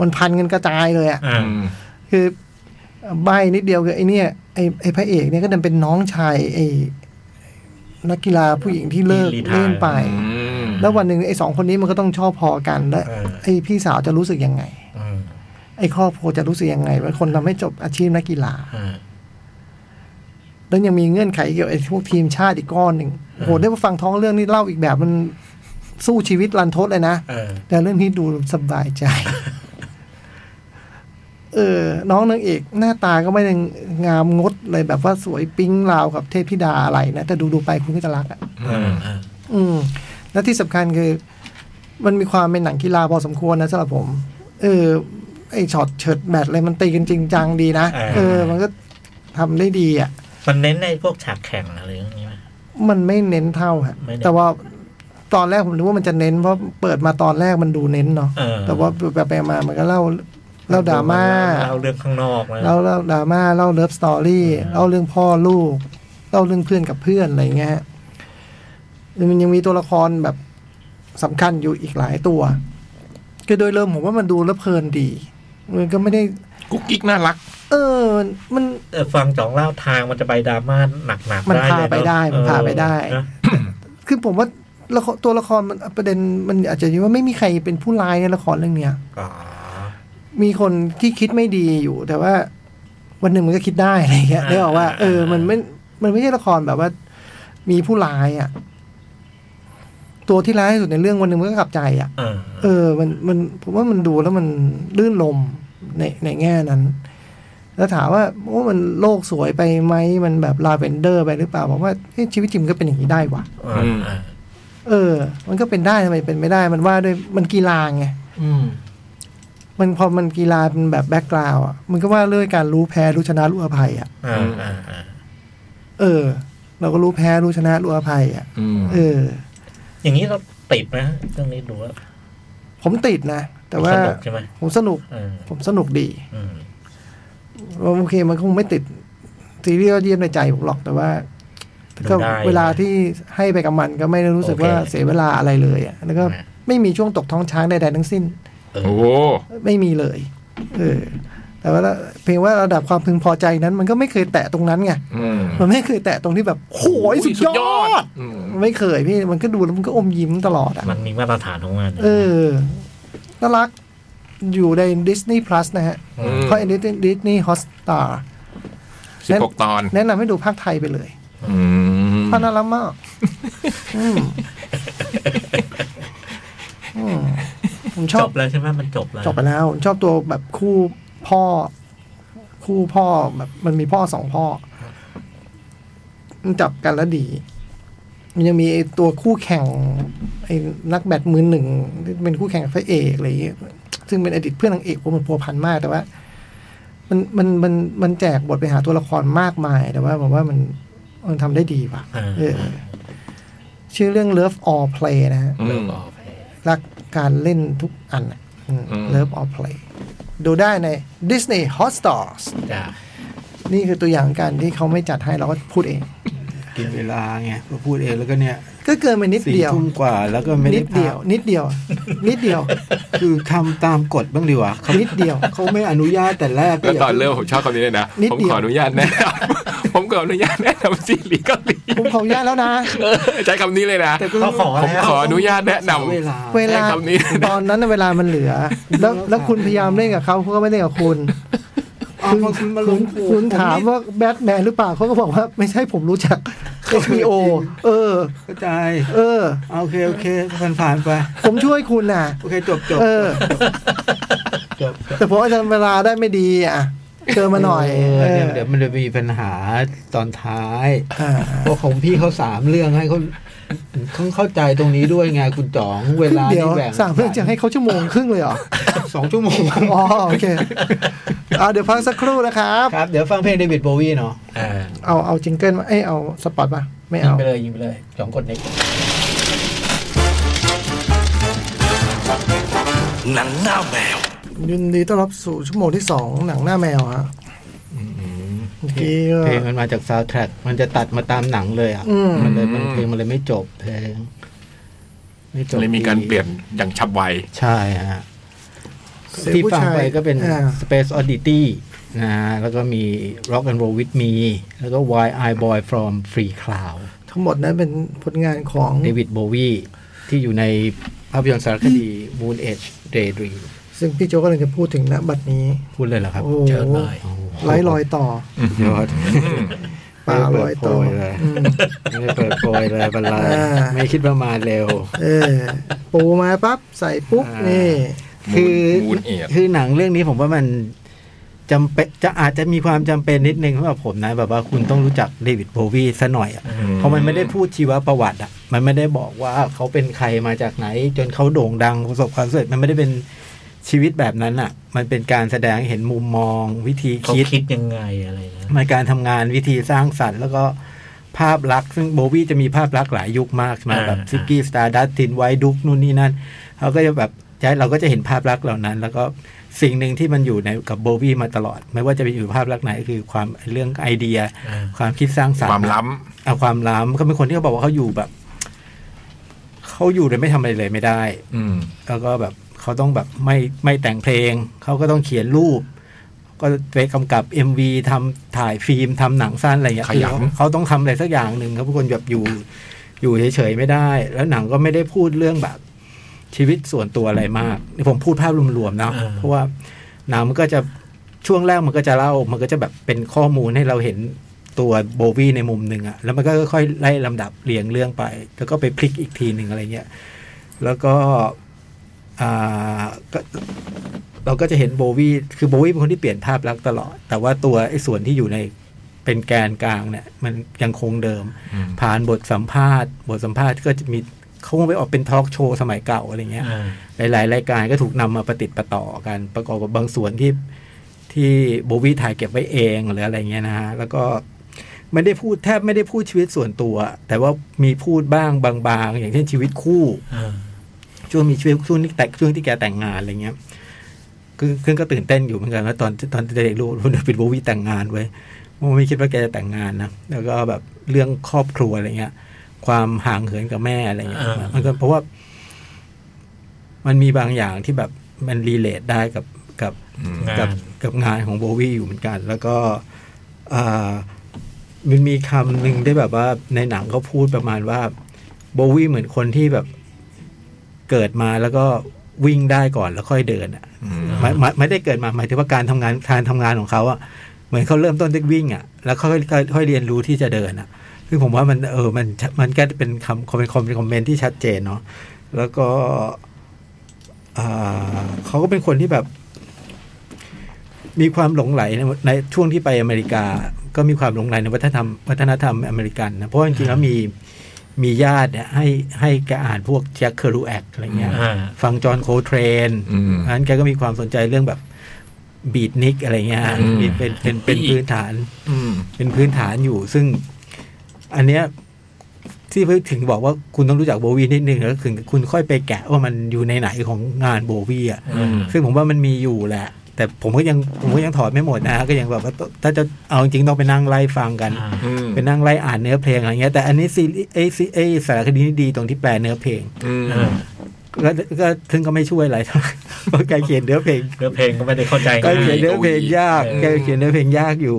มันพันกันกระจายเลยอะ อ่า อืม คือใบนิดเดียวคือไอเนี่ยไอไอพระเอกเนี่ยก็ดันเป็นน้องชายไอนักกีฬาผู้หญิงที่เลิกเล่นไป อืม แล้ววันหนึ่งไอสองคนนี้มันก็ต้องชอบพอกันแล้วไอพี่สาวจะรู้สึกยังไง อ่า ไอครอบครัวจะรู้สึกยังไงว่าคนทำให้จบอาชีพนักกีฬา อ่า แล้วยังมีเงื่อนไขเกี่ยวกับไอ้พวกทีมชาติอีกก้อนหนึ่งโอ้โหได้มาฟังท้องเรื่องนี้เล่าอีกแบบมันสู้ชีวิตรันทดเลยนะ เออ แต่เรื่องนี้ดูสบายใจ เออ น้องนางเอกหน้าตาก็ไม่ได้งามงดเลยแบบว่าสวยปิ๊งราวกับเทพธิดาอะไรนะ แต่ดูดูๆไปคุณก็จะรักอ่ะ อ่าอ่า อืม และที่สำคัญคือ มันมีความเป็นหนังกีฬาพอสมควรนะสำหรับผม เออ ไอช็อตเฉิดแบตอะไรมันตีกันจริงจังดีนะ เออ มันก็ทำได้ดีอ่ะ มันเน้นในพวกฉากแข่งอะไรอย่างนี้ไหม มันไม่เน้นเท่าฮะ ไม่เน้น แต่ว่าตอนแรกผมนึกว่ามันจะเน้นเพราะเปิดมาตอนแรกมันดูเน้นเนาะ เออ แต่ว่าแบบไปมามันก็เล่าเล่าดราม่า เล่าเรื่องข้างนอกนะ เล่าเล่าดราม่าเล่าเลิฟสตอรี่เล่าเรื่องพ่อลูกเล่าเรื่องเพื่อนกับเพื่อนอะไรเงี้ยฮะมันยังมีตัวละครแบบสำคัญอยู่อีกหลายตัวคือโดยเริ่มผมว่ามันดูแล้วเพลินดีมันก็ไม่ได้ กุ๊กกิ๊กน่ารัก เออ มัน เออฟังจ่องเล่าทางมันจะไปดราม่าหนักๆ มัน ได้ พา เลยเอะ ไปได้มันพาไปได้ เออนะ คือผมว่า ละครตัวละครมันประเด็นมันอาจจะว่าไม่มีใครเป็นผู้ร้ายในละครเรื่องเนี้ย อ๋อ มีคนที่คิดไม่ดีอยู่ แต่ว่า วันหนึ่งมันก็คิดได้อะไรเงี้ยได้บอกว่า เออ มันไม่ มันไม่ใช่ละครแบบว่า มีผู้ร้ายอ่ะ ตัวที่ร้ายที่สุดในเรื่องวันหนึ่งมันก็กลับใจอ่ะ เออ เออ มันมันผมว่ามันดูแล้วมันลื่นลมในในแง่นั้น แล้วถามว่าว่ามันโลกสวยไปไหมมันแบบลาเวนเดอร์ไปหรือเปล่าผมว่าเอ๊ะชีวิตจริงมันก็เป็นอย่างนี้ได้ว่ะ เออเออ เออ มันก็เป็นได้ทำไมเป็นไม่ได้ มันว่าด้วยมันกีฬาไง อืม มันพอมันกีฬาเป็นแบบแบ็กกราวอ่ะ มันก็ว่าเรื่องการรู้แพ้รู้ชนะรู้อภัยอ่ะ เออเออเออ เออ เราก็รู้แพ้รู้ชนะรู้อภัยอ่ะ อืม เออ อย่างนี้เราติดไหมฮะเรื่องนี้ดูแล้ว ผมติดนะ แต่ว่า สนุกใช่ไหม ผมสนุก เออ ผมสนุกดี อืม ว่าโอเคมันคงไม่ติดซีรีส์ยอดเยี่ยมในใจผมหรอกแต่ว่า ดู ก็ ได้ เวลาที่ให้ไปกับมันก็ไม่ได้รู้สึก โอเค ว่าเสียเวลาอะไรเลยอะแล้วก็ นะ ไม่มีช่วงตกท้องช้างใดๆทั้งสิ้น เอ โอ้ อ โห ไม่มีเลย เออ แต่ว่าเพียงว่าระดับความพึงพอใจนั้น มันก็ไม่เคยแตะตรงนั้นไง อืม มันไม่เคยแตะตรงที่แบบโหยสุดยอด อืม ไม่เคยพี่มันก็ดูแล้วมันก็อมยิ้มตลอดอ่ะ มันมีมาตรฐานของมัน เออน่ารักอยู่ใน Disney Plus นะฮะเพราะ Disney Hotstar สิบหกตอน แนะนำให้ดูภาคไทยไปเลย อืม พานารักมากอื มอืมผมช จ อบบ แล้วใช่ไหมมันจบแล้ว จบไปแล้วผมชอบตัวแบบคู่พ่อ คู่พ่อแบบมันมีพ่อสองพ่อ มันจับกันแล้วดี มันยังมีไอ้ตัวคู่แข่ง ไอ้นักแบดมือหนึ่งที่เป็นคู่แข่งกับพระเอกอะไรอย่างเงี้ยซึ่งเป็นอดีตเพื่อนนางเอกผมมันพัวพันมากแต่ว่า มันมันมันมันแจกบทไปหาตัวละครมากมายแต่ว่าผมว่ามันมันทำได้ดีว่ะ เออ เออชื่อเรื่อง Love All Play นะฮะ อื เริ่ ม มออกไป รักการเล่นทุกอันน่ะอืม อืม Love All Play ดูได้ใน Disney Hotstars จ้ะ นี่คือตัวอย่างการที่เขาไม่จัดให้เราก็พูดเอง กินเวลาไงพอพูดเองแล้วก็เนี่ย ก็เกินไปนิด สี่ เดียว ทุ่มกว่าแล้วก็ไม่ นิ ได้ ดเดียว พัก นิดเดียว นิดเดียว คือทำตามกฎบ้างดีวะเขา นิดเดียว เขาไม่อนุญาตแต่แรก แล้ว ย่า ตอนเริ่มผมชอบคำนี้เลยนะ นิด ผม เดียว ขออนุญาตแนะนำ ผมขออนุญาตแนะนำซีรีส์เกาหลี ผมขออนุญาตแล้วนะ เออใช้คำนี้เลยนะ แต่ก็ เขาขอ ผม แล้ว ขออนุญาตแนะน เวลา เวลา ใช้คำนี้นะ ตอนนั้นเวลามันเหลือ แล้วแล้วคุณพยายามเล่นกับเขาเขาก็ไม่เล่นกับคุณ เอาพอคุณมาล คุณ งปู่ คุณ ผ ถามว่าแบทแมนหรือเปล่าเขาก็บอกว่า ไม่ใช่ผมรู้ จัก HBO เออ เข้าใจ เออ เอาโอเคโอเคผ่านผ่านๆไป ผมช่วยคุณน่ะ โอเคจบจบ เออ จบจบ แต่ผมอาจจะเวลาได้ไม่ดีอ่ะเจอมาหน่อย เออ เอ เนี่ย อ เดี๋ยวมันจะมีปัญหาตอนท้าย อ่า เพราะของพี่เขาสามเรื่องให้เขาเขาเข้าใจตรงนี้ด้วยไงคุณจ๋องเวลา เดี๋ยว ที่แบ่ง สามเรื่องจะให้เขาชั่วโมงครึ่งเลยเหรอ สองชั่วโม ง อ๋อ โอเคอ่าเดี๋ยวพักสักครู่นะครับ ครับ เดี๋ยวฟังเพลงเดวิดโบวีเนาะ เออ เอาเอาจิงเกิลมาเอ้ยเอาสปอตป่ะ ไม่ ยิง เอา ไปเลยยิงไปเลยสองคนนี้ หนังหน้าแมว ยินดีต้อนรับสู่ชั่วโมงที่สองหนังหน้าแมวฮะเมื่อกี้ก็ เพลงมันมาจากซาวด์แทร็กมันจะตัดมาตามหนังเลยอ่ะ อืม มันเลยมันเพลงมันเลยไม่จบเพลงไม่จบ ำเลยมีการเปลี่ยนอย่างฉับไว ใช่ฮะ เสียง ที่ ผู้ ฟัง ชาย ไปก็เป็น อ่า Space Oddity นะฮะแล้วก็มี Rock and Roll with Me แล้วก็ Why I Boy from Free Cloud ทั้งหมดนั้นเป็นผลงานของ David Bowie ที่อยู่ในภาพยนตร์สารคดี Moon Age Daydream ซึ่งพี่โจกำลังจะพูดถึงณบัดนี้ พูดเลยเหรอครับ โอ้ เจอเลย โอ้โห ไร้รอยต่อย อด ป่าลอยต่ออืมไม่เปิดโพยเลยไม่ได้เปิดโปรยเลยเป็นไร อ่า ไม่คิดว่ามาเร็ว เออ ปูมาปั๊บ ใส่ปุ๊บ อ่านี่ นี่ คือ Moon Age คือหนังเรื่องนี้ผมว่ามันจำเป็นจะอาจจะมีความจำเป็นนิดนึงสำหรับผมนะแบบว่าคุณต้องรู้จักเดวิดโบวีซะหน่อยอะ เพราะมันไม่ได้พูดชีวประวัติอ่ะ มันไม่ได้บอกว่าเขาเป็นใครมาจากไหน จนเขาโด่งดังประสบความสำเร็จมันไม่ได้เป็นชีวิตแบบนั้นอ่ะ มันเป็นการแสดงให้เห็นมุมมองวิธี เขา คิด คิดยังไงอะไรนะ มันการทำงานวิธีสร้างสรรค์ แล้วก็ภาพลักษณ์ซึ่งโบวี่จะมีภาพลักษณ์หลายยุคมากใช่ไหมแบบซิกกี้สตาร์ดัสตินไวดุกนู่นนี่นั่นเขาก็จะแบบใช้เราก็จะเห็นภาพลักษณ์เหล่านั้น แล้วก็สิ่งหนึ่งที่มันอยู่ในกับโบวี่มาตลอด ไม่ว่าจะเป็นอยู่ภาพลักษณ์ไหนคือความเรื่องไอเดีย เออ ความคิดสร้างสรร ค ค์ วามล้ เอาความล้ำเขาเป็นคนที่เขาบอกว่าเขาอยู่แบบเขาอยู่เลยไม่ทำอะไรเลยไม่ได้ ำอืม แล้วก็แบบเขาต้องแบบไม่ไม่แต่งเพลง เขาก็ต้องเขียนรูป ก็ไปกำกับ MV ทำถ่ายฟิล์มทำหนังสั้นอะไรอย่างเงี้ย ขยัน คือเขาเขาต้องทำอะไรสักอย่างหนึ่งเขาเป็นคนแบบอยู่ อยู่เฉยๆไม่ได้ แล้วหนังก็ไม่ได้พูดเรื่องแบบ ชีวิตส่วนตัวอะไรมากนี่ผมพูดภาพรวมๆเนาะ เออ เพราะว่าหนังมันก็จะช่วงแรกมันก็จะเล่า มันก็จะแบบเป็นข้อมูลให้เราเห็นตัวโบวี่ในมุมหนึ่งอะแล้วมันก็ค่อยๆไล่ลำดับเรียงเรื่องไป แล้วก็ไปพลิกอีกทีหนึ่งอะไรเงี้ยแล้วก็อ่าก็ เราก็จะเห็นโบวี่คือโบวี่เป็นคนที่เปลี่ยนภาพลักษณ์ตลอด แต่ว่าตัวไอ้ส่วนที่อยู่ในเป็นแกนกลางเนี่ย มันยังคงเดิม อืม ผ่านบทสัมภาษณ์ บทสัมภาษณ์ก็จะมีเขาคงไปออกเป็นทอล์กโชว์สมัยเก่าอะไรเงี้ย อ่า หลายๆ รายการก็ถูกนำมาประติดประต่อกัน ประกอบกับบางส่วนที่ที่โบวี่ถ่ายเก็บไว้เองหรืออะไรเงี้ยนะฮะ แล้วก็ไม่ได้พูดแทบไม่ได้พูดชีวิตส่วนตัว แต่ว่ามีพูดบ้างบางๆ อย่างเช่นชีวิตคู่ อ่า ช่วงมีช่วงช่วงที่แต่ช่วงที่แกแต่งงานอะไรเงี้ย คือคือก็ตื่นเต้นอยู่เหมือนกันว่าตอนตอนเด็กๆรู้ว่าเป็นโบวี่แต่งงานไว้ยผมไม่คิดว่าแกจะแต่งงานนะ แล้วก็แบบเรื่องครอบครัวอะไรเงี้ย ความห่างเหินกับแม่อะไรเงี้ย อ่ามั มันก็เพราะว่า มันมีบางอย่างที่แบบมันรีเลทได้กับกับ อืม งาน กับกับงานของโบวี่อยู่เหมือนกัน แล้วก็อ่ามันมีคำหนึ่งได้แบบว่าในหนังเขาพูดประมาณว่าโบวี่เหมือนคนที่แบบเกิดมาแล้วก็วิ่งได้ก่อนแล้วค่อยเดินอะ อืม ไม่ไม่ไม่ได้เกิดมาหมายถึงว่าการทำงานการทำงานของเขาอะเหมือนเขาเริ่มต้นด้วยวิ่งอะแล้วค่อยค่อยค่อยเรียนรู้ที่จะเดินอะซึ่งผมว่ามันเออมันมันก็เป็นคำคอมเมนต์คอมเมนต์ที่ชัดเจนเนาะแล้วก็อ่าเขาก็เป็นคนที่แบบ มีความหลงไหลในในช่วงที่ไปอเมริกา ก็มีความหลงไหลในวัฒนธรรมวัฒนธรรมอเมริกันนะเพราะว่าจริงๆแล้วมีมีญาติเนี่ยให้ให้แกอ่านพวกแจ็คเคอรูแอกอะไรเงี้ย อ่า ฟังจอห์นโคเทรน อืม อันนั้นแกก็มีความสนใจเรื่องแบบบีดนิกอะไรเงี้ย อืม นี่เป็น เป็นเป็นพื้นฐาน อืม เป็นพื้นฐานอยู่ ซึ่งอันเนี้ยที่พูดถึงบอกว่าคุณต้องรู้จักโบวีนิดนึงแล้วถึงคุณค่อยไปแกะว่ามันอยู่ในไหนของงานโบวีอ่ะ อืม ซึ่งผมว่ามันมีอยู่แหละ แต่ผมก็ยังผมก็ยังถอดไม่หมดนะฮะก็ยังแบบว่าตถ้าจะเอาจริงๆต้องไปนั่งไล่ฟังกัน อ่า อืม ไปนั่งไล่อ่านเนื้อเพลงอะไรเงี้ยแต่อันนี้ซีรีส์ไอซีไอสารคดีนี่ดีตรงที่แปลเนื้อเพลง อืม อ่า ก็ก็ซึ่งก็ไม่ช่วยอะไรเท่าไห ร่เพราะแกเขียนเนื้อเพลง เนื้อเพลงก็ไม่ได้เข้าใจ ก็ ง่าย เขียนเนื้อเพลงยาก เออ แกเขียนเนื้อเพลงยากอยู่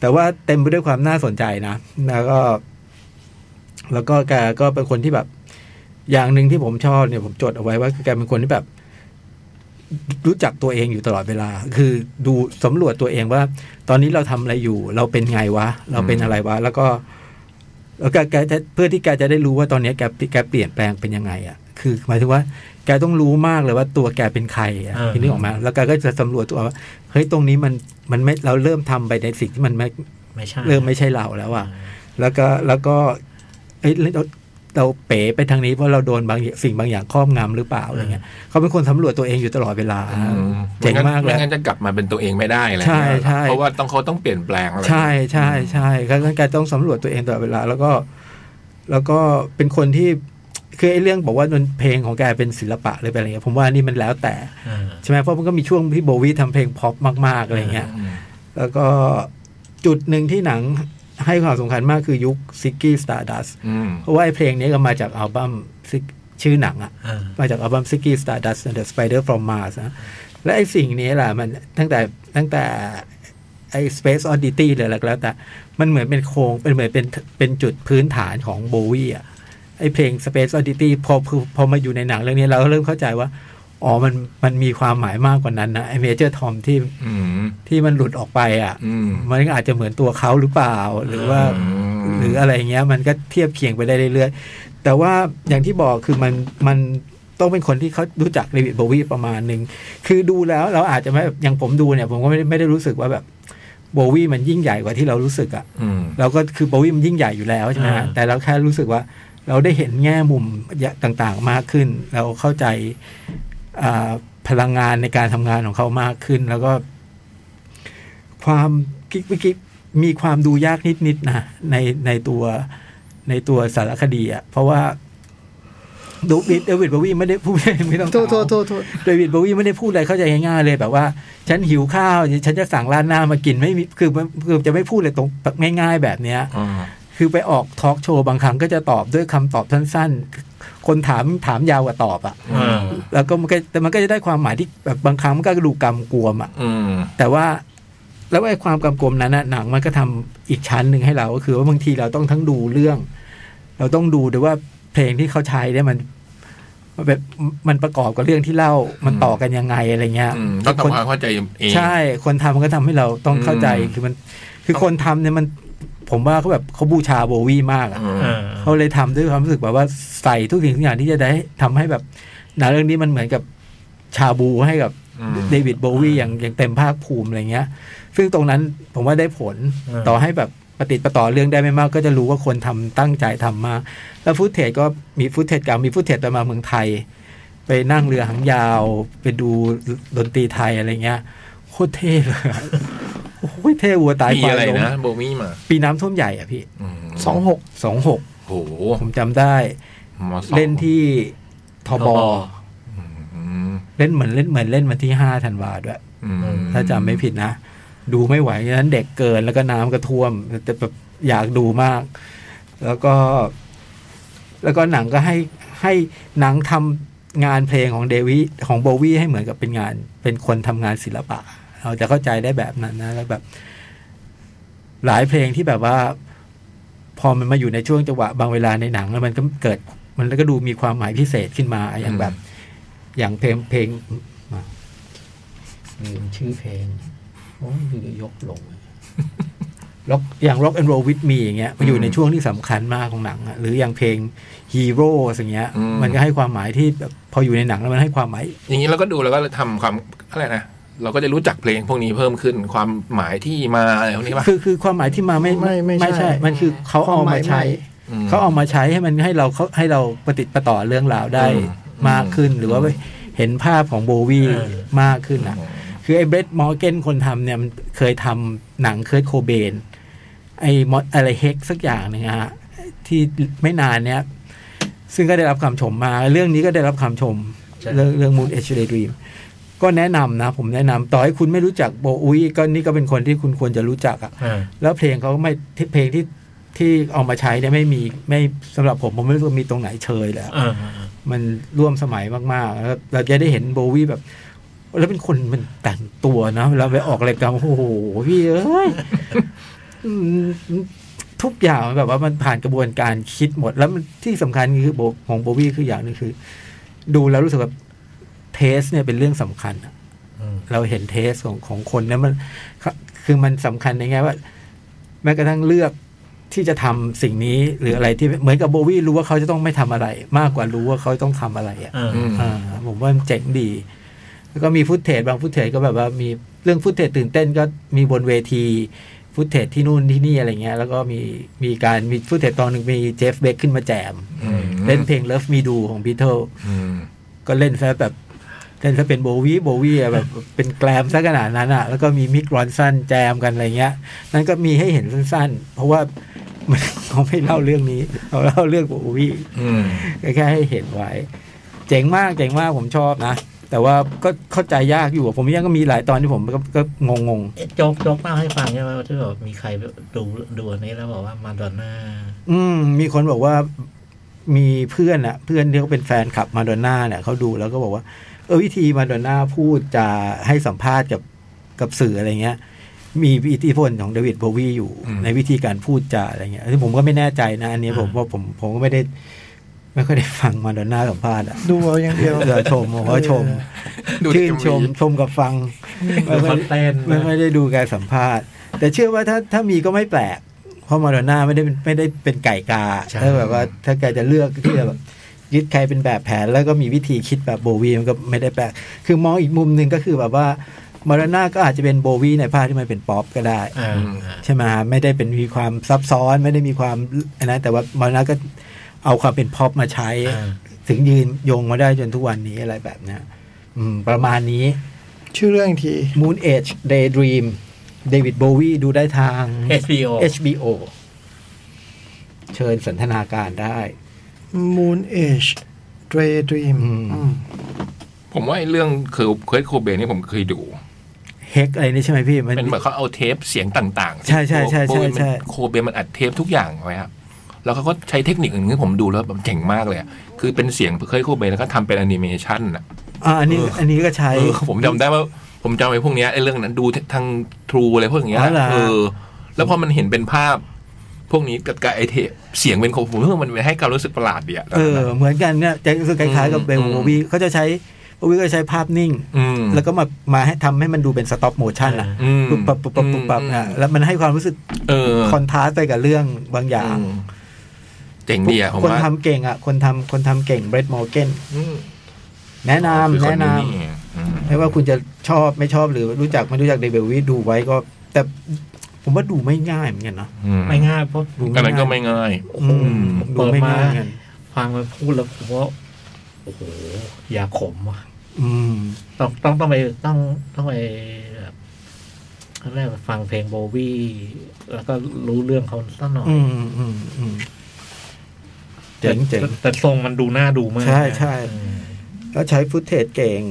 แต่ว่าเต็มไปด้วยความน่าสนใจนะแล้วก็ แล้วก็แกก็เป็นคนที่แบบ อย่างหนึ่งที่ผมชอบเนี่ยผมจดเอาไว้ว่าคือแกเป็นคนที่แบบ รู้จักตัวเองอยู่ตลอดเวลา คือดูสำรวจตัวเองว่า ตอนนี้เราทำอะไรอยู่ เราเป็นไงวะ เราเป็นอะไรวะ แล้วก็ แล้วแกแกจะเพื่อที่แกจะได้รู้ว่าตอนนี้แกแกเปลี่ยนแปลงเป็นยังไงอะ่ะ คือหมายถึงว่า แกต้องรู้มากเลยว่าตัวแกเป็นใครอะ า พี่นึกออกไหมา แล้วแกก็จะสำรวจตัวว่าเฮ้ยตรงนี้มันมันไม่เราเริ่มทำไปในสิ่งที่มันไม่ ไม่ใช่ เริ่มไม่ใช่เราแล้ว อ่า อ่ะ แล้วก็แล้วก็เอ้ยเราเราเป๋ไปทางนี้เพราะเราโดนบางอย่างสิ่งบางอย่างครอบงำหรือเปล่าอะไรเงี้ยเขาเป็นคนสำรวจตัวเองอยู่ตลอดเวลา เจ๋งมากเลย ไงั้นจะกลับมาเป็นตัวเองไม่ได้อะไร ใช่ใช่ เพราะว่าต้องเขาต้องเปลี่ยนแปลงอะไร ใช่ใช่ใช่ก็งั้นแกต้องสำรวจตัวเองตลอดเวลา แล้วก็ แล้วก็เป็นคนที่คือไอ้เรื่องบอกว่าดนเพลงของแกเป็นศิลปะเลยไปนอะไรเงี้ยผมว่านี่มันแล้วแต่ อ่า ใช่ไหมเพราะมันก็มีช่วงที่โบวีทำเพลงพ็อปมากๆอะไรเงี้ย อืม แล้วก็จุดหนึ่งที่หนังให้ความสำคัญมากคือยุคซิกกี้สตาร์ดัส อืม เพราะว่าไอ้เพลงนี้ก็มาจากอัลบั้ม Sick- ชื่อหนังอะ อ่า มาจากอัลบั้ม Ziggy Stardust and the Spider from Mars นะและไอ้สิ่งนี้แหละมันตั้งแต่ตั้งแต่ไอ้ Space Oddity เลยแล้วก็แล้ว แต่มันเหมือนเป็นโครงเป็นเหมือนเป็นเป็นจุดพื้นฐานของโบวีอะไอ้เพลง Space Oddity พอพอพอมาอยู่ในหนังเรื่องนี้เราก็เริ่มเข้าใจว่า อ๋อมันมันมีความหมายมากกว่านั้นนะไอ้เมเจอร์ทอมที่ อืม ที่มันหลุดออกไปอะ อืม มันก็อาจจะเหมือนตัวเขาหรือเปล่าหรือว่า อืม หรืออะไรเงี้ยมันก็เทียบเคียงไปได้เรื่อยๆ แต่ว่าอย่างที่บอกคือมันมันต้องเป็นคนที่เขารู้จักเดวิดโบวีประมาณหนึ่ง คือดูแล้วเราอาจจะไม่อย่างผมดูเนี่ย ผมก็ไม่ได้ไม่ได้รู้สึกว่าแบบโบวีมันยิ่งใหญ่กว่าที่เรารู้สึกอะ อืม เราก็คือโบวีมันยิ่งใหญ่อยู่แล้วใช่ไหมฮะ อ่า แต่เราแค่รู้สึกว่าเราได้เห็นแง่มุมต่างๆมากขึ้น เราเข้าใจอ่าพลังงานในการทำงานของเขามากขึ้น แล้วก็ ความกิ๊กวิกิกมีความดูยากนิดๆนะในในตัวในตัวสารคดีอะเพราะว่าดูเดวิดบวีไม่ได้ พูด ไม่ต้อง โทษโทษโทษโทษ เดวิดบวีไม่ได้พูดอะไรเข้าใจง่ายๆเลยแบบว่า ฉันหิวข้าว ฉันจะสั่งร้านหน้ามากินไม่มีคือคือจะไม่พูดเลยตรงแบบง่าย ๆ แบบเนี้ย อืม คือไปออกทอล์กโชว์บางครั้งก็จะตอบด้วยคำตอบสั้นๆ คนถามถามยาวกว่าตอบอะ อ่า แล้วก็มันก็แต่มันก็จะได้ความหมายที่แบบบางครั้งมันก็ดูกำกวมอะ อืม แต่ว่าแล้วไอ้ความกำกวมนั้นนะหนังมันก็ทำอีกชั้นหนึ่งให้เราก็คือว่าบางทีเราต้องทั้งดูเรื่อง เราต้องดูด้วยว่าเพลงที่เขาใช้เนี่ยมันมันแบบมันประกอบกับเรื่องที่เล่ามันต่อกันยังไงอะไรเงี้ย อืมต้อง คน ทำความเข้าใจเอง ใช่ คนทำมันก็ทำให้เราต้องเข้าใจ อืม คือมัน คือคนทำเนี่ยมัน ผมว่าเขาแบบเขาบูชาโบวี่มากอะ อืม เออ เขาเลยทำด้วยความรู้สึกแบบว่าใส่ทุกสิ่งทุกอย่างที่จะได้ทำให้แบบหนังเรื่องนี้มันเหมือนกับชาบูให้กับ อืม เดวิดโบวีอย่างอย่างเต็มภาคภูมิอะไรเงี้ย ซึ่งตรงนั้นผมว่าได้ผลต่อให้แบบปฏิดประต่อเรื่องได้ไม่มาก ก็จะรู้ว่าคนทำตั้งใจทำมาก แล้วฟุตเทจก็มีฟุตเทจเก่ามีฟุตเทจตอนมาเมืองไทย ไปนั่งเรือหางยาว ไปดูดนตรีไทยอะไรเงี้ยโคตรเท่เลย อะโอ้โหเท่วัวตาย ปี ควาย อะไร ล้ม นะโบมี่มา ปีน้ำท่วมใหญ่อะพี่ อืม สองหก สองหก โอ้โห ผมจำได้ มสอง เล่นที่ทบ อืม เล่นเหมือนเล่นเหมือนเล่นวันที่ห้าธันวาด้วย อืม ถ้าจำไม่ผิดนะ ดูไม่ไหวฉะนั้นเด็กเกินแล้วก็น้ำก็ท่วมแต่แบบอยากดูมาก แล้วก็ แล้วก็หนังก็ให้ให้หนังทำงานเพลงของเดวิของโบวี่ให้เหมือนกับเป็นงาน เป็นคนทำงานศิลปะ เราจะเข้าใจได้แบบนั้นนะ แล้วแบบ หลายเพลงที่แบบว่า พอมันมาอยู่ในช่วงจังหวะบางเวลาในหนังแล้วมันก็เกิด มันก็ดูมีความหมายพิเศษขึ้นมาอย่างแบบ อย่างเพลงเพลงมาลืมชื่อเพลง โอ้ยอยู่ดียกลงล็อกอย่าง Rock and Roll with Me อย่างเงี้ยมันอยู่ในช่วงที่สำคัญมากของหนังอะหรืออย่างเพลง Hero อย่างเงี้ย มันก็ให้ความหมายที่แบบพออยู่ในหนังแล้วมันให้ความหมาย อย่างนี้เราก็ดูแล้วก็ทำความอะไรนะเราก็จะรู้จักเพลงพวกนี้เพิ่มขึ้นความหมายที่มาอะไรพวกนี้ป่ะ คือคือความหมายที่มาไม่ ไม่ไม่ ใช่ มันคือเขาเอามาใช้ ม เขาเอามาใช้ให้มันให้เราเขาให้เราปฏิดประต่อเรื่องราวได้ อืม มากขึ้นหรือว่าเห็นภาพของโบวีมากขึ้นอ่ะ คือไอ้เบรดมอร์เกนคนทำเนี่ยมันเคยทำหนังเคิร์ตโคเบนไอ้มออะไรเฮกสักอย่างหนึ่งอะฮะที่ไม่นานเนี้ยซึ่งก็ได้รับคำชมมา เรื่องนี้ก็ได้รับคำชม ใช่ เรื่องเรื่องมู n เอชเดย์ดีมก็แนะนำนะ ผมแนะนำต่อให้คุณไม่รู้จักโบอุยก็นี่ก็เป็นคนที่คุณควรจะรู้จักอ่ะ แล้วเพลงเขาไม่ที่เพลงที่ที่เอามาใช้เนี่ยไม่มีไม่สำหรับผมผมไม่รู้ว่ามีตรงไหนเชยเลยอะมันร่วมสมัยมากๆแล้วเราจะได้เห็นโบวี่แบบ แล้วเป็นคนมันแต่งตัวนะเวลาไปออกรายการโอ้โหพี่เอ้ยอืมทุกอย่างมันแบบว่ามันผ่านกระบวนการคิดหมด แล้วมันที่สำคัญคือโบของโบวี่คืออย่างหนึงคือ ดูแล้วรู้สึกว่าเทสเนี่ยเป็นเรื่องสำคัญอะ อืม เราเห็นเทสของของคนนะมันคือมันสำคัญในแง่ว่า แม้กระทั่งเลือกที่จะทำสิ่งนี้หรืออะไรที่เหมือนกับโบวี่รู้ว่าเขาจะต้องไม่ทำอะไร มากกว่ารู้ว่าเขาต้องทำอะไรอ่ะ ม อ่าผมว่ามันเจ๋งดี แล้วก็มีฟุตเทจบางฟุตเทจก็แบบว่ามีเรื่องฟุตเทจตื่นเต้นก็มีบนเวที ฟุตเทจที่นู่นที่นี่อะไรเงี้ย แล้วก็มีมีการมีฟุตเทจตอนหนึ่งมีเจฟเบคขึ้นมาแจม อืม เล่นเพลง Love Me Do ของพีเทล อืม ก็เล่นซะแบบเล่นซะเป็นโบวีโบวีอะแบบเป็นแกลมซะขนาดนั้นอะแล้วก็มีมิกรอนสันแจมกันอะไรเงี้ย นั่นก็มีให้เห็นสั้นๆ เพราะว่ามัน เขาไม่เล่าเรื่องนี้เขาเล่าเรื่องโบวี อืม แค่ให้เห็นไว้ เจ๋งมากเจ๋งมากผมชอบนะ แต่ว่าก็เข้าใจยากอยู่อะผมยังก็มีหลายตอนที่ผมก็ก็งงง โจ๊กโจ๊กเล่าให้ฟังใช่ไหมว่าที่แบบมีใครดูดูอันนี้แล้วบอกว่ามาดอนน่า ๆอืม มีคนบอกว่ามีเพื่อนอะเพื่อนที่เขาเป็นแฟนคลับมาดอนน่าเนี่ยเขาดูแล้วก็บอกว่า เออวิธีมาดอนน่าพูดจะให้สัมภาษณ์กับกับสื่ออะไรเงี้ย มีอิทธิพลของเดวิดโบวีอยู่ อืม ในวิธีการพูดจาอะไรเงี้ยซึ่งผมก็ไม่แน่ใจนะ อันนี้ผม อ่า ว่าผมผมก็ไม่ได้ ไม่ค่อยได้ฟังมาดอนน่าสัมภาษณ์อ่ะ ดูเอาอย่างเดียว เดี๋ยวชมผมก็ชม ดู ชื่น เอ็มวี ชมชมกับฟัง ดูคอนเทนต์ ไม่ไม่ได้ดูการสัมภาษณ์ แต่เชื่อว่าถ้าถ้ามีก็ไม่แปลก เพราะมาดอนน่าไม่ได้เป็นไม่ได้เป็นไก่กา ใช่ ถ้าแบบว่าถ้าแกจะเลือกที่จะแบบยึดใครเป็นแบบแผนแล้วก็มีวิธีคิดแบบโบวีมันก็ไม่ได้แปลก คือมองอีกมุมหนึ่งก็คือแบบว่ามาดอนน่าก็อาจจะเป็นโบวีในภาคที่มันเป็นป๊อปก็ได้ อ่า ใช่ไหมฮะไม่ได้เป็นมีความซับซ้อนไม่ได้มีความอันนั้นแต่ว่ามาดอนน่าก็เอาความเป็นป๊อปมาใช้ อ่า ถึงยืนโยงมาได้จนทุกวันนี้อะไรแบบเนี้ยอืม ประมาณนี้ ชื่อเรื่องอีกที Moon Age Daydream เดวิดโบวีดูได้ทาง HBO HBO เชิญสันทนาการได้ Moon Age Daydream อืม อืม ผมว่าไอ้เรื่องคือเคิร์ตโคเบนนี่ผมเคยดู เฮกอะไรนี่ใช่ไหมพี่ มัน เป็นเหมือนเขาเอาเทปเสียงต่างๆ ใช่ใช่ใช่ใช่ใช่ โคเบนมันอัดเทปทุกอย่างไว้ครับแล้วเขาก็ใช้เทคนิคอื่นที่ผมดูแล้วแบบเจ๋งมากเลยอะคือเป็นเสียงเคิร์ตโคเบนแล้วก็ทำเป็นแอนิเมชันอ่ะ อ่าอันนี้อันนี้ก็ใช้ เออผมจำได้ว่าผมจำไอ้พวกเนี้ยไอ้เรื่องนั้นดูทางทรูอะไรพวกอย่างเงี้ย อ๋อเหรอ เออ แล้วพอมันเห็นเป็นภาพ พวกนี้กับกับไอเทปเสียงเป็นของผมเออมันให้ความรู้สึกประหลาดดีอะตน เอ นั้น อ อะ เหมือนกันเนี่ยแจ็ครู้สึกคล้ายๆกับ อืม เบล อืม โบวีเขาจะใช้โบวีก็จะใช้ภาพนิ่ง อืม แล้วก็มามาให้ทำให้มันดูเป็นสต็อปโมชั่นอ่ะ อืม ปุ๊บปั๊บปุ๊บปั๊บปุ๊บปั๊บอ่ะแล้วมันให้ความรู้สึก เออ คอนทราสต์ไปกับเรื่องบางอย่าง อืมเจ๋งดีอะผม คน ว่า ทำเก่งอ่ะ คนทำคนทำเก่งเบรดมอร์เกน อืม แนะนำ คือค แนะนำ เองอืม ไม่ว่าคุณจะชอบไม่ชอบหรือรู้จักไม่รู้จักเดวิลวีดูไว้ก็ แต่ผมว่าดูไม่ง่ายเหมือนกันนะ ไม่ง่ายเพราะ ดู อันนั้นก็ไม่ง่าย โอ้โห อืม ผม ดู เปิด ไม่ มา ง่ายเหมือนกัน ฟังมันพูดแล้วผมว่าโอ้โหยาขมว่ะ อืม ต้องต้องต้องไปต้องต้องไปแบบครั้งแรกไปฟังเพลงโบวี่แล้วก็รู้เรื่องเขาสักหน่อย อืมอืมอืมเจ๋งเจ๋ง แต่แต่แต่ทรงมันดูน่าดูมาก ใช่ใช่ อืม แล้วใช้ฟุตเทจเก่ง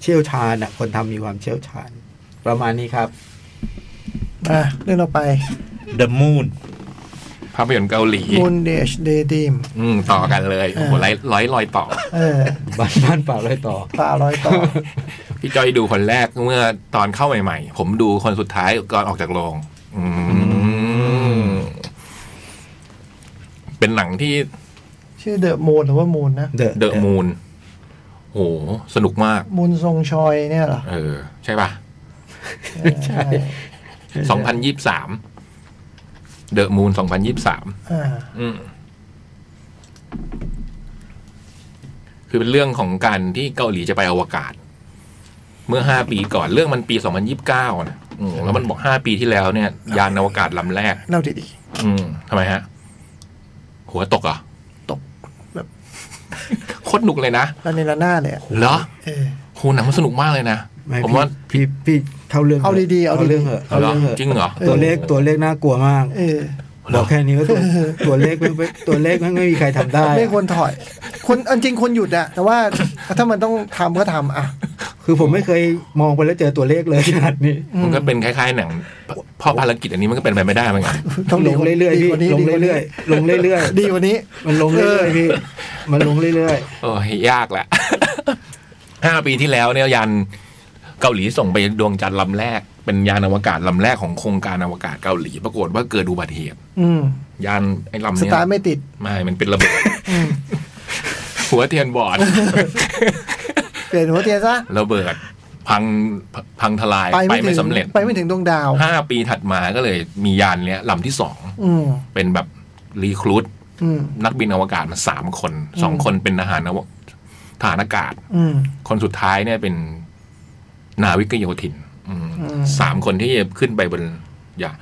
เชี่ยวชาญอ่ะ คนทำมีความเชี่ยวชาญ ประมาณนี้ครับ อ่ะเรื่องเราไป เดอะมูน ภาพยนตร์เกาหลี Moon Dash Daydream อืมต่อกันเลยโอ้โหร้อยร้อยรอยต่อ เออ บ้านบ้านเปล่าเลยต่อ ป่าลอยต่อ พี่จ้อยดูคนแรกเมื่อตอนเข้าใหม่ๆ ผมดูคนสุดท้ายก่อนออกจากโรงอืมเป็นหนังที่ ชื่อ The Moon หรือว่า Moon นะ The เดอะมูนโห สนุกมาก มูนทรงชอยเนี่ยเหรอ เออ ใช่ป่ะ ใช่ 2023 เดอะมูน2023 อ่า อืม คือเป็นเรื่องของการที่เกาหลีจะไปอวกาศ เมื่อห้าปีก่อนเรื่องมันปี 2029 นะอืมแล้วมันบอกห้าปีที่แล้วเนี่ย ยานอวกาศลำแรก เล่าดี อืมทำไมฮะ หัวตกเหรอ่ะ ๆตก โคตรหนุกเลยนะ ระเนระนาดเลยอะ เหรอ เออ โหหนังมันสนุกมากเลยนะ ไม่ ผมว่า พี่พี่พี่เข้าเรื่อง เอาดีๆเอา เรื่อง ดีๆ เหอะ เอาเหเอารอ เรื่องเหอะ จริงเหรอ ตัวเลขตัวเลขน่ากลัวมาก เออ บอกแค่นี้ว่า ตัวตัวเลขไม่ไม่ตัวเลขไม่ไม่มีใครทำได้ ไม่ควรถอยคนอันจริงควรหยุดอะแต่ว่าถ้ามันต้องทำก็ทำอ่ะ คือผมไม่เคยมองไปแล้วเจอตัวเลขเลยขนาดนี้ มันก็เป็นคล้ายๆหนังพ่อภารกิจอันนี้มันก็เป็นไปไม่ได้เหมือนกัน ต้อง ลงเรื่อยๆ ดี พี่ กว่านี้ ลง ดีกว่านี้ เรื่อยๆลงเรื่อย ดีกว่านี้ ๆมันลงเรื่อยๆพี่มันลงเรื่อย โอ้ยยากแหละ ห้าปีที่แล้วเนี่ยยานเกาหลีส่งไปดวงจันทร์ลำแรก เป็นยานอวกาศลำแรกของโครงการอวกาศเกาหลี ปรากฏว่าเกิดอุบัติเหตุ อืม ยานไอ้ลำ ส เนี้ย ตาร์ทไม่ติด ไม่ มันเป็นระเบิด อืม หัวเทียนบอด เปลี่ยนหัวเตียงซะ ระเบิด พังพังทลาย ไป ไป ไม่ถึ ไม่ ง สำเร็จ ไปไม่ถึงดวงดาว ห้าปีถัดมาก็เลยมียานเนี้ยลำที่สอง อืม เป็นแบบรีครูท อืม นักบินอวกาศมาสามคนสอง อืม คนเป็นทหารอวทหารอากาศ อืม คนสุดท้ายเนี่ยเป็นนาวิกโยธินอืม อืม สามคนที่ขึ้นไปบนยาน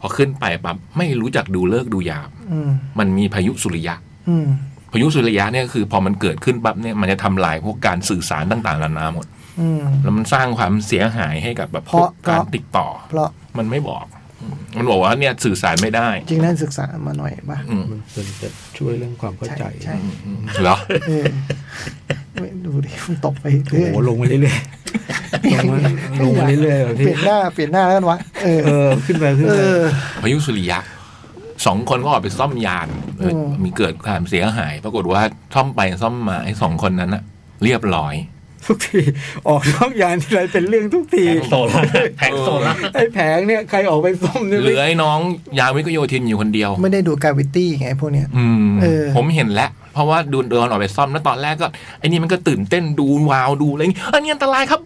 พอขึ้นไปปั๊บไม่รู้จักดูเลิกษ์ดูยาม อืม มันมีพายุสุริยะ อืม พายุสุริยะเนี่ยคือ พอมันเกิดขึ้นปั๊บเนี่ยมันจะทำลายพวกการสื่อสารต่างๆนานาหมด อืม แล้วมันสร้างความเสียหายให้กับแบบ เพพราะวกการติดต่อ เพราะ มันไม่บอก มันบอกว่าเนี่ยสื่อสารไม่ได้ จริงนั่นศึกษามาหน่อยป่ะ อืม ๆมันเป็นจะช่วยเรื่องความเข้าใจ ใช่ใช่ เหรอ เออไม่ดูดิมันตกไป โอ้ เรื่อย โหลงมาเรื่อยๆ ลงมาลงมาเรื่อยๆแบบ เป พี่ ลี่ยนหน้าเปลี่ยนหน้าแล้วกันวะเออ เออ ขึ้นไปขึ้น เออไปพายุสุริยะสองคนก็ออกไปซ่อมยานเออ อืม มีเกิดความเสียหาย ปรากฏว่าซ่อมไปซ่อมมาไอ้สองคนนั้นอะเรียบร้อย ทุกที ออกนอกยานทีไรเป็นเรื่องทุกที แผงโซล่าร์แผงโซล่าร์ ไอ้แผงเนี่ยใครออกไปซ่อมเนี่ย เหลือไอ้น้องยาวิกโยธินอยู่คนเดียว ไม่ได้ดูกาวิตี้ไงพวกเนี้ย อืม เออ ผมเห็นแล้ว เพราะว่าดูเดินออกไปซ่อมแล้วตอนแรกก็ไอ้นี่มันก็ตื่นเต้นดูวาวดูอะไรอย่างงี้อันนี้อันตรายครับ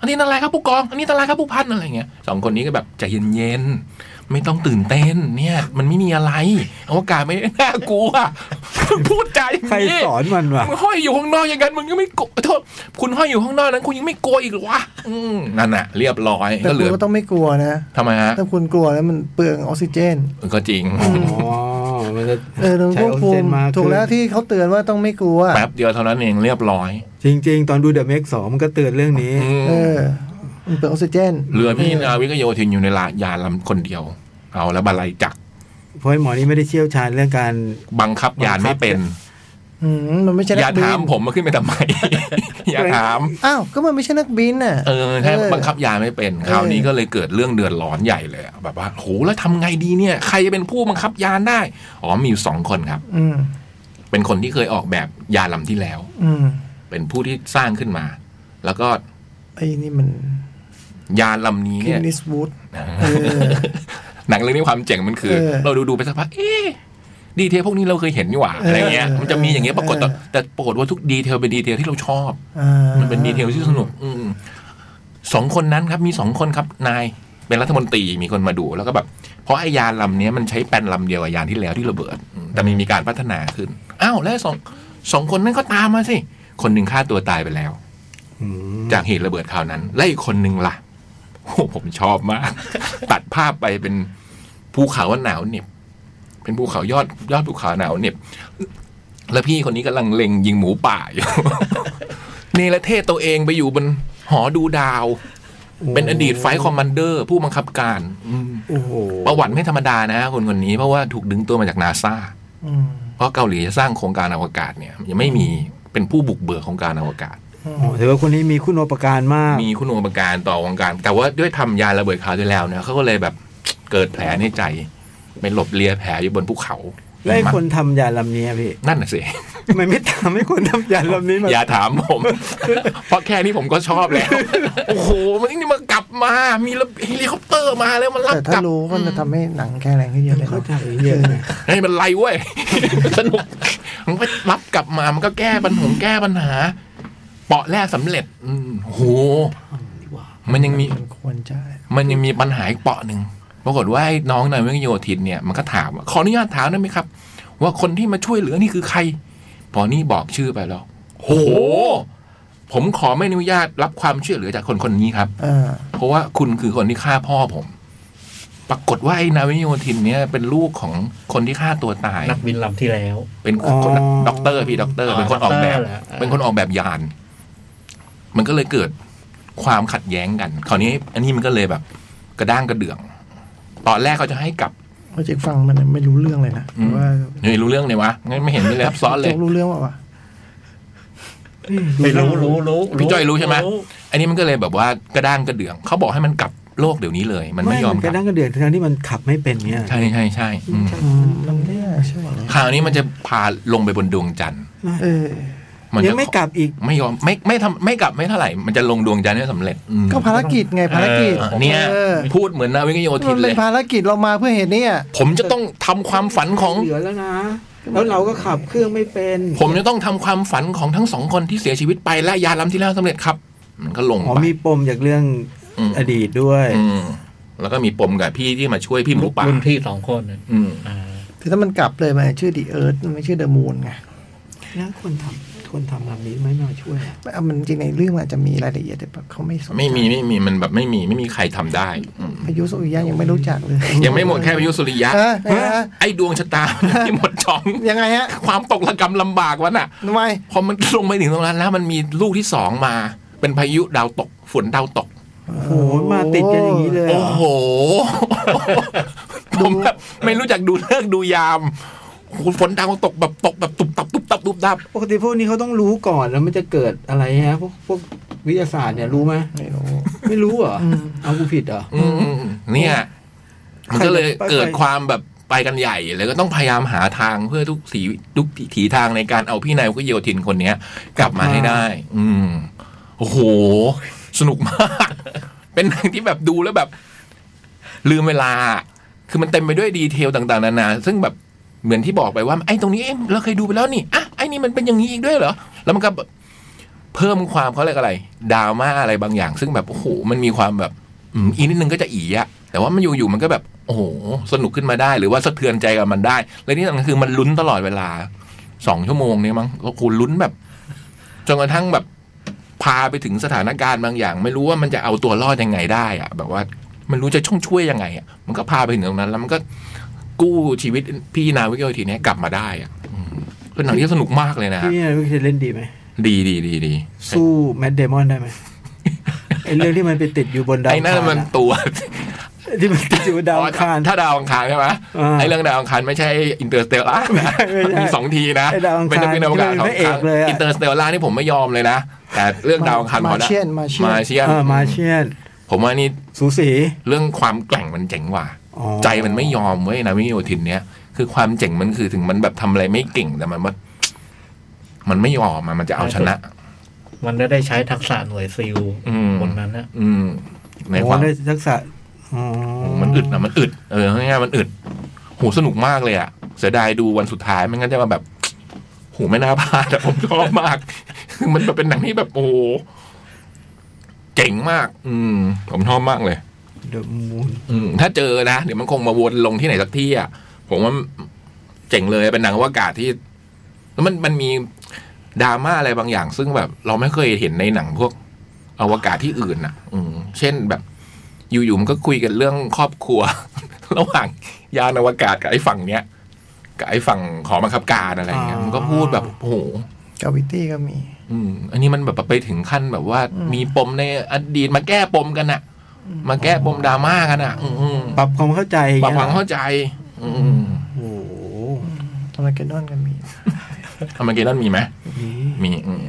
อันนี้อันตรายครับผู้กอง อันนี้อันตรายครับผู้พันอะไรอย่างเงี้ยสองคนนี้ก็แบบใจเย็นๆไม่ต้องตื่นเต้น เนี่ย มันไม่มีอะไรอวกาศไม่ ได้น่ากลัวพูดจาอย่างนี้ ใครสอนมันวะ มึงห้อยอยู่ข้างนอกอย่างนั้นมึงก็ไม่โกโทษคุณห้อยอยู่ข้างนอกนั้น คุณยังไม่กลัวอีกเหรอวะอืมนั่นน่ะ เรียบร้อย แต่ ก็เห คุ ลื ณ อ ก็ต้องไม่กลัวนะ ทำไมฮะ ถ้าคุณกลัวแล้วมันเปลืองออกซิเจน เออก็จริง อ๋อ มันจะ เออต้อง ใช้ คว อบอกคุซิเจ ม นมากขึ้น ถูกแล้วที่เขาเตือนว่าต้องไม่กลัว แป๊บเดียวเท่านั้นเองเรียบร้อย จริง ๆ ตอนดูเดอะเมกสองมันก็เตือนเรื่องนี้ อืม เออ มันเปลืองออกซิเจน เรือพี่นาวิกโยธินอยู่ในลายานลำคนเดียว เอาแล้วบันไลจักร เพราะไอ้หมอนี่ไม่ได้เชี่ยวชาญเรื่องการ บังคับยานไม่เป็น อืมมันไม่ใช่ อย่า นักบิ ถาม น ผมมาขึ้นไปทำไม อย่าถาม อ้าวก็มันไม่ใช่นักบินน่ะ เออแค่ เออ บังคับยานไม่เป็นคราวนี้ก็เลยเกิดเรื่องเดือดร้อนใหญ่เลยอะแบบว่าโหแล้วทำไงดีเนี่ย ใครจะเป็นผู้บังคับยานได้อ๋อมีอยู่สองคนครับ ืม เป็นคนที่เคยออกแบบยานลำที่แล้ว อืม เป็นผู้ที่สร้างขึ้นมา แล้วก็ ไอ้นี่มัน ยานลำนี้ คิ เนี่ น ย นิสวูด หนังเรื่องนี้ความเจ๋งมันคือ เออ เราดูดูๆไปสักพักเอ๊ะดีเทลพวกนี้เราเคยเห็นนี่หว่า เอออ อะไรเงี้ย มันจะมีอย่างเงี้ยปรากฏแต่ เออ แต่ปรากฏว่าทุกดีเทลเป็นดีเทลที่เราชอบ อ่า มันเป็นดีเทลที่สนุก อืมสองคนนั้นครับมีสองคนครับนายเป็นรัฐมนตรีมีคนมาดูแล้วก็แบบ เพราะไอยานลำเนี้ยมันใช้แปนลำเดียวกับยานที่แล้วที่ระเบิดอืมแต่มันมีการพัฒนาขึ้นอ้าวแล้วสองสองคนนั้นก็ตามมาสิ คนหนึ่งฆ่าตัวตายไปแล้ว อืม จากเหตุระเบิดคราวนั้น และอีกคนหนึ่งล่ะ โอ้โหผมชอบมาก ตัดภาพไปเป็นภูเขาหนาวเหน็บ เป็นภูเขายอดยอดภูเขาหนาวเหน็บ แล้วพี่คนนี้กำลังเล็งยิงหมูป่าอยู่ เนรเทศตัวเองไปอยู่บนหอดูดาว เป็นอดีตไฟท์คอมมานเดอร์ ผู้บังคับการอืม โอ้โห ประวัติไม่ธรรมดานะคนคนนี้เพราะว่าถูกดึงตัวมาจากนาซา อืม เพราะเกาหลีจะสร้างโครงการอวกาศเนี่ย ยังไม่มีเป็นผู้บุกเบิกโครงการอวกาศ อืม โอ้ถือว่าคนนี้มีคุณอุปการมาก มีคุณอุปการต่อวงการ แต่ว่าด้วยทำยาระเบิดคราวที่แล้วเนี่ยเขาก็เลยแบบ เกิดแผลในใจไปหลบเลียแผลอยู่บนภูเขา และไอ้คนทำยาลำนี้อะพี่ นั่นน่ะสิ ทำไมไม่ทำให้คนทำยาลำนี้มา อย่าถามผม เพราะแค่นี้ผมก็ชอบแล้ว โอ้โห มันนี่มากลับมา มีเฮลิคอปเตอร์มาแล้วมันรับ แต่ ก ถ้า ลับ รู้ก็จะทำให้หนังแข็งแรงขึ้นเยอะเลย เข้า เนาะ ใจเยอะนะ ให้มันไรเว้ย สนุก มันไปรับกลับมามันก็แก้ปัญหาแก้ปัญหา เปาะแรกสำเร็จ อืมโอ้โห มันยังมี มันควรจะ มันยังมีปัญหาอีกเปาะหนึ่งปรากฏว่าไอ้น้องนายวิโยธินเนี่ยมันก็ถามว่าขออนุญาตถามได้ไหมครับ ว่าคนที่มาช่วยเหลือนี่คือใคร พอนี่บอกชื่อไปแล้วโห ผมขอไม่อนุญาตรับความช่วยเหลือจากคนคนนี้ครับ เออ เพราะว่าคุณคือคนที่ฆ่าพ่อผม ปรากฏว่าไอ้นายวิโยธินเนี่ยเป็นลูกของคนที่ฆ่าตัวตาย นักบินลำที่แล้ว เป็น อ๋อ คนด็อกเตอร์พี่ด็อกเตอร์ อ๋อ เป็นคนออกแบบ ด็อกเตอร์เหรอ เป็นคนออกแบบยาน มันก็เลยเกิดความขัดแย้งกัน คราวนี้ อันนี้มันก็เลยแบบ กระด้างกระเดื่อง ตอนแรกเขาจะให้กลับ โปรเจกต์ฟังมันไม่รู้เรื่องเลยนะ อืม ว่า นี่รู้เรื่องเลยวะงั้นไม่เห็นไม่เลยซับซ้อนเลย โจ๊กรู้เรื่องว่าวะ ไม่รู้รู้รู้ พี่จ้อยรู้ใช่ไหม อันนี้มันก็เลยแบบว่ากระด้างกระเดื่อง เขาบอกให้มันกลับโลกเดี๋ยวนี้เลย มันไม่ยอม น ก ก ลั ระ บ ดั้งกระเดือนทั้งที่มันขับไม่เป็นเนี่ย ใช่ใช่ใช่อืม มันไม่น่าเชื่อเลย คราวนี้มันจะพาลงไปบนดวงจันทร์ เออ มัน ยั จะ งไม่กลับอีก ไม่ยอมไม่ไม่ทำไม่กลับไม่เท่าไหร่ มันจะลงดวงจันทร์ได้สำเร็จอืม ก็ภารกิจไงภารกิจ เออเนี่ย ออ พูดเหมือนนาวิกโยธิ มัน น เล เป็น ย ภารกิจเรามาเพื่อเหตุเนี่ย ผมจะต้องทำความฝันของ เหลือแล้วนะ แล้วเราก็ขับเครื่องไม่เป็น ผมจะต้องทำความฝันของทั้งสองคนที่เสียชีวิตไปและยาล้ำที่แล้วสำเร็จครับ มันก็ลง อ๋อ ไป มีปมจากเรื่อง อืม อดีตด้วย อืมแล้วก็มีปมกับพี่ที่มาช่วยพี่หมูป่า รุ่นพี่สองคนน่ะ อืม อ่า คือถ้ามันกลับเลยมันชื่อดีเอิร์ธไม่ชื่อเดอะมูนไง แล้วคนทำคนทำลำนี้ไม่มาช่วยอะ แต่มันจริงในเรื่องมันอาจจะมีรายละเอียดแต่แบบเขาไม่สนใจ ไม่มีไม่มีมันแบบไม่มีไม่มีใครทำได้อืม พายุสุริยะยังไม่รู้จักเลย ยังไม่หมดแค่พายุสุริยะ เออเออ ไอ้ดวงชะตา ที่หมดช่อง ยังไงฮะ ความตกระกำลำบากวะน่ะ ทำไม พอมันลงไปถึงตรงนั้นแล้วมันมีลูกที่สองมา เป็นพายุดาวตกฝนดาวตก โอ้โหมาติดกันอย่างนี้เลยเหร โอ้ อ โห ผมแบบไม่รู้จักดูเลิกษ์ดูยามโอ้โหฝนดาวตกแบบตกแบบตุบตับตุบตับตุบตับ ปกติพวกนี้เขาต้องรู้ก่อนแล้วมันจะเกิดอะไรฮะพวกพวกวิทยาศาสตร์เนี่ยรู้ไหม ไม่รู้ ไม่รู้เหรออ ม เอากูผิดเหรอ อืมเนี่ย มันก็เลย ไปไป เกิดความแบบไปกันใหญ่เลยก็ต้องพยายามหาทางเพื่อทุกสีทุกถีทางในการเอาพี่นายก็โยทินคนเนี้ย กลับมาให้ได้ อืมโอ้โห สนุกมาก เป็นหนังที่แบบดูแล้วแบบ ลืมเวลา คือมันเต็มไปด้วยดีเทลต่างๆนานาซึ่งแบบเหมือนที่บอกไปว่าไอ้ตรงนี้เอ๊ะเราเคยดูไปแล้วนี่อ่ะไอ้นี่มันเป็นอย่างนี้อีกด้วยเหรอแล้วมันก็แบบเพิ่มความเขาเรียกอะไรดราม่าอะไรบางอย่าง ซึ่งแบบโอ้โหมันมีความแบบ อืมอีกนิดนึงก็จะอีอะแต่ว่ามันอยู่ๆมันก็แบบ โอ้โห สนุกขึ้นมาได้ หรือว่าสะเทือนใจกับมันได้ และนี่สำคัญคือมันลุ้นตลอดเวลาสองชั่วโมงเนี่ยมั้งก็คุณลุ้นแบบจนกระทั่งแบบ พาไปถึงสถานการณ์บางอย่าง ไม่รู้ว่ามันจะเอาตัวรอดยังไงได้อะแบบว่าไม่รู้จะช่องช่วยยังไงอะมันก็พาไปถึงตรงนั้น แล้วมันก็กู้ชีวิตพี่นาวิกโยทีเนี้ยกลับมาได้อะอืมเป็นหนังที่สนุกมากเลยนะฮะ พี่เนี่ยวิทยาเล่นดีไหม ดีดีดีดี สู้แมดเดมอนได้ไหมไอ้เรื่องที่มันไปติดอยู่บนดาว ไอ้นั่น อังคาร มัน อะ ตัว ที่มันติดอยู่บนดาวอังคาร อ๋อถ้าดาวอังคารใช่ไหม อ่า ไอ้เรื่องดาวอังคารไม่ใช่อินเตอร์สเตลล่า ไม่ใช่ไม่ใช่ มีสองทีนะ ไอ้ดาวอังคาร เป็นนักบินอวกาศสองที่เป็นพระเอคกรั้ง เลยอะ อินเตอร์สเตลล่านี่ผมไม่ยอมเลยนะ แต่เรื่องดาวอังคารพอละ มาเชียนมาเชียน มาเชียน เออมาเชียน ผมว่านี่ สูสี เรื่องความแกร่งมันเจ๋งกว่า อ๋อ ใจมันไม่ยอมเว้ยนะวิโยธินเนี้ยคือความเจ๋งมันคือถึงมันแบบทำอะไรไม่เก่งแต่มันว่ามันไม่ยอมอะมันจะเอาชนะ มันได้ได้ใช้ทักษะหน่วยซิล อืม บนนั้นนะ อืมใน โอ้ ความ ได้ทักษะ อ๋อ มันอึดนะมันอึดเออง่ายๆมันอึดโหูสนุกมากเลยอะเสียดายดูวันสุดท้ายไม่งั้นจะมาแบบโหูไม่น่าพลาดอะผม ชอบมาก มันแบบเป็นหนังที่แบบโอ้โหเจ๋งมาก อืม ผมชอบมากเลย เดอะมูน อืมถ้าเจอนะ เดี๋ยวมันคงมาวนลงที่ไหนสักที่อ่ะ ผมว่าเจ๋งเลยเป็นหนังอวกาศที่ แล้วมันมันมีดราม่าอะไรบางอย่าง ซึ่งแบบ เราไม่เคยเห็นในหนังพวกอวกาศที่อื่นอ่ะ อืมเช่นแบบ อยู่ๆมันก็คุยกันเรื่องครอบครัว ระหว่างยานอวกาศกับไอ้ฝั่งเนี้ยกับไอ้ฝั่งขอบังคับการอะไรอย่างเงี้ยมันก็พูดแบบโอ้โห กาวิตี้ก็มี อืมอันนี้มันแบบไปถึงขั้นแบบว่า มีปมในอดีตมาแก้ปมกันอะมาแก้ปมดราม่ากันอะอืม ปรับความเข้าใจอย่ ปรับ ย ความเข้าใจอืม โอ้โห ทอร์นาเกดอนก็มี ทำไมเกดนั่นมีไหม มีอืม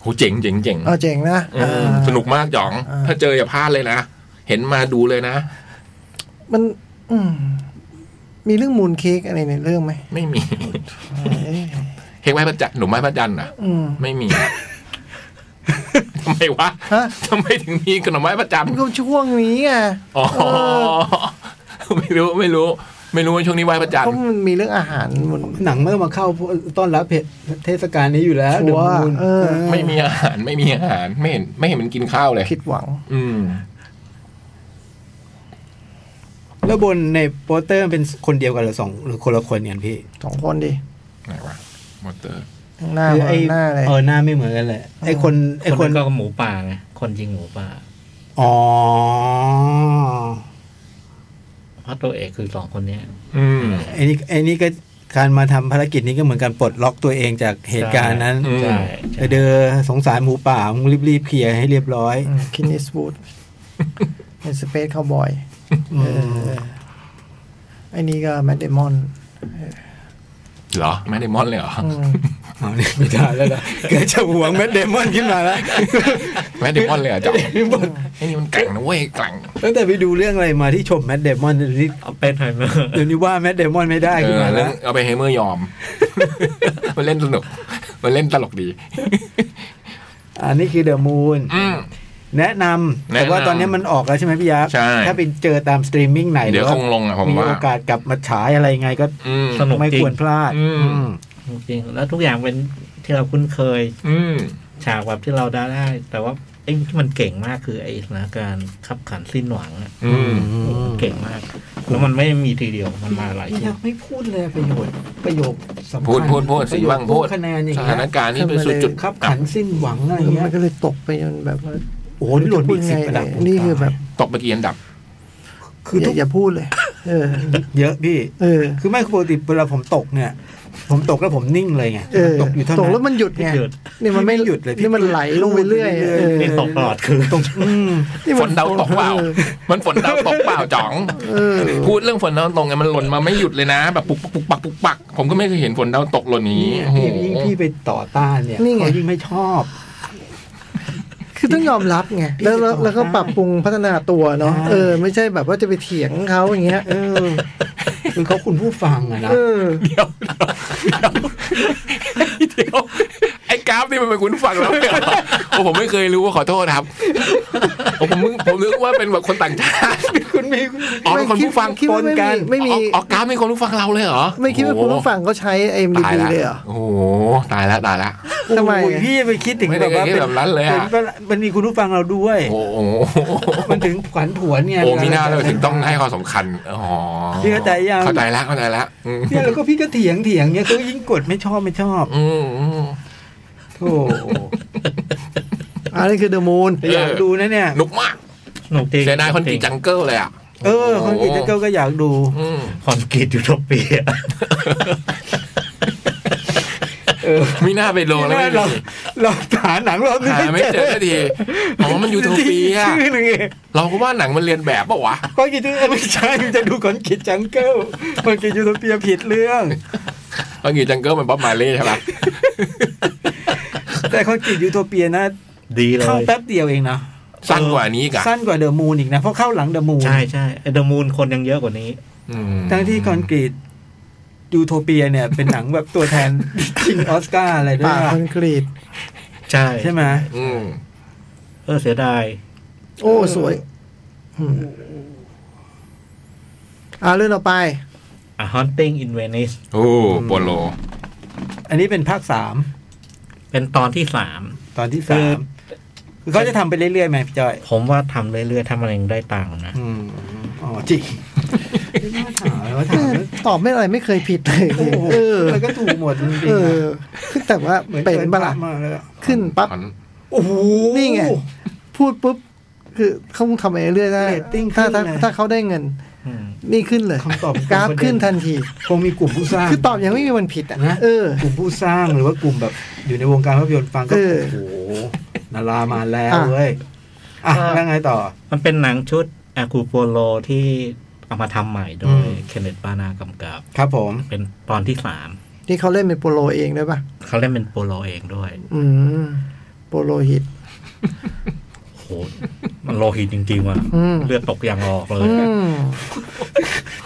โหเจ๋งเจ๋งเจ๋ง เอาเจ๋งนะ อืม อ่า สนุกมากหยอง อ่า ถ้าเจออย่าพลาดเลยนะ เห็นมาดูเลยนะ มันอืมมีเรื่องมูนเค้กอะไรในเรื่องไหม ไม่ มี เอ้ย เฮกไม้พระจันทร์หนูไม้พระจันทร์อ่ะ อืม ไม่มี ทำไมวะ ฮะ ทำไมถึงมีขนมไม้พระจันทร์ มันก็ช่วงนี้ไง อ๋อ ไม่รู้ไม่รู้ ไม่รู้ว่าช่วงนี้ไหว้พระจันท เพ ร์ ราะมันมีเรื่องอาหารมัน หนังเมื่อมาเข้าต้อนรับเทศกาลนี้อยู่แล้ว ชั เด ว อะ ร์ มูน เออ ไม่มีอาหาร ไม่มีอาหาร ไม่เห็น ไม่เห็นมันกินข้าวเลย ผิดหวัง อืม แล้วบนในโปสเตอร์มันเป็นคนเดียวกันหรือสองหรือคนละคนกันพี่ สองคนดิ ไหนวะมอเตอร์ ข้างหน้า คือ มา ไอ้ หน้าเลย เออหน้าไม่เหมือนกันเลยไอ้คนไอ้ ค คน น ก็หมูป่าไงคนยิงหมูป่า อ๋อ เพราะตัวเอกคือสองคนเนี้ย อืม ไอ้นี่ไอ้นี่ก็การมาทำภารกิจนี้ก็เหมือนการปลดล็อกตัวเองจากเหตุการณ์นั้น ใช่ ใช่ใช่ เดินสงสารหมูป่ามึงรีบๆเคลียร์ให้เรียบร้อย คินนิสวูดเป็นสเปซคาวบอยไอ้นี่ก็แมดเดมอน เหรอ ไม่ได้มอนเลยเหรอ เอาเนี่ยไม่ได้แล้วล่ะแกจะหวงแมดเดมอนขึ้นมาแล้ว แมดเดมอนเลยเหรอ่ะจ๊ะไอ้นี่มันแกร่งนะเว้ยแกร่ง ตั้งแต่ไปดูเรื่องอะไรมาที่ชมแมดเดมอนเดี๋ยวนี้ เอาเป็นไทเมอร์ เดี๋ยวนี้ว่าแมดเดมอนไม่ได้ เอ ขึ้น อ มา เล่ แล้ น ว เอาไปเฮเมอร์ยอม มันเล่นสนุก มันเล่นตลกดี อันนี้คือเดอะมูน อืม แนะนำแต่ว่า แนะนำ ตอนนี้มันออกแล้วใช่ไหมพี่ยักษ์ ใช่ ถ้าไปเจอตามสตรีมมิ่งไหน เดี๋ยว ห ค รือง ลงอ่ะผม มี ว่า โอกาสกลับมาฉายอะไรไงก็ อืม สนุก ไม่ จริ ควรง พลาด อืม อืม จริง แล้วทุกอย่างเป็นที่เราคุ้นเคย อืม ฉากแบบที่เราได้ได้ แต่ว่าไอ้ที่มันเก่งมากคือไอ้สถานการณ์ขับขันสิ้นหวังอะ อืม เก่งมาก แล้วมันไม่ได้มีทีเดียวมันมาหลาย พี่ ที ยักษ์ไม่พูดเลยประโยชน์ประโยคสำคัญ พูดพูดพูดสิบ้างพูด คะแนนอย่าง สถานเงี้ย การณ์ที่ไปสู่จุด ครับขันสิ้นหวังอะไรเงี้ มั ย นก็เลยตกไปจนแบบว่า โอ้โหนี่หล่นไป พูด อีก ไง สิบระดับ นี่คือแบบ ตกไปกี่อันดับ คือ อ ทุ ย่าก อย่าพูดเลย เออ เยอะพี่ เออ คือไม่คือปกติเวลาผมตกเนี่ย ผมตกแล้วผมนิ่งเลยไง เออ ตกอยู่เท่า ตก นั้ แล้ว น มันหยุดไง หยุด นี่มันไม่ หยุดเลยพี่ นี่มันไหลลงไปเรื่อย เรื่อย เออ นี่ตกตลอดคือ ตกอืม นี่ ฝ มัน ดาวตกเปล่า มันฝนดาวตกเปล่าจ๋อง เออ พูดเรื่องฝนดาวตกไงมันหล่นมาไม่หยุดเลยนะ แบบปุกปักปุกปักปุกปัก ผมก็ไม่เคยเห็นฝนดาวตกหล่นอย่างนี้ เนี่ย โอ้โห พี่ยิ่งพี่ไปต่อต้านเนี่ยเขายิ่งไม่ชอบ คือต้องยอมรับไงแล้วแล้วแล้วก็ปรับปรุงพัฒนาตัวเนาะ ใช่ เออ ไม่ใช่แบบว่าจะไปเถียงเขาอย่างเงี้ย เออคือเขาคุณผู้ฟังอะนะ เออ เดี๋ยวไอ้กราฟนี่มันเป็นคุณฟังแล้วเนี่ยเหรอโอ้ผมไม่เคยรู้ว่าขอโทษครับโอ้ผมมึงผมนึกว่าเป็นแบบคนต่างชาติ คุณมี อ๋อเป็นคนผู้ฟัง คิดว่าไม่ ปนกั มี น ไม่มี อ๋ออ๋อกราฟเป็นคนผู้ฟังเราเลยเหรอ ไม่คิดว่าคุณผู้ฟังเขาใช้ โอ้โห IMDb ตายละ เลยเหรอ โอ้โหตายละตายละ ทำไม โอ้ยพี่ไปคิดถึง ไม่ได้ แบบว่า คิดแบบนั้นเลยอะ ป็นมันมีคุณผู้ฟังเราด้วย โอ้โห มันถึงขวัญผวนไง โอ้มีหน้าเลยถึงต้องให้ความสำคัญอ๋อ พี่เข้าใจยัง เข้าใจละเข้าใจละอืม เนี่ยแล้วก็พี่ก็เถียงเถียงเนี่ยเขายิ่งกดไม่ชอบไม่ชอบ อืมอืม โธ่ อันนี้คือ The Moon แต่อยาก เออ ดูนะเนี่ย นุกมาก หนุกจริง เสียดายคนกีจังเกิลเลยอ่ะ เออคนกิจเจ้าก็อยากดู อืม คอนกรีตยูโทเปีย มีหน้าไปโลแล้วไม่ เรา ได้ เราหาหนังเรา หาไม่เจอสักทีอ๋อมันยูโทเปีย ชื่อหนึ่งเอง เราก็ว่าหนังมันเรียนแบบปะวะ ก็คิดว่าไม่ใช่จะดูคอนกิจจังเกิลคอนกิจยูโทเปียผิดเรื่อง ตอนกีจังเกิลมันป๊อปมาเล่ใช่ปะ แต่คอนกิจยูโทเปียนะ ดีเล เข้าย แป๊บเดียวเองนะ สั้นกว่านี้อีกอะ สั้นกว่าเดอะมูนอีกนะ เพราะเข้าหลังเดอะมูน ใช่ใช่เดอะมูนคนยังเยอะกว่านี้ อืม ทั้งที่คอนกรีตยูโทเปียเนี่ย เป็นหนังแบบตัวแทนชิงออสการ์อะไรด้ว ป่าย อะ คอนกรีต ใช่ ใช่ไหม อืม เออเสียดาย โอ้ สวย ม อืมอ่าเรื่องต่อไป A Haunting in Venice โอ้โปโล อันนี้เป็นภาคสาม เป็นตอนที่สาม ตอนที่ คือ สามคือเขาจะทำไปเรื่อยๆไหมพี่จ้อย ผมว่าทำเรื่อยๆทำอะไรได้ตังค์นะ อืมอ๋อจริงไม่น่าถามเลยว่าถามแล้ว ตอบไม่อะไรไม่เคยผิดเลย โอ้โห เออ มันก็ถูกหมดจริง เอ ๆ อ นะ คือแต่ว่า เหมือน เป็น กิ บ้าละ ภพมากแล้วอะ ขึ้นปั๊บ โอ้โห นี่ไง พูดปุ๊บ คือเขาคงทำเองเรื่อยได้ เรตติ้ง ถ้าถ้า ขึ้นเลย ถ้าเขาได้เงิน อืม นี่ขึ้นเลย คำตอบ กราฟ ตรงประเด็น ขึ้นทันที คงมีกลุ่มผู้สร้าง คือตอบยังไม่มีวันผิดอ่ะ นะ เออ กลุ่มผู้สร้างหรือว่ากลุ่มแบบอยู่ในวงการภาพยนตร์ฟังก็ เอ โอ้ อ โหนารามาแล้ว อ่ะ เว้ยอ่ะ อ่ะ แล้วไงต่อ มันเป็นหนังชุด a คูโปโลที่เอามาทำใหม่โด อื ย ม เคนเนตปานากำกับ ครับผม เป็นตอนที่สาม นี่เขาเล่นเป็นโปโลเองด้วยป่ะ เขาเล่นเป็นโปโลเองด้วย อืม โปโลฮิต โหมันโลหิตจริงๆว่ะ อืม เลือดตกอย่างออกเลย อืม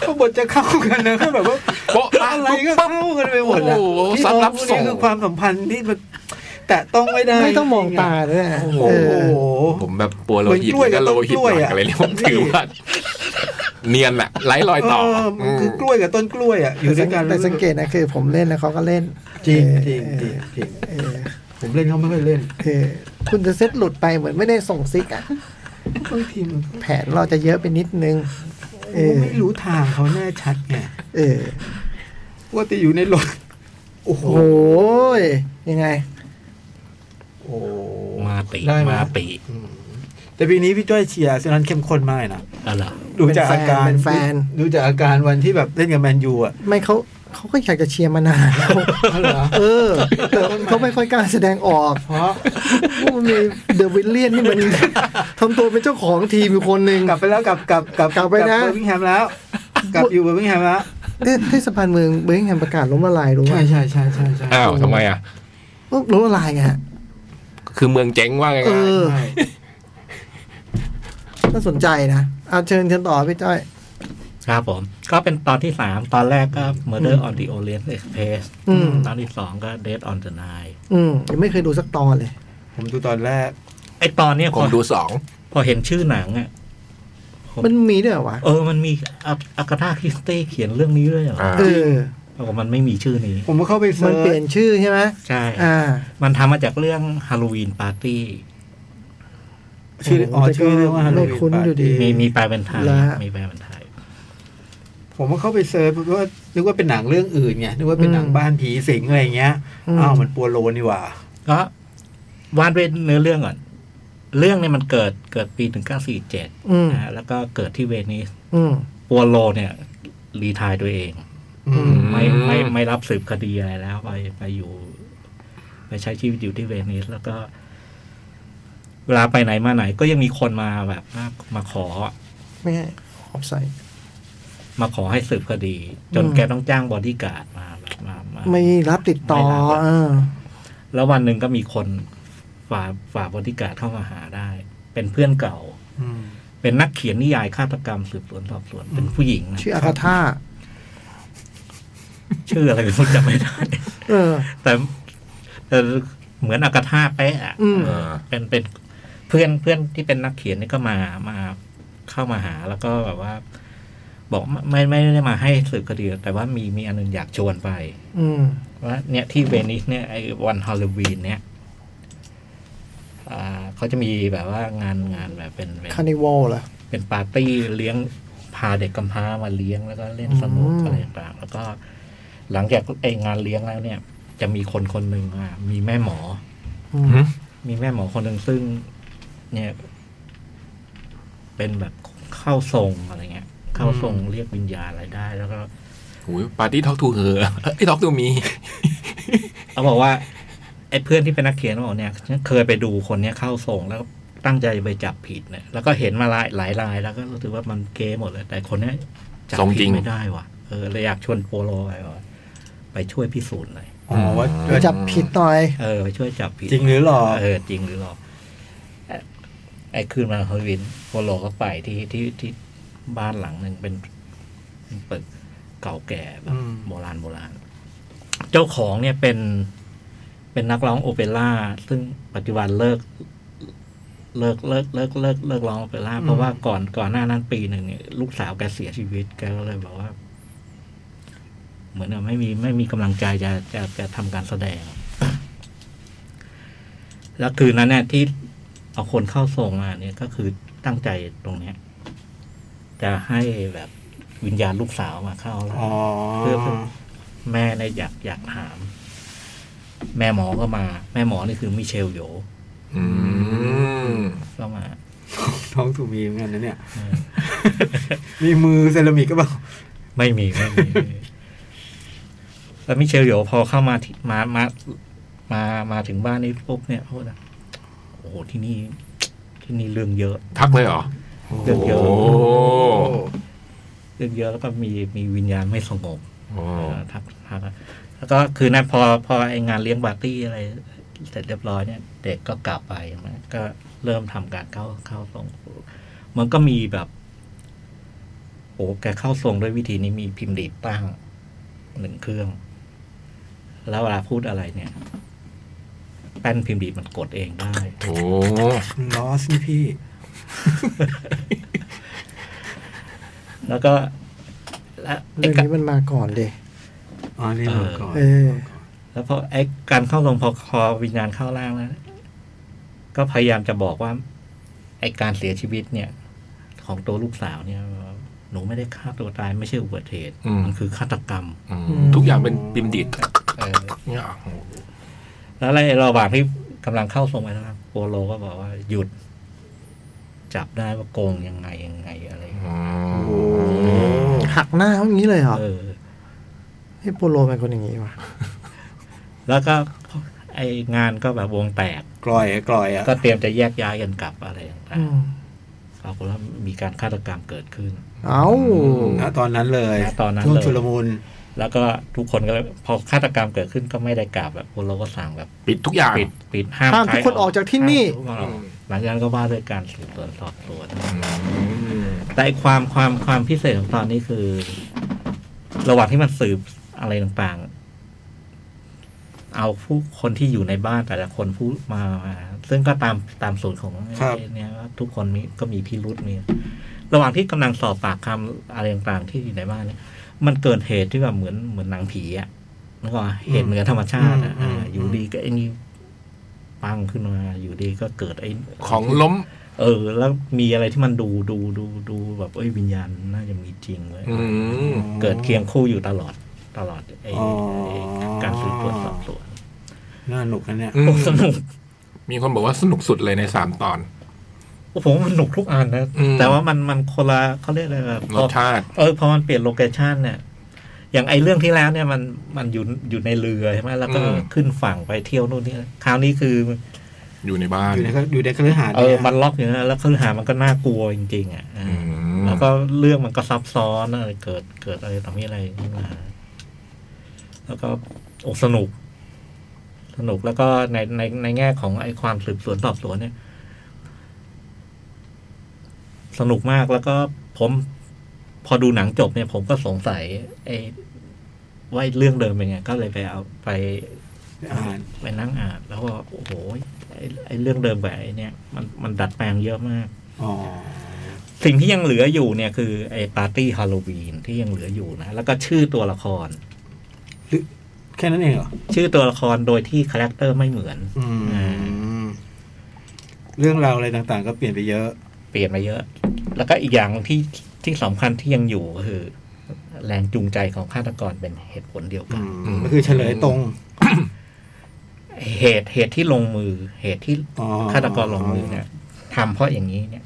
ก็บทจะเข้ากันนะก็แบบว่า โป๊ะปะ อะไรก็ ปุ๊บ เข้ากันไปหมดนะ โอ้โห พี่ ซับ น้อง รับ พวก ส่ นี้ ง คือความสัมพันธ์ที่มันแต่ต้องไม่ได้ ไม่ต้องมองตาด้วยนะ โอ้โห เออ ผมแบบปัวโลหิต เหมื แล้ อน ว กล้วยก็โลหิตหน่อยกับต้นกล้วยอะ อะไรเนี่ยผม นี่ ถือว่า เนียนอะไร้รอยต่อ เออมันคือกล้วยกับต้นกล้วยอ่ะอยู่ด้วยกัน แต่สังเกตนะคือผมเล่นแล้วเขาก็เล่น จริง เออ จริงจริง เออ จริง เออ ผมเล่นเขาไม่ค่อยเล่น เออคุณจะเซตหลุดไปเหมือนไม่ได้ส่งซิกอ่ะ บางทีมัน แผนเราจะเยอะไปนิดนึง เออ ไม่รู้ทางเขาแน่ชัดไง เออ ว่าจะอยู่ในรถโอ้โห โอ้ยยังไง โอ้โห มาติ ได้ไห มาติ อืม แต่ปีนี้พี่จ้อยเชียร์อาร์เซนอลเข้มข้นมากเลยนะ อะไรอ ดูจากอาการ เป็นแฟน ดูจากอาการวันที่แบบเล่นกับแมนยูอ่ะ ไม่เขาเขาก็อยากจะเชียร์มานานแล้ว อ๋อเหรอ เออแต่เขาไม่ค่อยกล้าแสดงออก เพราะ มันมีเดอะวิลเลียนนี่มันทำตัวเป็นเจ้าของทีมอยู่คนหนึ่ง กลับไปแล้วกลับกลับกลับ กลับไปนะ เบอร์มิงแฮมแล้ว กลับอยู่เบอร์มิงแฮมแล้ว เอ๊ะเทศบาลเมืองเบงแฮมประกาศล้มละลายรู้ไหม ใช่ใช่ใช่ใช่ใช่ อ้าวทำไมอะ ล้มละลายไงฮะ คือเมืองเจ๊งว่าไง เออ ใช่ น่าสนใจนะเอาเชิญเชิญต่อพี่จ้อย ครับผม ก็เป็นตอนที่สามตอนแรกก็ Murder on the Orient Express อืม ตอนที่สองก็ Dead on the Nile อืมยังไม่เคยดูสักตอนเลย ผมดูตอนแรก ไอตอนเนี้ย ผ พอ มดูสอง พอเห็นชื่อหนังอ่ะ ผม มันมีด้วยเหรอวะ เออมันมีอากาธาคริสเต้เขียนเรื่องนี้ด้วยเหรอ อ่า เออ แต่ว่ามันไม่มีชื่อนี้ ผมก็เข้าไปเซิ มัน ร์ เปลี่ย ช นชื่อใช่ไหม ใช่ อ่า มันทำมาจากเรื่องฮาโลวีนปาร์ตี้ ชื่ออ๋อ แต่ก็ ชื่อเรื่องว่าฮาโล ไม่ วีน คุ้น ปา อยู่ ร์ ดี ตี้ มีมีแปลเป็นไทย แล้วฮะ มีแปลเป็นไทย ผมว่าเข้าไปเซิร์ชเพราะว่านึกว่าเป็นหนังเรื่องอื่นไงนึกว่าเป็นหนัง อืม บ้านผีสิงอะไรเงี้ย อืม อ้าวมันปัวโลนี่หว่า ก็วาดด้วยเนื้อเรื่องก่อน เรื่องเนี่ยมันเกิดเกิดปี 1947 อืม นะฮะแล้วก็เกิดที่เวนิส อืม ปัวโลเนี่ย รีไทายตัวเอง อืม ไม่ไม่ไม่รับสืบคดีอะไรแล้ว ไปไปอยู่ ไปใช้ชีวิตอยู่ที่เวนิสแล้วก็ เวลาไปไหนมาไหน ก็ยังมีคนมาแบบมามาขอ ไม่ให้ออฟไซด์ มาขอให้สืบคดี จน อืม แกต้องจ้างบอดี้การ์ดมาแบบมามา ไม่รับติดต่อ ไม่รับ เออ แล้ววันหนึ่งก็มีคนฝ่าฝ่าบอดี้การ์ดเข้ามาหาได้ เป็นเพื่อนเก่า อืม เป็นนักเขียนนิยายฆาตกรรมสืบสวนสอบสวน เป็นผู้หญิงนะ ชื่ออาคาธา ชื่ออะไรไม่รู้จำไม่ได้ เออ แต่แต่เหมือนอากาธาเป๊ะอะ อืม เออ เป็นเป็นเพื่อนเพื่อนที่เป็นนักเขียนนี่ก็มามาเข้ามาหาแล้วก็แบบว่า บอกไม่ไม่ไม่ได้มาให้สืบคดีหรอกแต่ว่ามีมีอันหนึงอยากชวนไป อืม ว่าเนี่ยที่เวนิสเนี่ยไอ้วันฮาโลวีนเนี่ยอ่าเขาจะมีแบบว่างานงานแบบเป็นเป็น คานิวอลเหรอ เป็นปาร์ตี้เลี้ยงพาเด็กกำพร้ามาเลี้ยงแล้วก็เล่นสนุก อืม อะไรต่างๆแล้วก็ หลังจากไอ้งานเลี้ยงแล้วเนี่ย จะมีคนคนหนึ่งอ่ะมีแม่หมอ อืม หืม มีแม่หมอคนหนึ่งซึ่ง เนี่ย เป็นแบบเข้าทรงอะไรเงี้ย เข้าทรงเรียกวิญญาณอะไรได้ แล้วก็ โอ้ยปาร์ตี้ทอกทูเหอะไอ้ทอกทูมี เขาบอกว่าไอ้เพื่อนที่เป็นนักเขียนเขาบอกเนี่ยฉันเคยไปดูคนเนี้ยเข้าส่งแล้วตั้งใจไปจับผิดเนี่ยแล้วก็เห็นมาหลายหลายรายแล้วก็รู้สึกว่ามันเก๊หมดเลย แต่คนเนี้ยจับ ส่งจ ผิ ริ ด ง ไม่ได้ว่ะเออเลยอยากชวนโปโลไปว่าไปช่วยพิสูจน์หน่อย อ๋อว่า ไปจับผิดหน่อย เออไปช่วยจับผิด จริงหรือหลอก เออจริงหรือหรอกเอ่อไอ้คืนมาฮอลวินโปโลก็ไปที่ที่ที่บ้านหลังหนึ่งเป็นเป็นตึกเก่าแก่แบบโบราณโบราณ เจ้าของเนี่ยเป็นเป็นนักร้องโอเปร่าซึ่งปัจจุบันเลิก เลิกเลิกเลิกเลิกเลิกร้องโอเปร่า อืม เพราะว่าก่อนก่อนหน้านั้นปีหนึ่งเนี่ยลูกสาวแกเสียชีวิตแกก็เลยบอกว่า เหมือนกับไม่มีไม่มีกำลังใจจะจะจะทำการแสดง แล้วคืนนั้นเนี่ยที่เอาคนเข้าทรงมาเนี่ยก็คือตั้งใจตรงเนี้ยจะให้แบบวิญญาณลูกสาวมาเข้าแล้ว อ๋อ เพื่อเพื่อ แม่เนี่ยอยากอยากถาม แม่หมอก็มา แม่หมอนี่คือมิเชลโย อืม ก็มา ท้องถูกมีเหมือนกันนะเนี่ย มีมือเซรามิกก็บอก ไม่มีไม่มีไม่มี แล้วมิเชลโยพอเข้ามาที่มามามามาถึงบ้านนี้ปุ๊บเนี่ยโทษนะโอ้โหที่นี่ ที่นี่เรื่องเยอะ ทักเลยเหรอ เรื่องเยอะ โอ้โห เรื่องเยอะแล้วก็มีมีวิญญาณไม่สงบ โอ้ เออทักทักแล้วก็คือนั้นพอพอไองานเลี้ยงปาร์ตี้อะไร เสร็จเรียบร้อยเนี่ย เด็กก็กลับไปนะก็เริ่มทำการเข้าเข้าทรงมันก็มีแบบ โอ้แกเข้าทรงด้วยวิธีนี้มีพิมพ์ดีดตั้งหนึ่งเครื่อง แล้วเวลาพูดอะไรเนี่ยแป้นพิมพ์ดีดมันกดเองได้ โห ลอสนี่พี่ แล้วก็และไอ้ เรื่อง กะ นี้มันมาก่อนเดย อ๋อ นี่มาก่อน เออ แล้วพอไอ้การเข้าลงพอคอวิญญาณเข้าร่างแล้วนะก็พยายามจะบอกว่า ไอ้การเสียชีวิตเนี่ย ของตัวลูกสาวเนี่ย หนูไม่ได้ฆ่าตัวตายไม่ใช่อุบัติเหตุมันคือฆาตกรรม อืมทุกอย่างเป็นปิมดีดเนี่ยโอ้โห แล้วในระหว่างที่กำลังเข้าทรงไปนะครับโปโลก็บอกว่าหยุด จับได้ว่าโกงยังไงยังไงอะไรอย่างเงี้ย อืม หักหน้าเขาอย่างนี้เลยเหรอ เออ ให้โปโลเป็นคนอย่างนี้วะ แล้วก็ไอ้งานก็แบบวงแตก กลอยอะกลอยอ่ะ ก็เตรียมจะแยกย้ายกันกลับอะไรต่าง อืม ๆปรากฏว่ามีการฆาตกรรมเกิดขึ้น เอ้า ณตอนนั้นเลย ณตอนนั้น ช่วง เลย ชุลมุน แล้วก็ทุกคนก็เลยพอฆาตกรรมเกิดขึ้นก็ไม่ได้กลับแบบเราก็สั่งแบบ ปิดทุกอย่าง ปิดปิดห้าม ห้ามทุกคน ใร ออกจากที่นี่ ห้ามทุกคออก อืม หลังจากนั้นก็ว่าด้วยการสืบสวนสอบสวน อืม แต่ไอ้ความความความพิเศษของตอนนี้คือ ระหว่างที่มันสืบอะไรต่างๆ เอาผู้คนที่อยู่ในบ้านแต่ละคนผู้มามาซึ่งก็ตามตามสูตรของ ครับ เนี่ยว่าทุกคนมีก็มีพิรุษมีระหว่างที่กำลังสอบปากคำอะไรต่างๆ ที่อยู่ในบ้านเนี่ย มันเกิดเหตุที่แบบเหมือนเหมือนหนังผีอะแล้วก็เหตุเหนือธรรมชาติอะ อืมอืม อ่าอยู่ดีก็ไอ้นี่ปังขึ้นมา อยู่ดีก็เกิดไอ้ ของล้ม เออ แล้วมีอะไรที่มันดูดูดูดูแบบเอ้ยวิญญาณน่าจะมีจริงเลย อืม เกิดเคียงคู่อยู่ตลอดตลอดไอ้ อ๋อ ไอ้การสืบสวนสอบสวน น่าหนุกนะเนี่ย อืม โอ้สนุก มีคนบอกว่าสนุกสุดเลยในสามตอน โอ้ผมว่ามันหนุกทุกอันนะ อืม แต่ว่ามันมันคนละเขาเรียกอะไรแบบ รสชาติ เออพอมันเปลี่ยนโลเคชันเนี่ย อย่างไอเรื่องที่แล้วเนี่ยมันมันอยู่อยู่ในเรือใช่ไหมแล้วก็ อืม ขึ้นฝั่งไปเที่ยวนู่นนี่คราวนี้คือ อยู่ในบ้าน อยู่ในอยู่ในคฤหาสน์ เออ เนี่ย มันล็อกอย่างนั้นแล้วคฤหาสน์มันก็น่ากลัวจริงๆอ่ะเอออ ม แล้วก็เรื่องมันก็ซับซ้อนอะไรเกิดเกิดอะไรต่อมีอะไรขึ้นมาแล้วก็โอกสนุก สนุกแล้วก็ในในในแง่ของไอ้ความสืบสวนสอบสวนเนี่ย สนุกมากแล้วก็ผมพอดูหนังจบเนี่ย ผมก็สงสัย ไอ้ว่าไอ้เรื่องเดิมเป็นไง ก็เลยไปเอาไป อ่าน ไปนั่งอ่านแล้วก็โอ้โหไอ้ไอ้เรื่องเดิมกับไอ้เนี่ยมันมันดัดแปลงเยอะมาก อ๋อ สิ่งที่ยังเหลืออยู่เนี่ยคือไอ้ปาร์ตี้ฮาโลวีนที่ยังเหลืออยู่นะ แล้วก็ชื่อตัวละคร แค่นั้นเองเหรอ ชื่อตัวละครโดยที่คาแรคเตอร์ไม่เหมือน อืม เรื่องราวอะไรต่างๆ ก็เปลี่ยนไปเยอะ เปลี่ยนมาเยอะ แล้วก็อีกอย่างที่ที่สำคัญที่ยังอยู่ก็คือ แรงจูงใจของฆาตกรเป็นเหตุผลเดียวกั อื น มก็คือเฉลยตรง เหตุเหตุที่ลงมือ เหตุที่ อ๋อ ฆาตกรลงมือเนี่ยทำเพราะอย่างนี้เนี่ย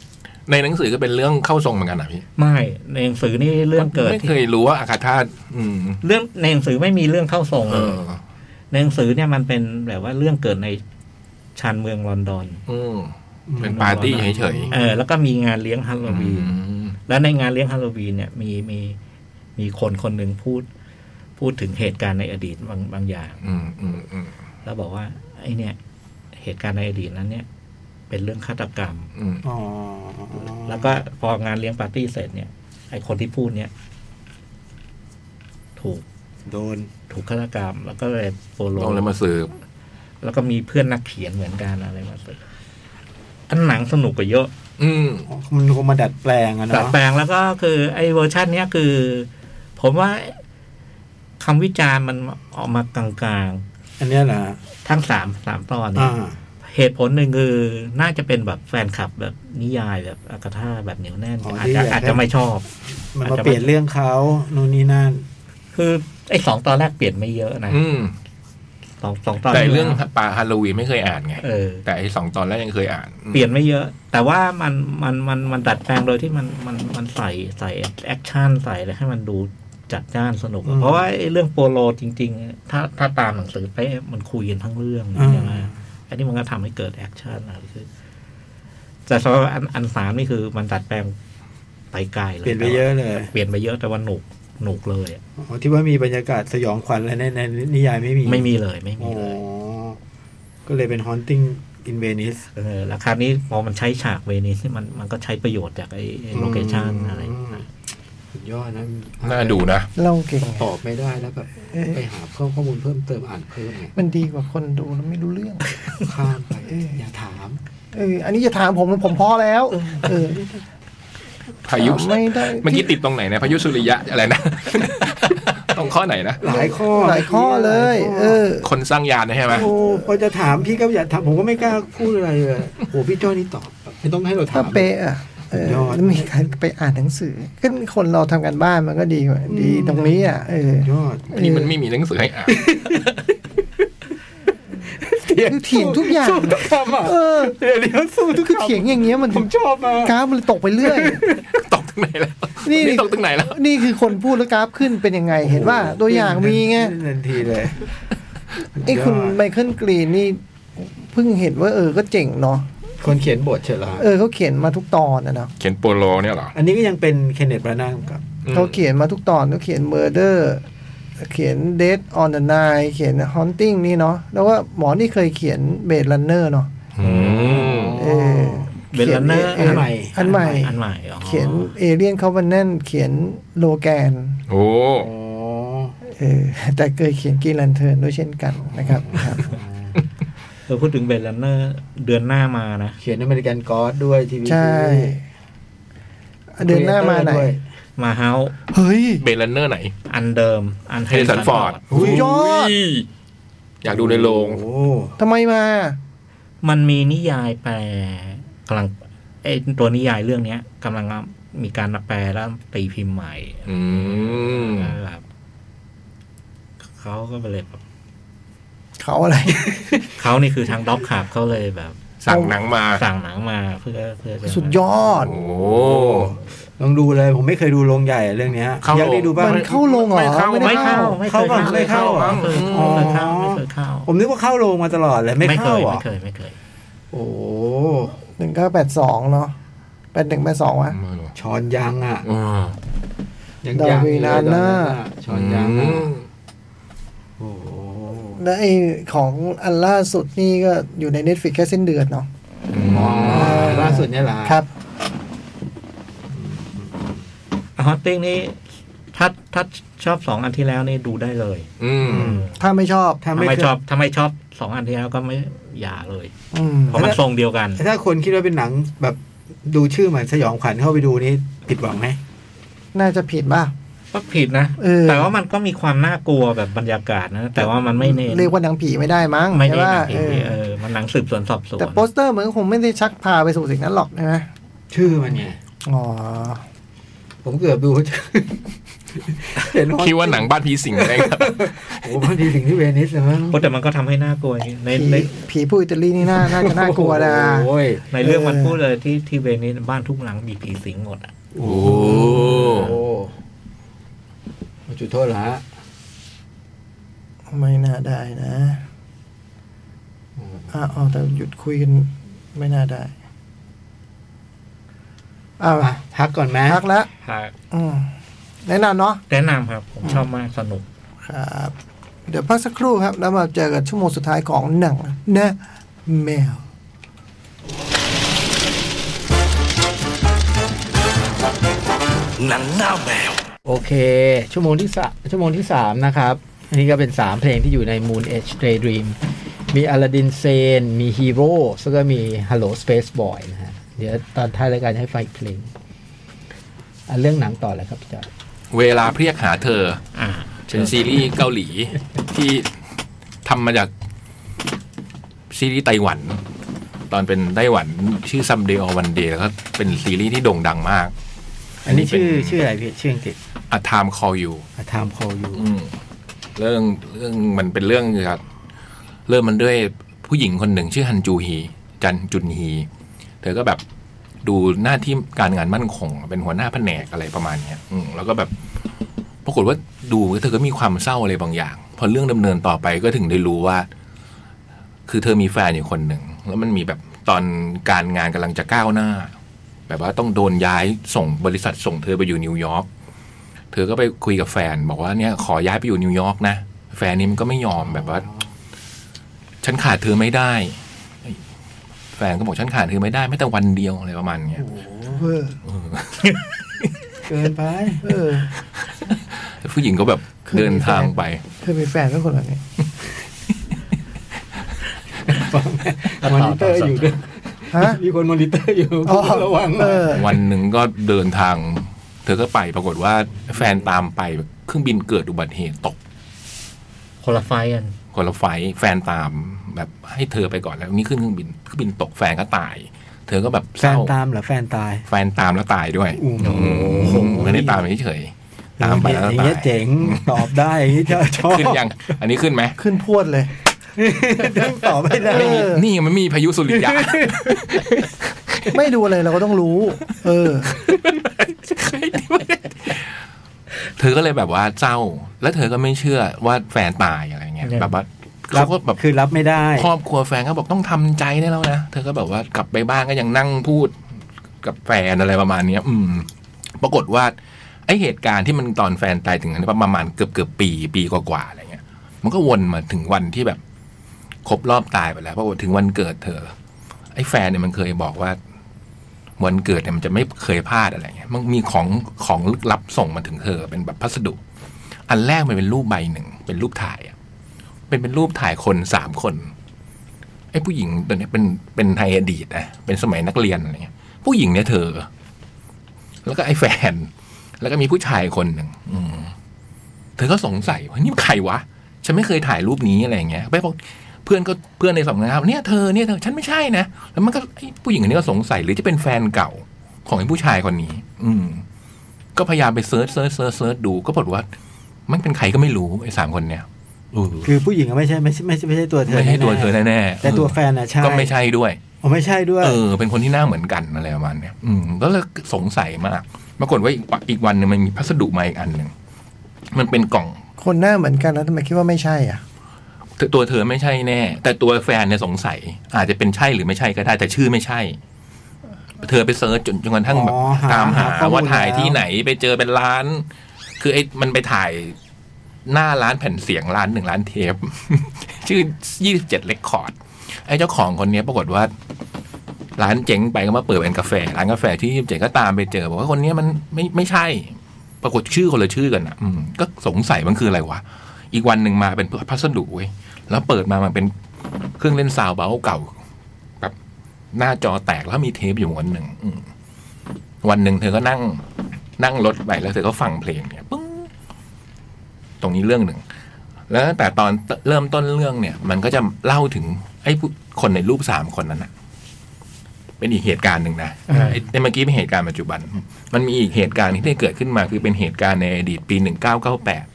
ในหนังสือก็เป็นเรื่องเข้าทรงเหมือนกันนะพี่ ไม่ในหนังสือนี่เรื่องเกิด ไม่ ที่ เคยรู้ว่าอาคาธาตอืม เรื่องในหนังสือไม่มีเรื่องเข้าทรง เอ เลย อ ในหนังสือเนี่ยมันเป็นแบบว่าเรื่องเกิดในชานเมืองลอนดอน อืมเป็นปาร์ตี้เฉย เออ แล้วก็มีงานเลี้ยงฮาโล ๆ วีน อืม แล้วในงานเลี้ยงฮาโลวีนเนี่ยมีมีมีคนคนหนึ่งพูด พูดถึงเหตุการณ์ในอดีตบางบางอย่าง อืมอืมอืม แล้วบอกว่าไอเนี่ย เหตุการณ์ในอดีตนั้นเนี่ย เป็นเรื่องฆาตกรรม อืม อ๋อ แล้วก็พองานเลี้ยงปาร์ตี้เสร็จเนี่ยไอคนที่พูดเนี่ย ถูก โดน ถูกฆาตกรรม แล้วก็เลยโปโล ต้องเลยมาสืบ แล้วก็มีเพื่อนนักเขียนเหมือนกันอะไรมาเสร็จ อันหนังสนุกกว่าเยอะ อืม มันคงมาดัดแปลงอะ ดัด เนาะ แปลงแล้วก็คือไอ้เวอร์ชันเนี้ยคือ ผมว่าคำวิจารณ์มันออกมากลาง อันเนี้ยนะ ๆ ทั้งสามสามตอนเนี่ อ่าย เหตุผลหนึ่งคือน่าจะเป็นแบบแฟนคลับแบบนิยายแบบอากาธาแบบเหนียวแน่น อาจจะอาจจะไม่ชอบ มันมาเปลี่ยนเรื่องเขานู่นนี่นั่น คือไอ้สองตอนแรกเปลี่ยนไม่เยอะนะ อืม สองสองตอน แต่เรื่องป่าฮาโลวีนไม่เคยอ่านไง เออ แต่ไอ้สองตอนแรกยังเคยอ่านอืม เปลี่ยนไม่เยอะ แต่ว่ามันมันมันมันดัดแปลงโดยที่มันมันมันใส่ใส่แอคชั่นใส่อะไรให้มันดูจัดจ้านสนุก อืม เพราะว่าไอ้เรื่องโปโลจริง ๆ ถ้าถ้าตามหนังสือไปมันคุยกันทั้งเรื่อง อ่า ใช่ไหมอันนี้มันก็ทำให้เกิดแอคชั่นอะไรคือแต่สำหรับอันอันสามนี่คือมันดัดแปลงไปไกลเลย เปลี่ยนไปเยอะเลย เปลี่ยนไปเยอะแต่ว่าหนุกหนุกเลยอะ อ๋อที่ว่ามีบรรยากาศสยองขวัญอะไรในในนิยายไม่มี ไม่มีเลยไม่มี อ๋อ เลย ก็เลยเป็น haunting in Venice เออแล้วคราวนี้พอมันใช้ฉากเวนิสนี่มันมันก็ใช้ประโยชน์จากไอ้โลเคชั่นอะไร มสุดยอดนะ น่าดูนะ เล่าเก่ง ตอบไม่ได้แล้วแบบ เอ้ย ไปหาข้อข้อมูลเพิ่มเติมอ่านเพิ่มไง มันดีกว่าคนดูแล้วไม่รู้เรื่อง ข้ามไปอย่าถาม เออ อันนี้จะถามผมผมพอแล้ว เออ พายุ ถมไม่ได้ เมื่อกี้ติดตรงไหนนะพายุสุริยะอะไร นะ ตรงข้อไหนนะ หลายข้อ หลายข้อเลย เออ คนสร้างยานนะใช่ไหม โอ้พอจะถามพี่ก็อยากถามผมก็ไม่กล้าพูดอะไรเลยโอ้พี่จ้อยนี่ตอบแบบไม่ต้องให้เราถา ถ้าม เป๊ะอ่ะเออย อด แล้วมีการไปอ่านหนังสือก็คนเราทำกันบ้านมันก็ดีกว่าดีตรงนี้อ่ะเออย อด อันนี้มันไม่มีหนังสือให้อ่าน คือเถียงทุกอย่าง สู้ทุกคำอ่ะ เออ เดี๋ยวเดี๋ยวสู้ทุก คือ คำ เถียงอย่างเงี้ยมัน ผมชอบมาก กราฟมันตกไปเรื่อย ตกตรงไหนแล้ว นี่ นี่ตกตรงไหนแล้ว นี่คือคนพูดแล้วกราฟขึ้นเป็นยังไง เห็นว่าตัวอย่างมีไง ทันทีเลย ไอ้คุณไมเคิลกรีนนี่เพิ่งเห็นว่าเออก็เจ๋งเนาะ คนเขียนบทเฉลา เออเขาเขียนมาทุกตอนนะเนาะ เขียนโปโลเนี่ยเหรอ อันนี้ก็ยังเป็นเคนเนตบรานากับ เขาเขียนมาทุกตอนเขาเขียน Murder เขียน Dead on the Nile เขียน Haunting นี่เนาะแล้วว่าหมอนี่เคยเขียน Blade Runner เนาะ อืม เออ เบลนเนอร์ ขีย นใหม่ อันใหม่ อันใหม่อ๋อ เขียนเอเลียนเขาวันแน่นเขียนโลแกน โอ้ อ๋อ เออแต่เคยเขียนกรีนลันเทิร์นด้วยเช่นกันนะครับครับ เออพูดถึงเบลนเนอร์เดือนหน้ามานะ เขียนอเมริกันกอดด้วยทีวี ใช่ เดือนหน้ามาไหน มาเฮา เฮ้ย เบลันเนอร์ไหน อันเดิม อัน เฮเลนสันฟอร์ด Ford สุดยอด อยากดูในโรง โอ้ ทำไมมา มันมีนิยายแปลกำลังไอตัวนิยายเรื่องเนี้ยกำลังมีการแปลแล้วตีพิมพ์ใหม่ อืม แบบเขาก็เลยแบบ เขาอะไร เขานี่คือทางด็อกขับเขาเลยแบบ สั่งหนังมา สั่งหนังมาเพื่อเพื่อจะ สุดยอด โอ้ ลองดูเลยผมไม่เคยดูโรงใหญ่เรื่องเนี้ยอยากได้ดูบ้าง มันเข้าลงเหรอ ไม่เข้า ไม่ได้ ไม่เข้าไม่เคยเข้า ไม่เข้าเหรอ ไม่เคยเข้าไม่เคยเข้าไม่เคยเข้า ผมนึกว่าเข้าโรงมาตลอดเลยไม่เข้าเหรอ ไม่เคยไม่เคยไม่เคย โอ้ หนึ่งเก้าแปดสองเนาะแปดหนึ่งแปดสองวะ ไม่รู้ ช้อนยังอ่ะ อ่า ยัง ดาวินาน่า ช้อนยัง อื อะ ม โอ้โห แล้วไอของอันล่าสุดนี่ก็อยู่ใน Netflix แค่เส้นเดือนเนาะ อ๋อล่าสุดเนี่ยเหรอ ครับ ฮอตติ้งนี่ถ้าถ้าชอบสองอันที่แล้วนี่ดูได้เลย อืม ถ้าไม่ชอบ ถ้า ถ้า ไม่ ไม่ เคย ชอบถ้าไม่ชอบสองอันที่แล้วก็ไม่อย่าเลย อืม เพราะมันทรงเดียวกัน ถ้าคนคิดว่าเป็นหนังแบบดูชื่อเหมือนสยองขวัญเข้าไปดูนี่ผิดหวังไหม น่าจะผิดป่ะ ก็ผิดนะ เออ แต่ว่ามันก็มีความน่ากลัวแบบบรรยากาศนะ แต่ว่ามันไม่เน้น เรียกว่าหนังผีไม่ได้มั้ง ไม่เน้ ใช่ นห ปะ นังผี เออ เออมันหนังสืบสวนสอบสวน แต่โปสเตอร์เหมือนคงไม่ได้ชักพาไปสู่สิ่งนั้นหรอกใช่ไหม ชื่อมันไง อ๋อ ผมเกือบดูเห็น คิดว่าหนังบ้านผีสิงอะไรครับ โอ้โหพอดีถึงที่เวนิสเลยมั้ง โอ้แต่มันก็ทำให้น่ากลัวใน ผี ใน ผีผู้อิตาลีนี่น่า น่าจะน่ากลัวนะ โอ้ย ในเรื่อง เออ มันพูดเลยที่ที่เวนิสบ้านทุกหลังมีผีสิงหมดอ่ะ โอ้ โอ้จุดโทษเหรอฮะ ไม่น่าได้นะอ่ะเอาแต่หยุดคุยกันไม่น่าได้อ่า อ่ะพักก่อนไหม พักละ ครับ อืมแนะนำเนาะ แนะนำครับ ผมชอบมากสนุก ครับ เดี๋ยวพักสักครู่ครับ แล้วมาเจอกันชั่วโมงสุดท้ายของหนังนะแมว หนังหน้าแมว โอเค ชั่วโมงที่สามชั่วโมงที่สามนะครับ อันนี้ก็เป็นสามเพลงที่อยู่ใน Moon Age Stray Dream มีอลาดินเซน มีฮีโร่แล้วก็มีฮัลโหลสเปซบอยนะฮะ เดี๋ยวตอนท้ายรายการให้ไฟงอีกเพลงอ่ะเรื่องหนังต่อเลยครับพี่จอย เวลาเพรียกหาเธอ อ่า เป็นซีรีส์เกาหลีที่ทำมาจากซีรีส์ไต้หวัน ตอนเป็นไต้หวันชื่อ someday or one day แล้วก็เป็นซีรีส์ที่โด่งดังมาก อันนี้ชื่อชื่ออะไรพี่ชื่ออังกฤษ A Time Call You A Time Call You อืมเรื่องเรื่องมันเป็นเรื่องเกี่ยวกับเริ่มมันด้วยผู้หญิงคนหนึ่งชื่อฮันจูฮี จันจุนฮี เธอก็แบบดูหน้าที่การงานมั่นคง เป็นหัวหน้าแผนกอะไรประมาณเนี้ยอืมแล้วก็แบบ ปรากฏว่าดูเธอก็มีความเศร้าอะไรบางอย่าง พอเรื่องดำเนินต่อไปก็ถึงได้รู้ว่า คือเธอมีแฟนอยู่คนหนึ่ง แล้วมันมีแบบตอนการงานกำลังจะก้าวหน้า แบบว่าต้องโดนย้ายส่งบริษัทส่งเธอไปอยู่นิวยอร์ก เธอก็ไปคุยกับแฟน บอกว่าเนี่ยขอย้ายไปอยู่นิวยอร์กนะ แฟนนี่มันก็ไม่ยอมแบบว่า ฉันขาดเธอไม่ได้ แฟนก็บอกฉันขาดเธอไม่ได้ไม่แต่วันเดียวอะไรประมาณเนี้ย เออ เกินไป เออ ผู้หญิงก็แบบเดินทางไป เธอมีแฟนเป็นคนแบบนี้ มอนิเตอร์อยู่ด้วย ฮะ มีคนมอนิเตอร์อยู่ อ๋อ ระวัง เออ วันหนึ่งก็เดินทาง เธอก็ไปปรากฏว่าแฟนตามไปเครื่องบินเกิดอุบัติเหตุตก คนละไฟล์กัน คนละไฟล์แฟนตามแบบให้เธอไปก่อนแล้วนี่ขึ้นเครื่องบินเครื่องบินตกแฟนก็ตาย เธอก็แบบ แฟ เศร้าน ตามเหรอแฟนตาย แฟนตามแล้วตายด้วย โอ้โห อืมไม่ได้ตามเฉยๆตามไปแล้ว อย่าง ตา เงี้ย ย เจ๋งตอบได้อย่างนี้จะชอบ ขึ้นยัง อันนี้ขึ้นไหม ขึ้นพวดเลย ต้องตอบไม่ได้ เออ นี่มันมีพายุสุริยะ ไม่ดูอะไรเราก็ต้องรู้ เออ เธอก็เลยแบบว่าเศร้า แล้วเธอก็ไม่เชื่อว่าแฟนตายอะไรเงี้ยแบบว่า รั เขา บ ก็แบบ คือรับไม่ได้ ครอบครัวแฟนก็บอกต้องทำใจได้แล้วนะ เธอก็แบบว่ากลับไปบ้านก็ยังนั่งพูดกับแฟนอะไรประมาณเนี้ย อืม ปรากฏว่า ไอเหตุการณ์ที่มันตอนแฟนตายถึงนั้นประมาณเกือบเกือบปีปีกว่าๆอะไรเงี้ย มันก็วนมาถึงวันที่แบบ ครบรอบตายไปแล้วเพราะว่าถึงวันเกิดเธอ ไอ้แฟนเนี่ยมันเคยบอกว่า วันเกิดเนี่ยมันจะไม่เคยพลาดอะไรเงี้ย มันมีของของลึกลับส่งมาถึงเธอเป็นแบบพัสดุ อันแรกมันเป็นรูปใบหนึ่งเป็นรูปถ่ายอะเป็นเป็นรูปถ่ายคนสามคน ไอ้ผู้หญิงตัวเนี้ยเป็นเป็นไทยอดีตนะเป็นสมัยนักเรียนอะไรเงี้ย ผู้หญิงเนี่ยเธอ แล้วก็ไอ้แฟน แล้วก็มีผู้ชายคนหนึ่งอืมเธอก็สงสัยว่านี่ใครวะ ฉันไม่เคยถ่ายรูปนี้อะไรเงี้ยไปบอกเพื่อนก็เพื่อนในสำนักงานเนี่ยเธอเนี่ยเธอฉันไม่ใช่นะแล้วมันก็ไอ้ผู้หญิงคนนี้ก็สงสัยหรือจะเป็นแฟนเก่าของไอ้ผู้ชายคนนี้ อืม ก็พยายามไปเซิร์ชเซิร์ชเซิร์ชเซิร์ชดูก็ปรากฏว่า มันเป็นใครก็ไม่รู้ไอ้สามคนเนี่ยเออ คือผู้หญิงอะไม่ใช่ไม่ใช่ไม่ใช่ไม่ใช่ตัวเธอ ไม่ใช่ตัว น่ๆ เธอแน่ๆ แต่ตัว เออ แฟนอะใช่ ก็ไม่ใช่ด้วย อ๋อไม่ใช่ด้วย เออ เป็นคนที่หน้าเหมือนกันอะไรประมาณเนี้ย อืมก็เลยสงสัยมาก ปรากฏว่าอีกวันอีกวันหนึงมันมีพัสดุมาอีกอันหนึ่ง มันเป็นกล่อง คนหน้าเหมือนกันแล้วทำไมคิดว่าไม่ใช่อ่ะ ตตัวเธอไม่ใช่แน่ แต่ตัวแฟนเนี่ยสงสัย อาจจะเป็นใช่หรือไม่ใช่ก็ได้ แต่ชื่อไม่ใช่ เธอไปเซิร์ชจนจนกระทั่งแบบ อ๋อ ตามหา ข้อมูล ว่าถ่ายที่ แล้ว ไหนไปเจอเป็นร้าน คือไอ้มันไปถ่ายหน้าร้านแผ่นเสียงร้านหนึ่งร้านเทป ชื่อยี่สิบเจ็ดเรคคอร์ด ไอ้เจ้าของคนเนี้ยปรากฏว่า ร้านเจ๊งไปก็มาเปิดเป็นกาแฟ ร้านกาแฟที่ยี่สิบเจ็ดก็ตามไปเจอ บอกว่าคนเนี้ยมันไม่ไม่ใช่ ปรากฏชื่อคนละชื่อกันอ่ะ อืมก็สงสัยมันคืออะไรวะ อีกวันหนึ่งมาเป็นพัสดุเว้ยแล้วเปิดมามันเป็นเครื่องเล่นซาวเบาเก่าแบบหน้าจอแตกแล้วมีเทปอยู่ม้วนหนึ่งอืมวันหนึ่งเธอก็นั่ง นั่งรถไปแล้วเธอก็ฟังเพลงเนี่ยปึ้งตรงนี้เรื่องหนึ่ง แล้วตั้งแต่ตอนเริ่มต้นเรื่องเนี่ย มันก็จะเล่าถึงไอ้ผู้คนในรูปสามคนนั้นนะเป็นอีกเหตุการณ์หนึ่งนะไอ้ในเมื่อกี้เป็นเหตุการณ์ปัจจุบัน มันมีอีกเหตุการณ์ที่ได้เกิดขึ้นมาคือเป็นเหตุการณ์ในอดีตปีหนึ่งเก้าเก้าแปด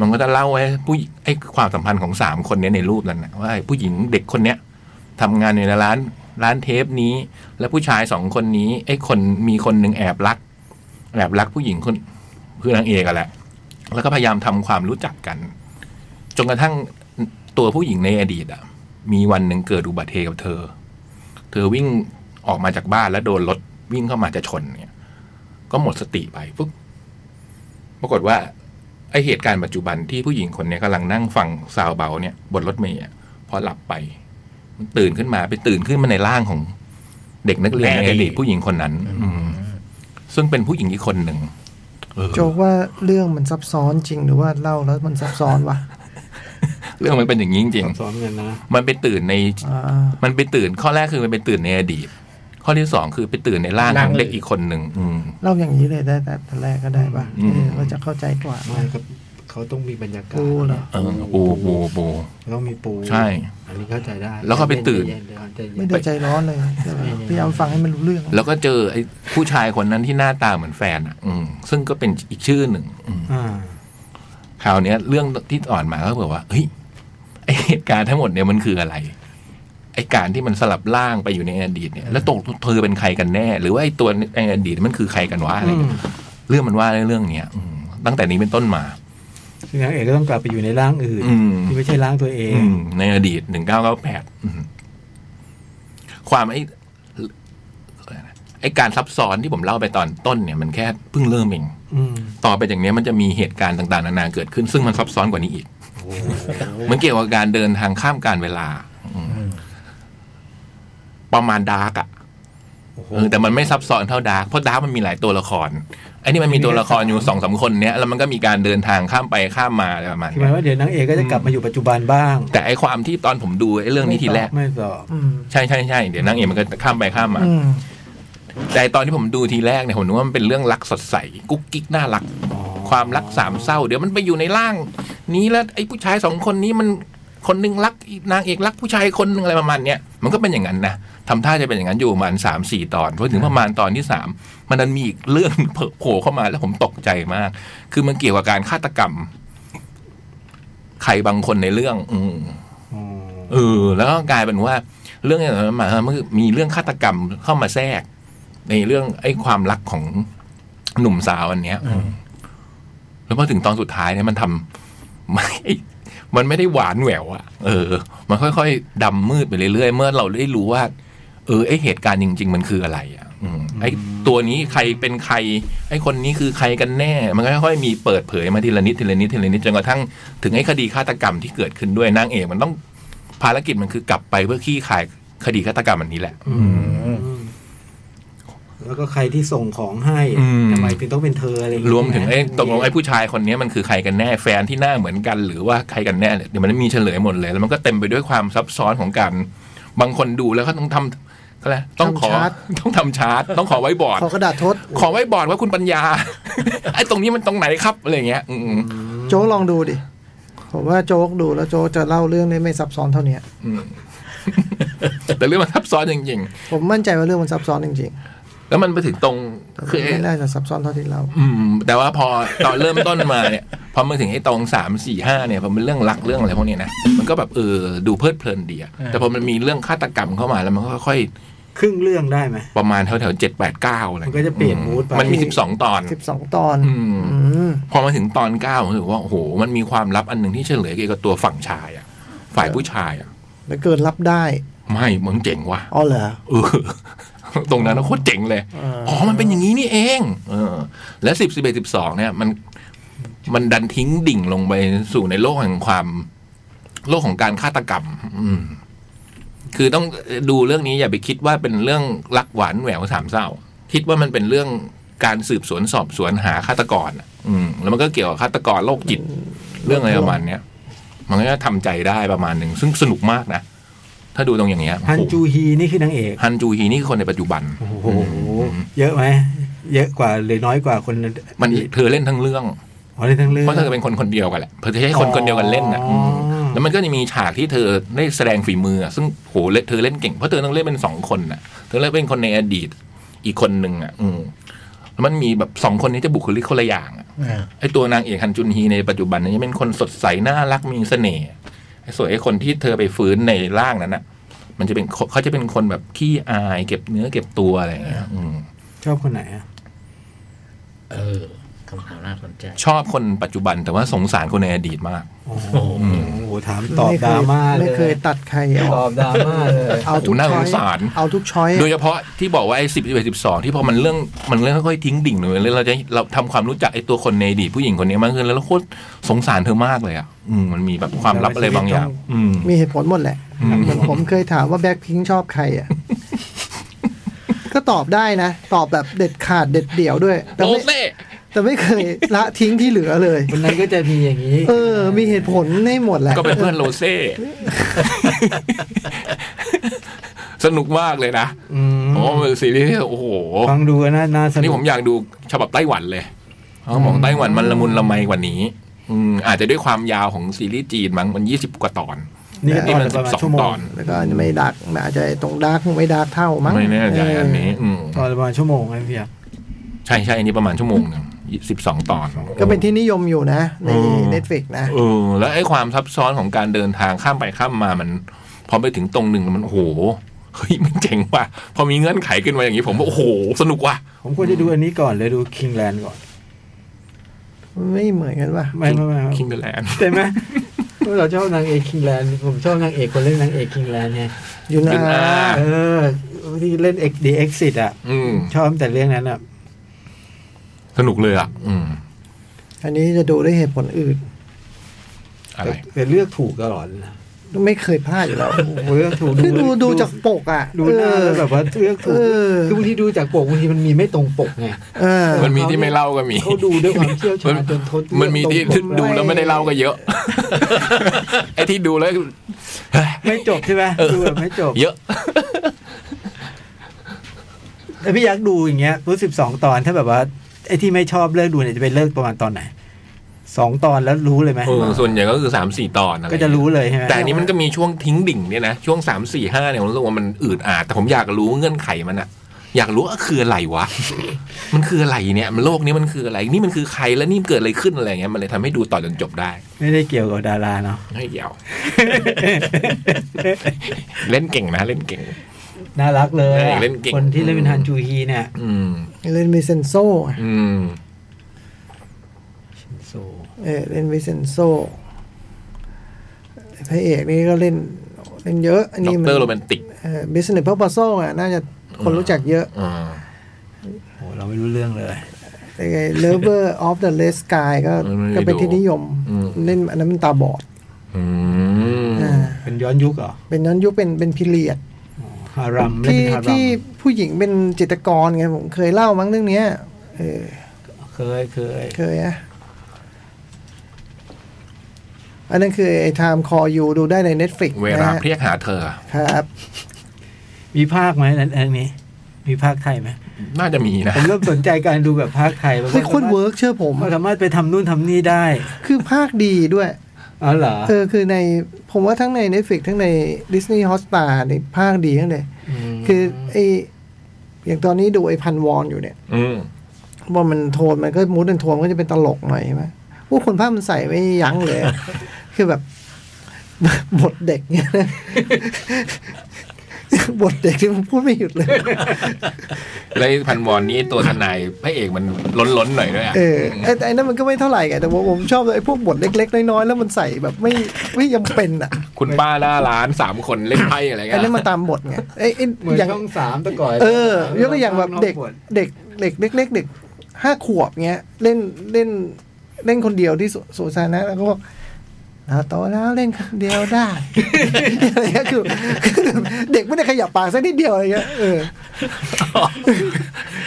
มันก็จะเล่าไอ้ผู้หญิงไอ้ความสัมพันธ์ของสามคนเนี้ในรูปนั้นนะว่าไอ้ผู้หญิงเด็กคนเนี้ยทำงานอยู่ในร้าน ร้านเทปนี้ และผู้ชายสองคนนี้ ไอ้คนมีคนหนึ่งแอบรัก แอบรักผู้หญิงคนคือนางเอกอะแหละ แล้วก็พยายามทำความรู้จักกัน จนกระทั่งตัวผู้หญิงในอดีตอ่ะ มีวันหนึ่งเกิดอุบัติเหตุกับเธอ เธอวิ่งออกมาจากบ้านแล้วโดนรถวิ่งเข้ามาจะชนเนี่ย ก็หมดสติไปปุ๊บปรากฏว่า ไอเหตุการณ์ปัจจุบันที่ผู้หญิงคนเนี้ยกำลังนั่งฟังซาวเบาเนี่ยบนรถเมย์อะพอหลับไป มันตื่นขึ้นมาไปตื่นขึ้นมาในร่างของ เด็กนักเรียนในอดีตผู้หญิงคนนั้น อืม ซึ่งเป็นผู้หญิงอีกคนหนึ่งเออ โจกว่าเรื่องมันซับซ้อนจริงหรือว่าเล่าแล้วมันซับซ้อนวะ เรื่องมันเป็นอย่างนี้จริง ซับซ้อนกันนะ ๆมันไปตื่นใน อ่า มันไปตื่นข้อแรกคือมันไปตื่นในอดีต ข้อที่สองคือไปตื่นในร่าง ร่า ข ง องเด็ก อื่น อีกคนหนึ่งอืม เล่าอย่างนี้เลยได้แต่แต่แรกก็ได้ป่ะ อืม เออเราจะเข้าใจกว่า ไม่ครับเขาต้องมีบรรยากาศ ปูเหรอ เออปูปูปู ต้องมีปู ใช่ อันนี้เข้าใจได้ แล้วก็ไปตื่น ใจเย็ๆเดี๋ยวใจเย็น ไม่ได้ใจร้อนเลยพยายามฟังให้มันรู้เรื่อง แล้วก็เจอไอ้ผู้ชายคนนั้นที่หน้าตาเหมือนแฟนอ่ะ อืมซึ่งก็เป็นอีกชื่อหนึ่งอืม อ่า คราวเนี้ยเรื่องที่อ่อนมาก็บอกว่าเฮ้ยไอเหตุการณ์ทั้งหมดเนี่ยมันคืออะไร ไอการที่มันสลับร่างไปอยู่ในอดีตเนี่ย แล้วตกเธอเป็นใครกันแน่ หรือว่าไอตัวในอดีตมันคือใครกันวะอะไรเงี้ยเรื่องมันว่าในเรื่องเนี้ยอืมตั้งแต่นี้เป็นต้นมา ซึ่งนางเอกก็ต้องกลับไปอยู่ในร่างอื่น อืม ที่ไม่ใช่ร่างตัวเอง อืมในอดีตหนึ่งเก้าเก้าแปดความไอไอการซับซ้อนที่ผมเล่าไปตอนต้นเนี่ยมันแค่เพิ่งเริ่มเอง อืม ต่อไปจากเนี้ยมันจะมีเหตุการณ์ต่างๆนานาเกิดขึ้น ซึ่งมันซับซ้อนกว่านี้อีก มันเกี่ยวกับการเดินทางข้ามการเวลา ประมาณดาร์กอะ โอ้โห เออแต่มันไม่ซับซ้อนเท่าดาร์กเพราะดาร์กมันมีหลายตัวละครไอ้นี่มันมีตัวละครอยู่สองสามคนเนี้ยแล้วมันก็มีการเดินทางข้ามไปข้ามมาอะไรประมาณ คือห เนี้ยมายว่าเดี๋ยวนางเอกก็จะกลับมาอยู่ปัจจุบันบ้าง แต่ไอ้ความที่ตอนผมดูไอ้เรื่องนี้ทีแรก ไม่ตอบ อืม ใช่ใช่ใช่เดี๋ยวนางเอกมันก็ข้ามไปข้ามมา อืม แต่ตอนที่ผมดูทีแรกเนี่ยผมนึกว่ามันเป็นเรื่องรักสดใสกุ๊กกิ๊กน่ารัก อ๋อ ความรักสามเศร้า เดี๋ยวมันไปอยู่ในร่าง นี้แล้วไอ้ผู้ชายสองคนนี้มันคนหนึงรักอีกนางเอกรักผู้ชายคนหนึงอะไรประมาณเนี้ยมันก็เป็นอย่างนั้นนะทำท่าจะเป็นอย่างนั้นอยู่ประมาณสามสี่ตอนพอถึงประมาณตอนที่สามมันดันมีอีกเรื่อง โผล่เข้ามาแล้วผมตกใจมาก คือมันเกี่ยวกับการฆาตกรรม ใครบางคนในเรื่อง อืม อ๋อ เออแล้วก็กลายเป็นว่าเรื่องอย่างนั้นมามันมีเรื่องฆาตกรรมเข้ามาแทรก ในเรื่องไอ้ความรักของหนุ่มสาวอันเนี้ยแล้วพอถึงตอนสุดท้ายเนี่ยมันทำ ไม่ มันไม่ได้หวานแหววอะเออ มันค่อยๆดำมืดไปเรื่อยๆเมื่อเราได้รู้ว่า เออไอเหตุการณ์จริง ๆ มันคืออะไรอะอืมไอตัวนี้ใครเป็นใคร ไอคนนี้คือใครกันแน่ มันก็ค่อยๆมีเปิดเผยมาทีละนิดทีละนิดทีละนิดจนกระทั่งถึงไอคดีฆาตกรรมที่เกิดขึ้นด้วยนางเอกมันต้อง ภารกิจมันคือกลับไปเพื่อขี้ขายคดีฆาตกรรมอันนี้แหละ อืมแล้วก็ใครที่ส่งของให้ อืม ทำไมถึงต้องเป็นเธออะไรอย่างเงี้ย รวมถึงไอ้ ใช่หม ตกลงไอ้ผู้ชายคนนี้มันคือใครกันแน่แฟนที่หน้าเหมือนกันหรือว่าใครกันแน่เนี่ยเดี๋ยวมันมีเฉลยหมดเลย แล้วมันก็เต็มไปด้วยความซับซ้อนของการบางคนดูแล้วก็ต้องทำก็แล้วต้องขอต้องทำชาร์ตต้องขอไว้บอร์ด ขอกระดาษทด ขอไว้บอร์ดว่าคุณปัญญา ไอ้ตรงนี้มันตรงไหนครับอะไรเงี้ยอืม โจ๊กลองดูดิ ผมว่าโจ๊กดูแล้วโจ๊กจะเล่าเรื่องได้ไม่ซับซ้อนเท่าเนี้ย อืมแต่เรื่องมันซับซ้อนจริง ผมมั่นใจว่าเรื่องมันซับซ้อนจริง ๆ แล้วมันไปถึงตรง ๆแต่ คือไอ้ ไม่น่าจะซับซ้อนเท่าที่เรา อืมแต่ว่าพอตอนเริ่มต้นมาเนี่ย พอมาถึงไอ้ตรงสามสี่ห้าเนี่ยพอมันเรื่องรักเรื่องอะไรพวกเนี้ยนะมันก็แบบเออดูเพลิดเพลินดีอะแต่พอมันมีเรื่องฆาตกรรมเข้ามาแล้วมันก็ค่อย ครึ่งเรื่องได้ไหม ๆประมาณแถวแถวเจ็ดแปดเก้าอะไร มันก็จะเปลี่ยน mood ไป มันมีสิบสองตอน สิบสองตอน อืม อืม พอมาถึงตอนเก้าผมรู้สึกว่าโอ้โหมันมีความลับอันหนึ่งที่เฉลยเกี่ยวกับตัวฝั่งชายอะฝ่ายผู้ชายอะ แล้วเกินรับได้ ไม่มึงเจ๋งว่ะ อ๋อเหรอ เออ ตรงนั้นนะโคตรเจ๋งเลย เอออ๋ อ๋อมันเป็นอย่างนี้นี่เอง เออ และสิบสิบเอ็ดสิบสองเนี่ยมัน มันดันทิ้งดิ่งลงไปสู่ในโลกแห่งความ โลกของการฆาตกรรม อืม คือต้องดูเรื่องนี้อย่าไปคิดว่าเป็นเรื่องรักหวานแหววสามเศร้า คิดว่ามันเป็นเรื่องการสืบสวนสอบสวนหาฆาตกรอะอืม แล้วมันก็เกี่ยวกับฆาตกรโรคจิต เรื่องอะไรประมาณเนี้ย มันก็จะทำใจได้ประมาณหนึ่งซึ่งสนุกมากนะ ถ้าดูตรงอย่างเงี้ย ฮัน โอ้โห จูฮีนี่คือนางเอก ฮันจูฮีนี่คือคนในปัจจุบัน โอ้โห เยอะไหม เยอะกว่าหรือน้อยกว่าคน มันเธอเล่นทั้งเรื่อง อ๋อในทั้งเรื่อง เพราะเธอเป็นคนคนเดียวกันแหละเธอจะให้คน อ๋อ คนเดียวกันเล่นนะอืมแล้วมันก็จะมีฉากที่เธอได้แสดงฝีมืออะซึ่งโหเล่นเธอเล่นเก่ง เพราะเธอต้องเล่นเป็นสองคนน่ะ เธอเล่นเป็นคนในอดีต อีกคนหนึ่งอ่ะ อืมแล้วมันมีแบบสองคนนี้จะบุคลิกคนละอย่างอะ อ่า ไอ้ตัวนางเอกฮันจุนฮีในปัจจุบันเนี่ยเป็นคนสดใสน่ารักมีเสน่ห์ไอ้ส่วนไอ้คนที่เธอไปฟื้นในร่างนั้นน่ะ มันจะเป็นเขาจะเป็นคนแบบขี้อายเก็บเนื้อเก็บตัวอะไรอย่างเงี้ยอืม ชอบคนไหนอะ เออคำถามน่าสนใจ ชอบคนปัจจุบันแต่ว่าสงสารคนในอดีตมาก โอ้โห โอ้โห โอ้โหถามตอบ ไเค ด ย ราม่าเลย ไม่เคยตัดใครอ ต อ อกบดราม่าเลย เอาทุก โอ้โหน่า ช้ ส อง สาร ยเอาทุกช้อย โดยเฉพาะที่บอกว่าไอ้สิบเอ็ดสิบสองที่พอมันเรื่องมันเรื่องค่อยๆทิ้งดิ่งเลยแล้วเราจะเราทำความรู้จักไอ้ตัวคนในอดีตผู้หญิงคนนี้มากขึ้นแล้วเราโคตรสงสารเธอมากเลยอ่ะอืมมันมีแบบความลับอะไรบางอย่าง อืม มีเหตุผลหมดแหละ เหมือนผมเคยถามว่าแบ็คพิงชอบใครอ่ะ ก็ตอบได้นะ ตอบแบบเด็ดขาดเด็ดเดี่ยวด้วยแต่ โร ไม่ เซ่ แต่ไม่เคยละทิ้งที่เหลือเลย วันนั้นก็จะมีอย่างนี้ เออ มีเหตุผลให้หมดแหละ ก็เป็นเพื่อนโรเซ่ สนุกมากเลยนะ อืม โอ้เป็นซีรีส์ที่โอ้โห ฟังดูก็น่าน่าสนุ นี่ ก ผมอยากดูฉบับไต้หวันเลยเพราะของไต้หวันมันละมุนละไมกว่านี้ อืมอาจจะด้วยความยาวของซีรีส์จีนมั้งมันยี่สิบกว่าตอน นี่ก็ต นี่ อน มัน ละป สิบสระมาณอ ชั่ ง วโม ตอง น แล้วก็อาจจะไม่ดักอาจจะตรงดักไม่ดักเท่ามั้ง ไม่แน่ใจอันนี้ อืม ตอนละประมาณชั่วโมงนั่นเพีย ใช่ใช่อันนี้ประมาณชั่วโมงหนึ่งสิบสองตอน ก็เป็นที่นิยมอยู่นะ ใน อืม Netflix นะ เออแล้วไอ้ความซับซ้อนของการเดินทางข้ามไปข้ามมามัน พอไปถึงตรงหนึ่งมันโอ้โหเฮ้ยมันเจ๋งว่ะพอมีเงื่อนไขขึ้นมาอย่างนี้ผมว่าโอ้โห สนุกว่ะ ผมควรจะดูอันนี้ก่อนเลยดูคิงแลนด์ก่อน ไม่เหมือนกันป่ะ ไม่ไม่ไม่ King the Land เต็มไหม เราชอบนางเอกคิงแลนด์ผมชอบนางเอกคนเล่นนางเอกคิงแลนด์ไง อยู่นะ ยุนอา เออที่เล่นเอ็กดีเอ็กซิอ่ะ อืม ชอบตั้งแต่เรื่องนั้นอ่ะ สนุกเลยอ่ะ อืม อันนี้จะดูด้วยเหตุผลอื่น อะไร แต่เลือกถูกตลอดเลยนะ ไม่เคยพลาดอยู่แล้ว โอ้โหเลือกถูก คือดูดูจากปกอ่ะ ดูหน้า เออ แล้วแบบว่าเลือกถูก เออ คือบางทีดูจากปกบางทีมันมีไม่ตรงปกไง เออ มันมีที่ไม่เล่าก็มี เขาดูด้วยความเชี่ยวชาญจนทดเลือก มันมีที่ ตรงปก ดูแล้วไม่ได้เล่าก็เยอะ ไอ้ที่ดูแล้วเฮ้ย ไม่จบใช่ไหมดูแบบไม่จบ เยอะ แต่พี่ยักษ์ดูอย่างเงี้ยรู้สิบสองตอนถ้าแบบว่าไอ้ที่ไม่ชอบเลิกดูเนี่ยจะไปเลิกประมาณตอนไหนสองตอนแล้วรู้เลยไหม เออส่วนใหญ่ก็คือสามสี่ตอนอไ ก็จะรู้เลยใช่ไหม แต่อันนี้มันก็มีช่วงทิ้งดิ่งเนี่ยนะ ช่วงสามสี่ห้าเนี่ยผมรู้สึกว่ามันอืดอาดแต่ผมอยากรู้เงื่อนไขมันอะอยากรู้ว่าคืออะไรวะ มันคืออะไรเนี่ย มันโลกนี้มันคืออะไร นี่มันคือใครแล้วนี่เกิดอะไรขึ้นอะไรเงี้ยมันเลยทำให้ดูต่อจนจบได้ ไม่ได้เกี่ยวกับดาราเนาะ ไม่เกี่ยว เล่นเก่งนะเล่นเก่ง น่ารักเลยอะ เล่นเก่ง คนที่เล่นเป็นฮันจูฮีเนี่ย อืม เล่นวิเซนโซอะ อืม โซ เออเล่นวิเซนโซพระเอกนี่ก็เล่นเล่นเยอะ อัน ด็อ นี้ ก มั เตอร์โรแมนติก บิสเนสเพอร์พอโซอ่ะน่าจะคนรู้จักเยอะ อ่า โอ้เราไม่รู้เรื่องเลย เลเวอร์ออฟเดอะเลสกายก็ก็เป็นที่นิยม เล่นอันนั้นเป็นตาบอด อืม อ่า เป็นย้อนยุคเหรอ เป็นนั้นยุคเป็นเป็นพิเรียด ฮารัมเล่น ที่ เป็นฮารัม ที่ผู้หญิงเป็นจิตรกรไงผมเคยเล่ามั้งเรื่องเนี้ยเออ เคยเคย เคยอะอันนั้นคือไอ้ Time Call You ดูได้ใน Netflix เว นะ ลา ฮะ เรียกหาเธอ ครับ มีภาคไหมนั้นอันนี้ มีภาคไทยไหม น่าจะมีนะ ผมเริ่มสนใจการดูแบบภาค ไทย ไม่โคตรเวิร์กเชื่อผม มันสามารถไปทำนู่นทำนี่ได้ คือภาคดีด้วย อ๋อเหรอ เออ คือในผมว่าทั้งใน Netflix ทั้งใน Disney Hotstar ในภาคดีทั้งเลย ม คือไออย่างตอนนี้ดูไอพันวอนอยู่เนี่ย อืม ว่ามันโทนมันก็มูดเป็นโทนมันก็จะเป็นตลกหน่อยใช่ไหมว่าคนภาพมันใส่ไม่ยั้งเลยอะ คือแบบ บทเด็กเนี่ย นะ บทเด็กที่มันพูดไม่หยุดเลย แล้วไอ้พันวอนนี้ตัวทนายพระเอกมันล้นๆหน่อยด้วยอะ เออไอ้ไอ้นั่นมันก็ไม่เท่าไหร่ไงแต่ว่าผมชอบไอ้พวกบทเล็ก ๆ น้อยๆแล้วมันใส่แบบไม่ไม่ยังเป็นอ่ะ คุณป้าหน้าร้านสามคนเล่นไพ่อะไร ไอ้ เงี้ย นั่นมันตามบทไงไอ้ไอ้ เหมือน อย่าง ช่องสามแต่ก่อน เออยกตัวอย่างแบบเด็ก เด็กเด็กเล็ก ๆ เด็กห้าขวบเงี้ย เล่นเล่นเล่นคนเดียวที่สวนสวนสาธารณะแล้วก็บอกเราโตแล้วเล่นคนเดียวได้ อะไรเงี้ยคือ คือเด็กไม่ได้ขยับปากสักนิดเดียวอะไรเงี้ยเออ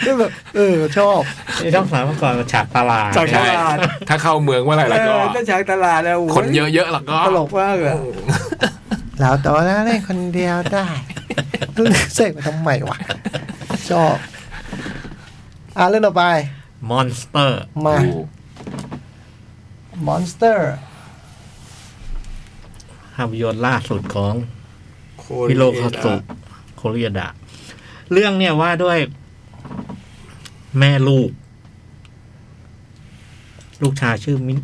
ก็แบบเออชอบ นี่ต้องสามเมื่อก่อนมันฉากตลาด จากต ใช่ ลาด ถ้าเข้าเมืองเมื่อไหร่ เอ แล้วก็ อก็จากตลาดแล้วโโห คนเยอะๆแล้วก็ ตลกมากเลย เราโตแล้วเล่นคนเดียวได้เสกมาทำไมวะชอบ อ่ะเล่นต่อไป มอนสเตอร์ มา ดู Monster ภาพยนตร์ล่าสุดของพิโรคาสุโคเรียดะ เรื่องเนี่ยว่าด้วย แม่ลูก ลูกชายชื่อมิ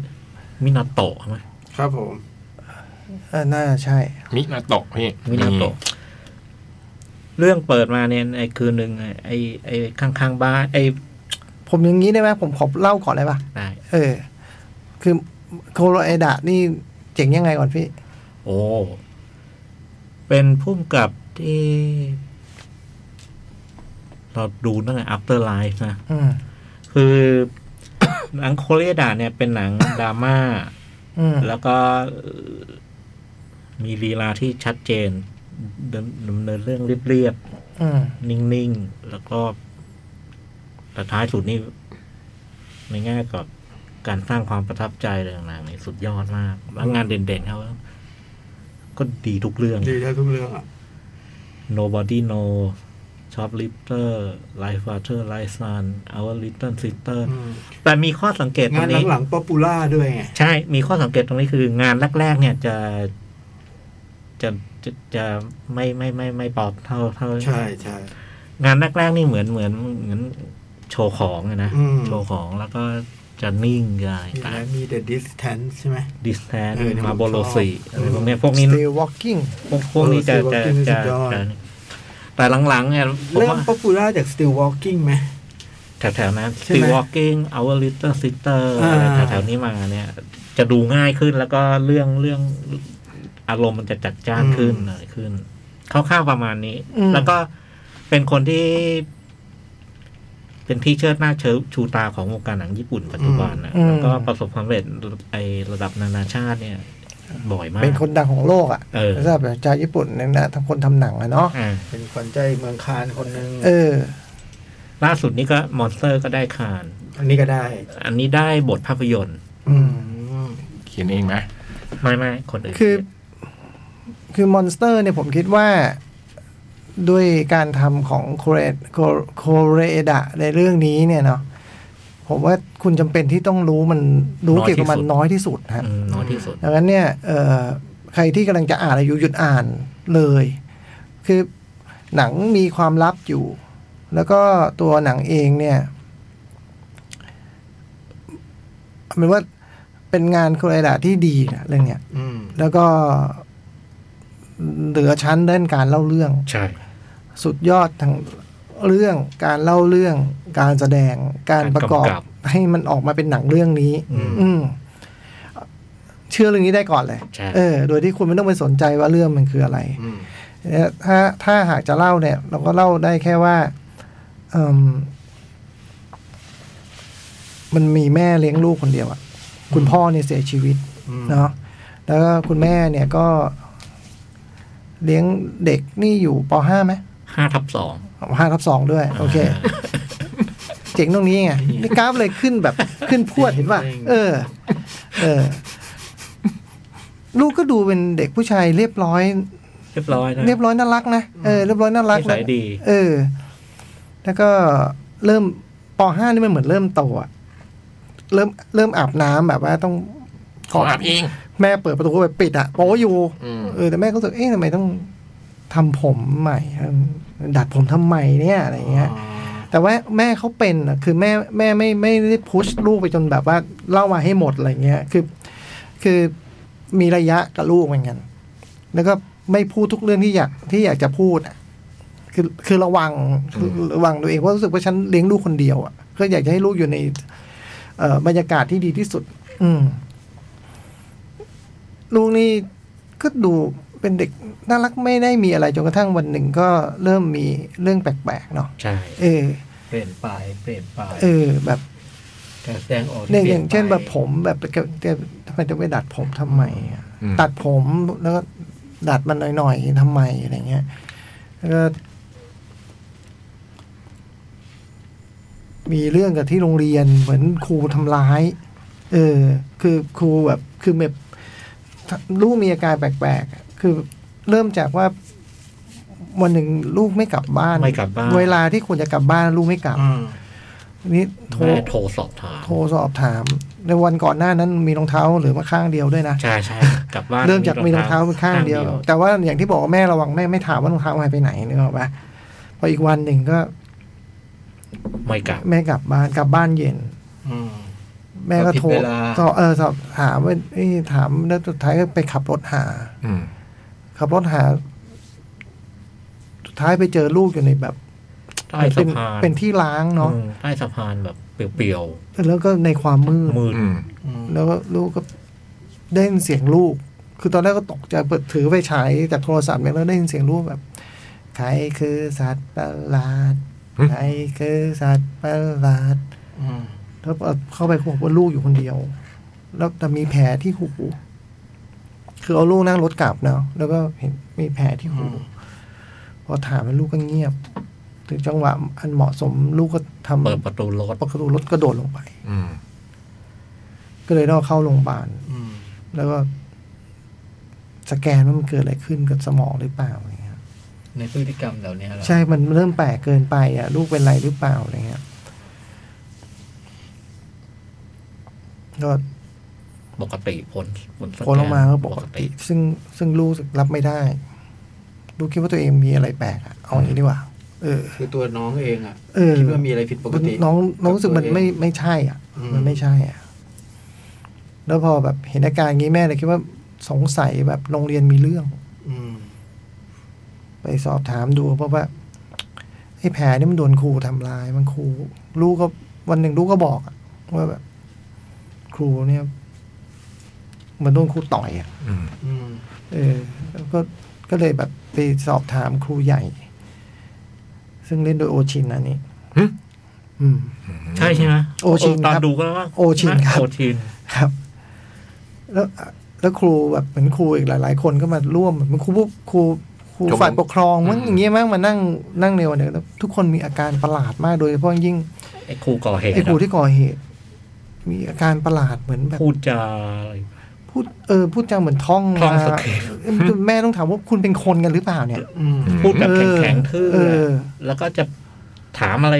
มินาโตะไหม ครับผม เออน่าใช่ มินาโตะพี่ มินาโตะเรื่องเปิดมาเนี่ยไอ้คืนหนึ่งไอ้ไอ้ข้างๆบ้านไอ้ ผมอย่างนี้ได้ไหมผมขอเล่าก่อนได้ปะ ได้ เออ คือโคโรไอดะนี่เจ๋งยังไงก่อนพี่ โอ้ เป็นพุ่มกับที่ เราดูตั้งแต่ After Life นะ อืม คือ หนังโคเรียดาเนี่ยเป็นหนัง ดราม่า อืม แล้วก็เอ่อมีลีลาที่ชัดเจนดำดำเนินเรื่องเรียบ อืม ๆ นิ่ง ๆ แล้วก็แต่ท้ายสุดนี่ ในแง่กับการสร้างความประทับใจอะไรต่างๆนี่สุดยอดมากแล้วงานเด่นๆเขาก็ดีทุกเรื่อง ดีได้ทุกเรื่องอ่ะ Nobody Know Shop Lifter Life Water Life Sun Our Little Sister อืม แต่มีข้อสังเกตตรง าน งนี้ หลังๆป๊อปปูล่าด้วยไง ใช่ มีข้อสังเกตตรงนี้คืองานแรก ๆ เนี่ยจะจะจะจะไม่ไม่ไม่ไม่ป๊อปเท่าเท่า ใช่ใช่ งานแรกๆนี่เหมือนเหมือนเหมือนโชว์ของอะนะ อืม โชว์ของแล้วก็จะนิ่งอะไร มีอะไร ต่าง มี The Distance ใช่ไหม ดิสแทน เออเนี่ยผม มาโบโล ชอบ สีอะไรพวกเนี้ยพวกนี้ still walking พวกพวกนี้จะ เออ Steel Walking จะจะ สุดยอด จะแต่หลังๆเนี่ยผม เริ่ม ว่า ป๊อปปูล่าจาก Still Walking ไหม แถวๆนั้น ใช่ไหม Still Walking Our Little Sister อ่า อะไรแถวๆนี้มาเนี่ย จะดูง่ายขึ้นแล้วก็เรื่องเรื่องอารมณ์มันจะจัดจ้านขึ้นอะไรขึ้นคร่าวๆประมาณนี้ อืม แล้วก็เป็นคนที่ เป็นที่เชิดหน้าเชิดชูตาของวงการหนังญี่ปุ่นปัจจุบันนะ อืม แล้วก็ประสบความสำเร็จไอระดับนานาชาติเนี่ย บ่อยมาก เป็นคนดังของโลกอ่ะ เออ สำหรับจากญี่ปุ่นเนี่ยนะทั้งคนทำหนังอะเนาะ อ่า เป็นขวัญใจเมืองคานคนหนึ่ง เออ ล่าสุดนี้ก็มอนสเตอร์ก็ได้คาน อันนี้ก็ได้ อันนี้ได้บทภาพยนตร์ อืม เขียนเองไหม ไม่ไม่คนอื่น คือ คือมอนสเตอร์เนี่ยผมคิดว่าด้วยการทำของโคเรโคโคเรดะในเรื่องนี้เนี่ยเนาะผมว่าคุณจำเป็นที่ต้องรู้มันรู้เกี่ยวกับมันน้อยที่สุดฮะ อืมน้อยที่สุด ดังนั้นเนี่ยเอ่อใครที่กำลังจะอ่านอายุหยุดอ่านเลย คือหนังมีความลับอยู่ แล้วก็ตัวหนังเองเนี่ยเอาเป็นว่าเป็นงานโคเรดะที่ดีนะเรื่องเนี้ย อืม แล้วก็เหลือชั้นเรื่องการเล่าเรื่อง ใช่ สุดยอดทางเรื่องการเล่าเรื่อง การแสดงการประกอบ การกำกับ ให้มันออกมาเป็นหนังเรื่องนี้ อืม อืมเชื่อเรื่องนี้ได้ก่อนเลย ใช่ เออ โดยที่คุณไม่ต้องไปสนใจว่าเรื่องมันคืออะไร อืม เนี่ยถ้าถ้าหากจะเล่าเนี่ย เราก็เล่าได้แค่ว่าเอมมันมีแม่เลี้ยงลูกคนเดียวอะคุณพ่อเนี่ยเสียชีวิต อืม เนาะแล้วก็คุณแม่เนี่ยก็ เลี้ยงเด็กนี่อยู่ป .5 ไหม ห้าทับสอง ห้าทับสองด้วย โอเค เจ๋งตรงนี้ไงนี่กราฟเลยขึ้นแบบขึ้นพรวดเห็นป่ะ เออ เออ ลูกก็ดูเป็นเด็กผู้ชายเรียบร้อย เรียบร้อยนะ เรียบร้อยน่ารักนะ เออ เรียบร้อยน่ารัก นิสัยดี เออ แล้วก็เริ่มป .5 นี่มันเหมือนเริ่มโตอะเริ่มเริ่มอาบน้ำแบบว่าต้อง ขออาบเอง แม่เปิดประตูเข้าไปปิดอะโป๊อยู่ อืม เออแต่แม่ก็รู้สึกเอ๊ะทำไมต้องทำผมใหม่ ดัดผมทำไมเนี่ยอะไรอย่างเงี้ย แต่ว่าแม่เขาเป็นอะคือแม่แม่ไม่ไม่ได้พุชลูกไปจนแบบว่าเล่ามาให้หมดอะไรเงี้ยคือ คือมีระยะกับลูกเหมือนกัน แล้วก็ไม่พูดทุกเรื่องที่อยากที่อยากจะพูดอะคือคือระวังคือระวังตัวเองเพราะรู้สึกว่าฉันเลี้ยงลูกคนเดียวอะก็อยากจะให้ลูกอยู่ใน เอ่อบรรยากาศที่ดีที่สุด อืม ลูกนี่ก็ดูเป็นเด็กน่ารักไม่ได้มีอะไรจนกระทั่งวันหนึ่งก็เริ่มมีเรื่องแปลกๆเนาะ ใช่ เออ เปลี่ยนไปเปลี่ยนไป เออ แบบ การแสดงออกที่ เนี่ย ป อ ลี่ ย่างเช่น ไป แบบผมแบบจะทำไมจะไม่ดัดผมทำไมอะ อืม ตัดผมแล้วก็ดัดมันหน่อยๆทำไมอะไรเงี้ยแล้วก็มีเรื่องกับที่โรงเรียนเหมือนครูทำร้าย เออ คือครูแบบคือแบบลูกมีอาการแปลกๆอะคือเริ่มจากว่า วันหนึ่งลูกไม่กลับบ้าน ไม่กลับบ้าน เวลาที่ควรจะกลับบ้านลูกไม่กลับ อืม นี่โทร แม่โทรสอบถาม โทรสอบถาม ในวันก่อนหน้านั้นมีรองเท้าเหรือมาข้างเดียวด้วยนะ ใช่ใช่ กลับบ้าน เริ่มจากมีรองเท้าข้างเดียว แต่ว่าอย่างที่บอกว่าแม่ระวังแม่ไม่ถามว่ารองเท้าหายไปไหนนึกออกปะพออีกวันหนึ่งก็ ไม่กลับ แม่กลับบ้านกลับบ้านเย็น อืม แม่ก็โทร ก็ผิดเวลา สอบเออสอบถามว่าเอ้ยถามแล้วสุดท้ายก็ไปขับรถหา อืม ขับรถหาสุดท้ายไปเจอลูกอยู่ในแบบ ใต้ เป็ สะ น พาน เป็นที่ล้างเนาะ อืมใต้สะพานแบบเปลี่ยว แล้วก็ในความมืด ๆมืด อืม อืม แล้วก็ลูกก็ได้ยินเสียงลูก คือตอนแรกก็ตกใจเปิดถือไปฉายจากโทรศัพท์เนี่ยแล้วได้ยินเสียงลูกแบบ ใครคือสัตว์ประหลาด หึ ใครคือสัตว์ประหลาด อืม แล้วเอาเข้าไปเขาบอกว่าลูกอยู่คนเดียว แล้วแต่มีแผลที่หู คือเอาลูกนั่งรถกลับเนาะ แล้วก็เห็นมีแผลที่หู พอถามแล้วลูกก็เงียบ ถึงจังหวะอันเหมาะสมลูกก็ทำ เปิดประตูรถ ปรากฏว่ารถกระโดดลงไป อืม ก็เลยต้องเข้าโรงพยาบาล อืม แล้วก็สแกนว่ามันเกิดอะไรขึ้นกับสมองหรือเปล่าอะไรเงี้ย ในพฤติกรรมเหล่านี้เหรอ ใช่ มันเริ่มแปลกเกินไปอ่ะ ลูกเป็นไรหรือเปล่าอะไรเงี้ย ก็ ปกติผลผลสแกน ผลออกมาก็ปกติ ซึ่งซึ่งลูกรับไม่ได้ ลูกคิดว่าตัวเองมีอะไรแปลกอ่ะ เอาอย่างนี้ดีกว่า เออ คือตัวน้องเองอ่ะ เออ คิดว่ามีอะไรผิดปกติ น้องน้องรู้สึกมันไม่ไม่ใช่อ่ะ อืม มันไม่ใช่อ่ะ แล้วพอแบบเห็นอาการงี้แม่เลยคิดว่าสงสัยแบบโรงเรียนมีเรื่อง อืม ไปสอบถามดูเพราะว่าไอ้แผลนี่มันโดนครูทำลายมันครูลูกก็วันหนึ่งลูกก็บอกอะว่าแบบ ครูเนี่ยเหมันโดนครูต่อยอะ อืม อืม เออแล้วก็ก็เลยแบบไปสอบถามครูใหญ่ ซึ่งเล่นโดยโอชินอันนี้ หึ อืม ใช่ใช่ไหม โอชิน ตอน ครับ ดูก็ว่า โอชินครับ โอชิน ครับ แล้วแล้วครูแบบเหมือนครูอีกหลาย ๆ คนก็มาร่วมเหมือนครูผู้ครูครู ชมรม ฝ่ายปกครองมั้ง อืม อย่างเงี้ยมั้งมานั่งนั่งในวันเดียวแล้วทุกคนมีอาการประหลาดมากโดยเฉพาะยิ่ง ไอ้ครูก่อเหตุ ไอ้ครูที่ก่อเหตุ มีอาการประหลาดเหมือนแบบ พูดจาอะไร พูดเออพูดจาเหมือนท่อง ท่อง มา สคริปต์ เออแม่ต้องถามว่าคุณเป็นคนกันหรือเปล่าเนี่ย อืม พูดแบบ เออ แข็งๆทื่อ เออ แล้วก็จะถามอะไร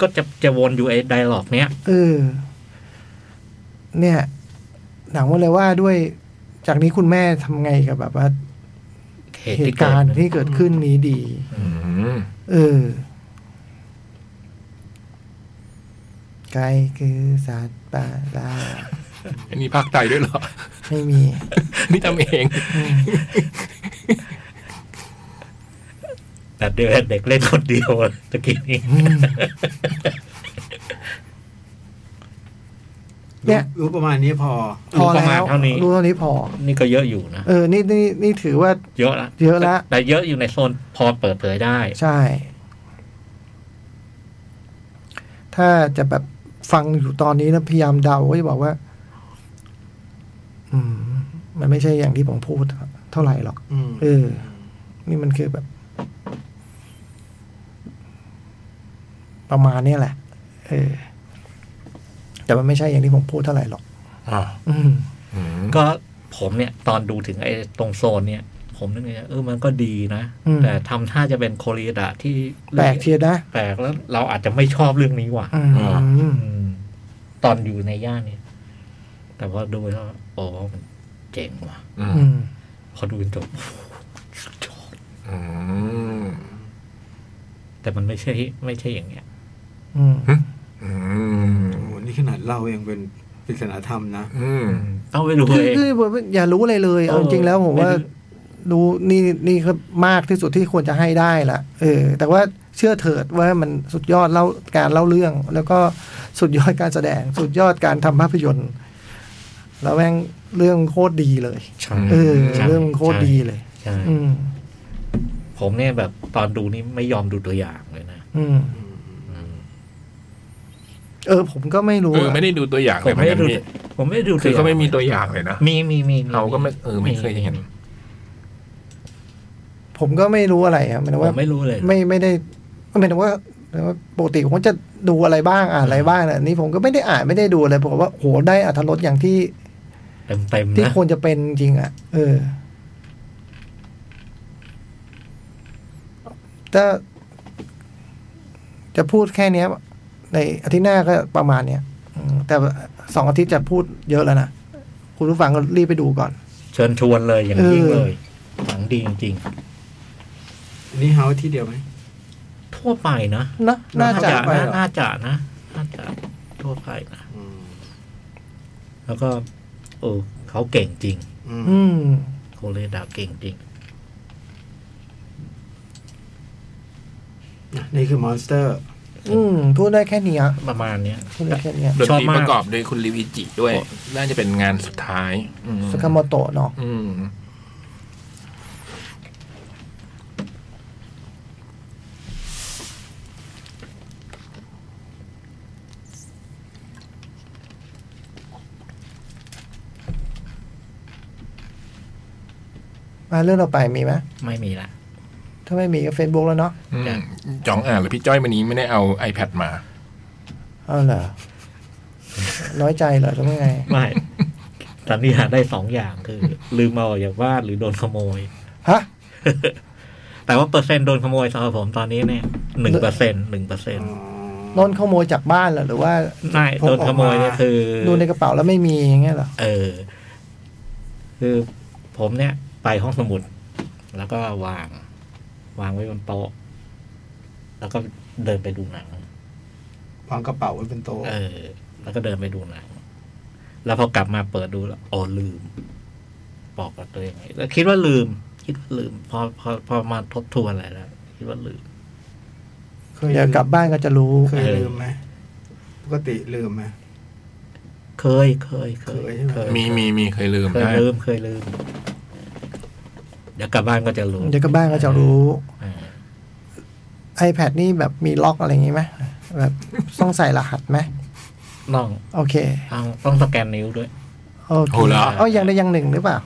ก็จะจะวนอยู่ไอ้ไดร์ล็อกเนี้ย เออ เนี่ย หนังว่าเลยว่าด้วยจากนี้คุณแม่ทำไงกับแบบว่าเหตุการณ์ที่เกิดขึ้นนี้ดี อืม เออ ไก่คือสัตว์ป่าล่า อันนี้ภาคไตด้วยเหรอ ไม่มี นี่ทำเอง อืม แต่เด็กเด็กเล่นคนเดียว ตะกี้นี้ เนี่ย รู้รู้ประมาณนี้พอ พอ ประมา แล้ ณ ว เท่านี้ รู้เท่านี้พอ นี่ก็เยอะอยู่นะ เออ นี่นี่นี่ถือว่า เยอะละ เยอะละ แต่เยอะอยู่ในโซนพอเปิดเผยได้ ใช่ ถ้าจะแบบฟังอยู่ตอนนี้นะพยายามเดาก็จะบอกว่า อืม มันไม่ใช่อย่างที่ผมพูดเท่าไหร่หรอก อืม เออ นี่มันคือแบบ ประมาณเนี้ยแหละ เออ แต่มันไม่ใช่อย่างที่ผมพูดเท่าไหร่หรอก อ่า อืม อืม ก็ผมเนี่ย ตอนดูถึงไอ้ตรงโซนเนี่ย ผมนึกในใจเออมันก็ดีนะ อืม แต่ทำท่าจะเป็นโคเรียดะที่ แปลกเชียร์นะ แปลกแล้วเราอาจจะไม่ชอบเรื่องนี้ว่ะ อื อ่า ม อืมตอนอยู่ในย่านเนี่ย แต่พอดูแล้วโอ้มันเจ๋งว่ะ อื อื ม ม พอดูจนจบโอ้โห สุดยอด อืม แต่มันไม่ใช่ ไม่ใช่อย่างเงี้ย อืม อืม โอ้โหนี่ขนาดเล่าเองเป็นปริศนาธรรมนะ อืม ต้องไปดู คือ เอง คือผมอย่ารู้อะไรเลย เอา เอ จ อ ริงๆแล้วผมว่า ไม่รู้ รู้นี่นี่ก็มากที่สุดที่ควรจะให้ได้ละเออ แต่ว่าเชื่อเถิดว่ามันสุดยอดเล่าการเล่าเรื่อง แล้วก็สุดยอดการแสดง สุดยอดการทำภาพยนตร์ แล้วแม่งเรื่องโคตรดีเลย ใช่ เออ ใช่ เรื่องโคตรดีเลย ใช่ อืม ผมเนี่ยแบบตอนดูนี่ไม่ยอมดูตัวอย่างเลยนะ อืม เออ ผมก็ไม่รู้ เออ อะ ไม่ได้ดูตัวอย่าง ผ เลย ม เหมือ ไม่ นกันได้ดู พี่ ผมไม่ได้ดู คือ ตัวอย่า เขา ง ไม่มีตัวอย่างเลยนะ มีมีมี เราก็ไม่เออไม่เคยเห็น ผมก็ไม่รู้อะไรอะหมายถึง ผ ว่าม ไม่รู้เลย ไม่ไม่ได้หมายถึงว่าหมายถึงว่าปกติผมก็จะดูอะไรบ้างอ่านอะไรบ้างนะนี่ผมก็ไม่ได้อ่านไม่ได้ดูเลยผมว่าโหได้อัธรสอย่างที่ เต็มเต็มๆ ที่ นะ ควรจะเป็นจริงๆอ่ะ เออ ถ้าจะพูดแค่เนี้ย ในอาทิตย์หน้าก็ประมาณเนี้ยอืมแต่สองอาทิตย์จะพูดเยอะแล้วนะ คุณผู้ฟังก็รีบไปดูก่อน เชิญชวนเลยอย่างยิ่ง เออ เลยหนังดีจริง อันนี้เฮาที่เดียวไหม ๆทั่วไปนะ นะน่าจะไป น่า หรอ น่าจะนะ น่าจะทั่วไปนะ อืม แล้วก็โอ้เขาเก่งจริง อืม อืม โคเรดาเก่งจริง อ่ะนี่คือมอนสเตอร์ อืม พูดได้แค่เนี้ย ประมาณเนี้ย พูดได้แค่เนี้ย ดน ชอบ ตรี มาก ประกอบโดยคุณริวิจิด้วย น่าจะเป็นงานสุดท้ายอืม สกามโตะเนาะ อืม มาเรื่องเราไปมีไหม ไม่มีละ ถ้าไม่มีก็เฟซบุ๊กแล้วเนาะ อืมจ่องอ่านหรือพี่จ้อยวันนี้ไม่ได้เอา iPad มา เออเหรอน้อยใจเหรอหรือว่าไง ไม่ สันนิษฐานได้สองอย่างคือ ลืมเอาออกจากบ้านหรือโดนขโมย ฮะ แต่ว่าเปอร์เซ็นต์โดนขโมยสำหรับผมตอนนี้เนี่ยหนึ่งเปอร์เซ็นต์หนึ่งเปอร์เซ็นต์ โดนขโมยจากบ้านเหรอหรือว่า ไม่โดนขโมยเนี่ยคือ ดูในกระเป๋าแล้วไม่มีอย่างเงี้ยเหรอ เออ คือผมเนี่ย ไปห้องสมุด แล้วก็วาง วางไว้บนโต๊ะ แล้วก็เดินไปดูหนัง วางกระเป๋าไว้เป็นโต๊ะ เออ แล้วก็เดินไปดูหนัง แล้วพอกลับมาเปิดดูแล้วอ๋อลืม บอกกับตัวเองแล้วคิดว่าลืม คิดว่าลืม พอพอพอมาทบทวนอะไรแล้ว คิดว่าลืม เคย เดี๋ยวกลับบ้านก็จะรู้ เคยลืมไหมปกติลืมไหม เคย เคย เคย เคยใช่ไห มีมีมีเคยลืม เคย ได้ ลืม เคยลืม เดี๋ยวกลับบ้านก็จะรู้ เดี๋ยวกลับบ้านก็จะรู้ เออ iPad นี่แบบมีล็อกอะไรอย่างงี้ไหมแบบต้องใส่รหัสไหม ต้อง โอเค ต้องต้องสแกนนิ้วด้วย โอเค โหเหรอ เอ๋อยังได้ยังหนึ่งหรือเปล่า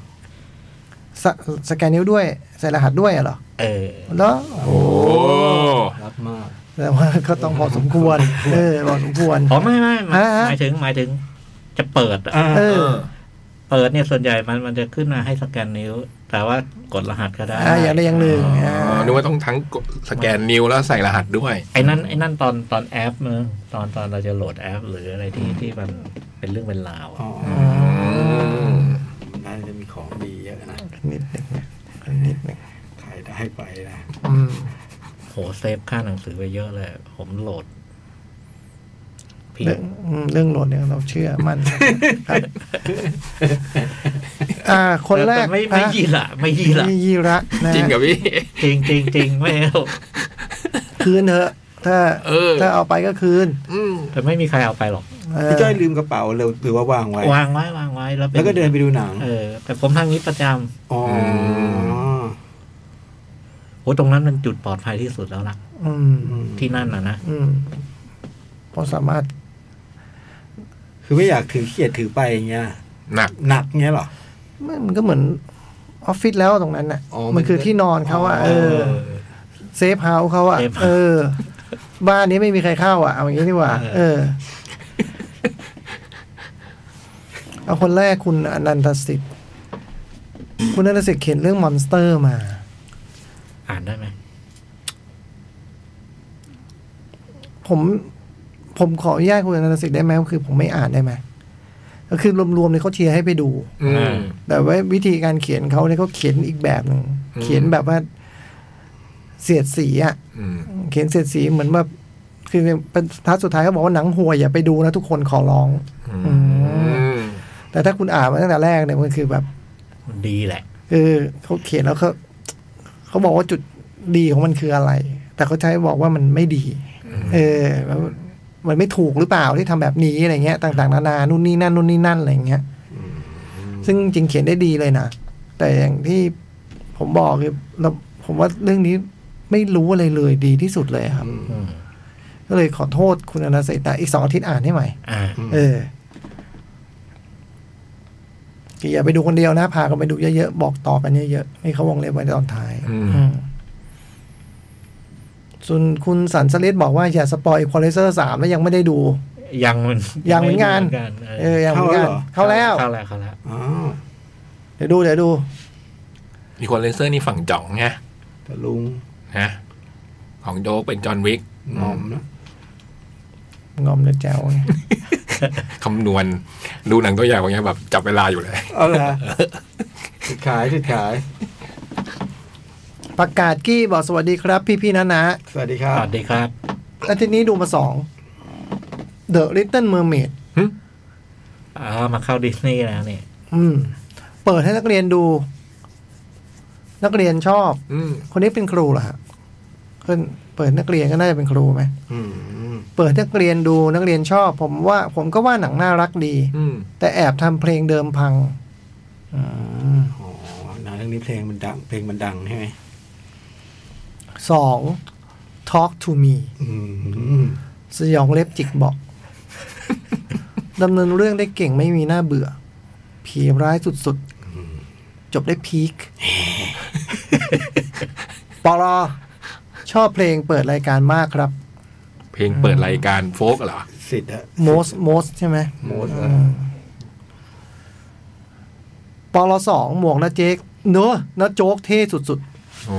สสแกนนิ้วด้วยใส่รหัสด้วยเหรอ เออ แล้วโอ้โห โอ้ รักมาก แต่ว่าก็ต้องพอสมควร เออพอสมควร อ๋อไม่ไม่หมาย ฮะฮะ หมายถึงหมายถึง จะเปิดอะ เออ เปิดเนี่ยส่วนใหญ่มันมันจะขึ้นมาให้สแกนนิ้ว แต่ว่ากดรหัสก็ได้ อ่ะยังได้ยังหนึ่งอ่ะ อ๋อนึกว่าต้องทั้งกดสแกนนิ้วแล้วใส่รหัสด้วย ไอ้นั่นไอ้นั่นตอนตอนแอปเนอะตอนตอนเราจะโหลดแอป หรืออะไรที่ที่มันเป็นเรื่องเป็นราวอะ อ๋อ อืม น่าจะมีของดีเยอะนะ นิดหนึ่งนิดหนึ่ง ขายได้ไปนะ อืม โหเซฟค่าหนังสือไปเยอะเลย ผมโหลดพี เรื่องอืมเรื่องโหลดเนี่ยเราเชื่อมั่นครับอ่า คนแรก ไม่ไม่ อ่ะ ยีละไม่ยีละ นี่ยีระนะ จริงกับพี่ จริงจริงจริงไม่เอา คืนเถอะ ถ้า เออ ถ้าเอาไปก็คืน อืม แต่ไม่มีใครเอาไปหรอก เออ พี่จ้อยลืมกระเป๋าเลยหรือว่าวางไว้ วางไว้วางไว้แล้วป็ แล้วก็เดินไปดูหนัง เออ แต่ผมทางนี้ประจำ อ๋อ โอ้ตรงนั้นมันจุดปลอดภัยที่สุดแล้วนะ อืม อืม ที่นั่นนะนะ อืมเพราะสามารถ คือไม่อยากถือขี้เกียจถือไปอย่างเงี้ย หนัก หนักเงี้ยเหรอ มันก็เหมือนออฟฟิศแล้วตรงนั้นน่ะ อ๋อ มันคือ มันก็ ที่นอนเขาอ่ะเออเซฟเฮาส์เขาอ่ะเออ บ้านนี้ไม่มีใครเข้าอ่ะ เอาอย่างนี้ดีกว่า เออ เอาคนแรกคุณอนันตสิทธิ์คุณอนันตสิทธิ์เขียนเรื่องมอนสเตอร์มา อ่านได้ไหม ผมผมขออนุญาตคุณอนันตสิทธิ์ได้ไหมคือผมไม่อ่านได้ไหมก็คือรวมๆเลยเขาเชียร์ให้ไปดู อืม แต่ว่าวิธีการเขียนเขาเนี่ยเขาเขียนอีกแบบหนึ่ง อืม เขียนแบบว่า เสียดสีอ่ะ อืม เขียนเสียดสีเหมือนแบบคือเป็นท้ายสุดท้ายเขาบอกว่าหนังห่วยอย่าไปดูนะทุกคนขอร้อง อืม แต่ถ้าคุณอ่านมาตั้งแต่แรกเนี่ยมันคือแบบ มันดีแหละ เออเขาเขียนแล้วเขาเขาบอกว่าจุดดีของมันคืออะไร แต่เขาใช้บอกว่ามันไม่ดี เออแล้วมันไม่ถูกหรือเปล่าที่ทำแบบนี้อะไรเงี้ยต่างๆนานานู่นนี่นั่นนู่นนี่นั่นอะไรเงี้ย ซึ่งจริงเขียนได้ดีเลยนะแต่อย่างที่ผมบอกคือเราผมว่าเรื่องนี้ไม่รู้อะไรเลยดีที่สุดเลยครับ อืม ก็เลยขอโทษคุณอนาเศรษฐ์นะอีกสองอาทิตย์อ่านให้ใหม่ อ่า อืม เอออย่าไปดูคนเดียวนะพากันไปดูเยอะๆ บอกต่อกันเยอะๆให้เขาวงเล็บไว้ตอนท้าย อืมส่วนคุณสันสลิดบอกว่าอย่าสปอยควอเลเซอร์สามแล้วยังไม่ได้ดู ยังมัน ยังเหมือนกัน ไได้หมื เออยังเหมือนกันเข้าแล้ว เข้าแล้วเข้าแล้ว อ้าว เดี๋ยวดูเดี๋ยวดู อีควอเลนเซอร์นี่ฝั่งจ่องไง ตะลุง นะของโดกเป็นจอห์นวิก หมอมนะ งอมเดือดแจ๋วไง คำนวณ ดูหนังตัวอย่างของเงี้ยแบบจับเวลาอยู่เลย เอาละจุดขายจุดขาย ประกาศกี้บอกสวัสดีครับ พี่ๆนะนะ สวัสดีครั ส บ วัสดีครับ อาทิตย์นี้ดูมาสอง The Little Mermaid อ่ามาเข้าดิสนีย์แล้วเนี่ย อืม เปิดให้นักเรียนดู นักเรียนชอบ อืม คนนี้เป็นครูเหรอฮะขึ้นเปิดนักเรียนก็น่าจะเป็นครูไหม อืม เปิดนักเรียนดูนักเรียนชอบ ผมว่า ผมก็ว่าหนังน่ารักดี อืม แต่แอบทำเพลงเดิมพัง อ๋อหนังเรื่องนี้เพลงมันดัง เพลงมันดังใช่ไหม สอง Talk to me อืม สยองเล็บจิกเบอก ดำเนินเรื่องได้เก่งไม่มีหน้าเบื่อ ผีร้ายสุดๆ จบได้พีค ปอลอชอบเพลงเปิดรายการมากครับ เพลงเปิดรายการโฟกเหรอ สิทธิ์อะ most most ใช่ไหม โมด อืมปอลอสองหมวกนะเจ๊กเนอะนะโจ๊กเท่สุด โอ้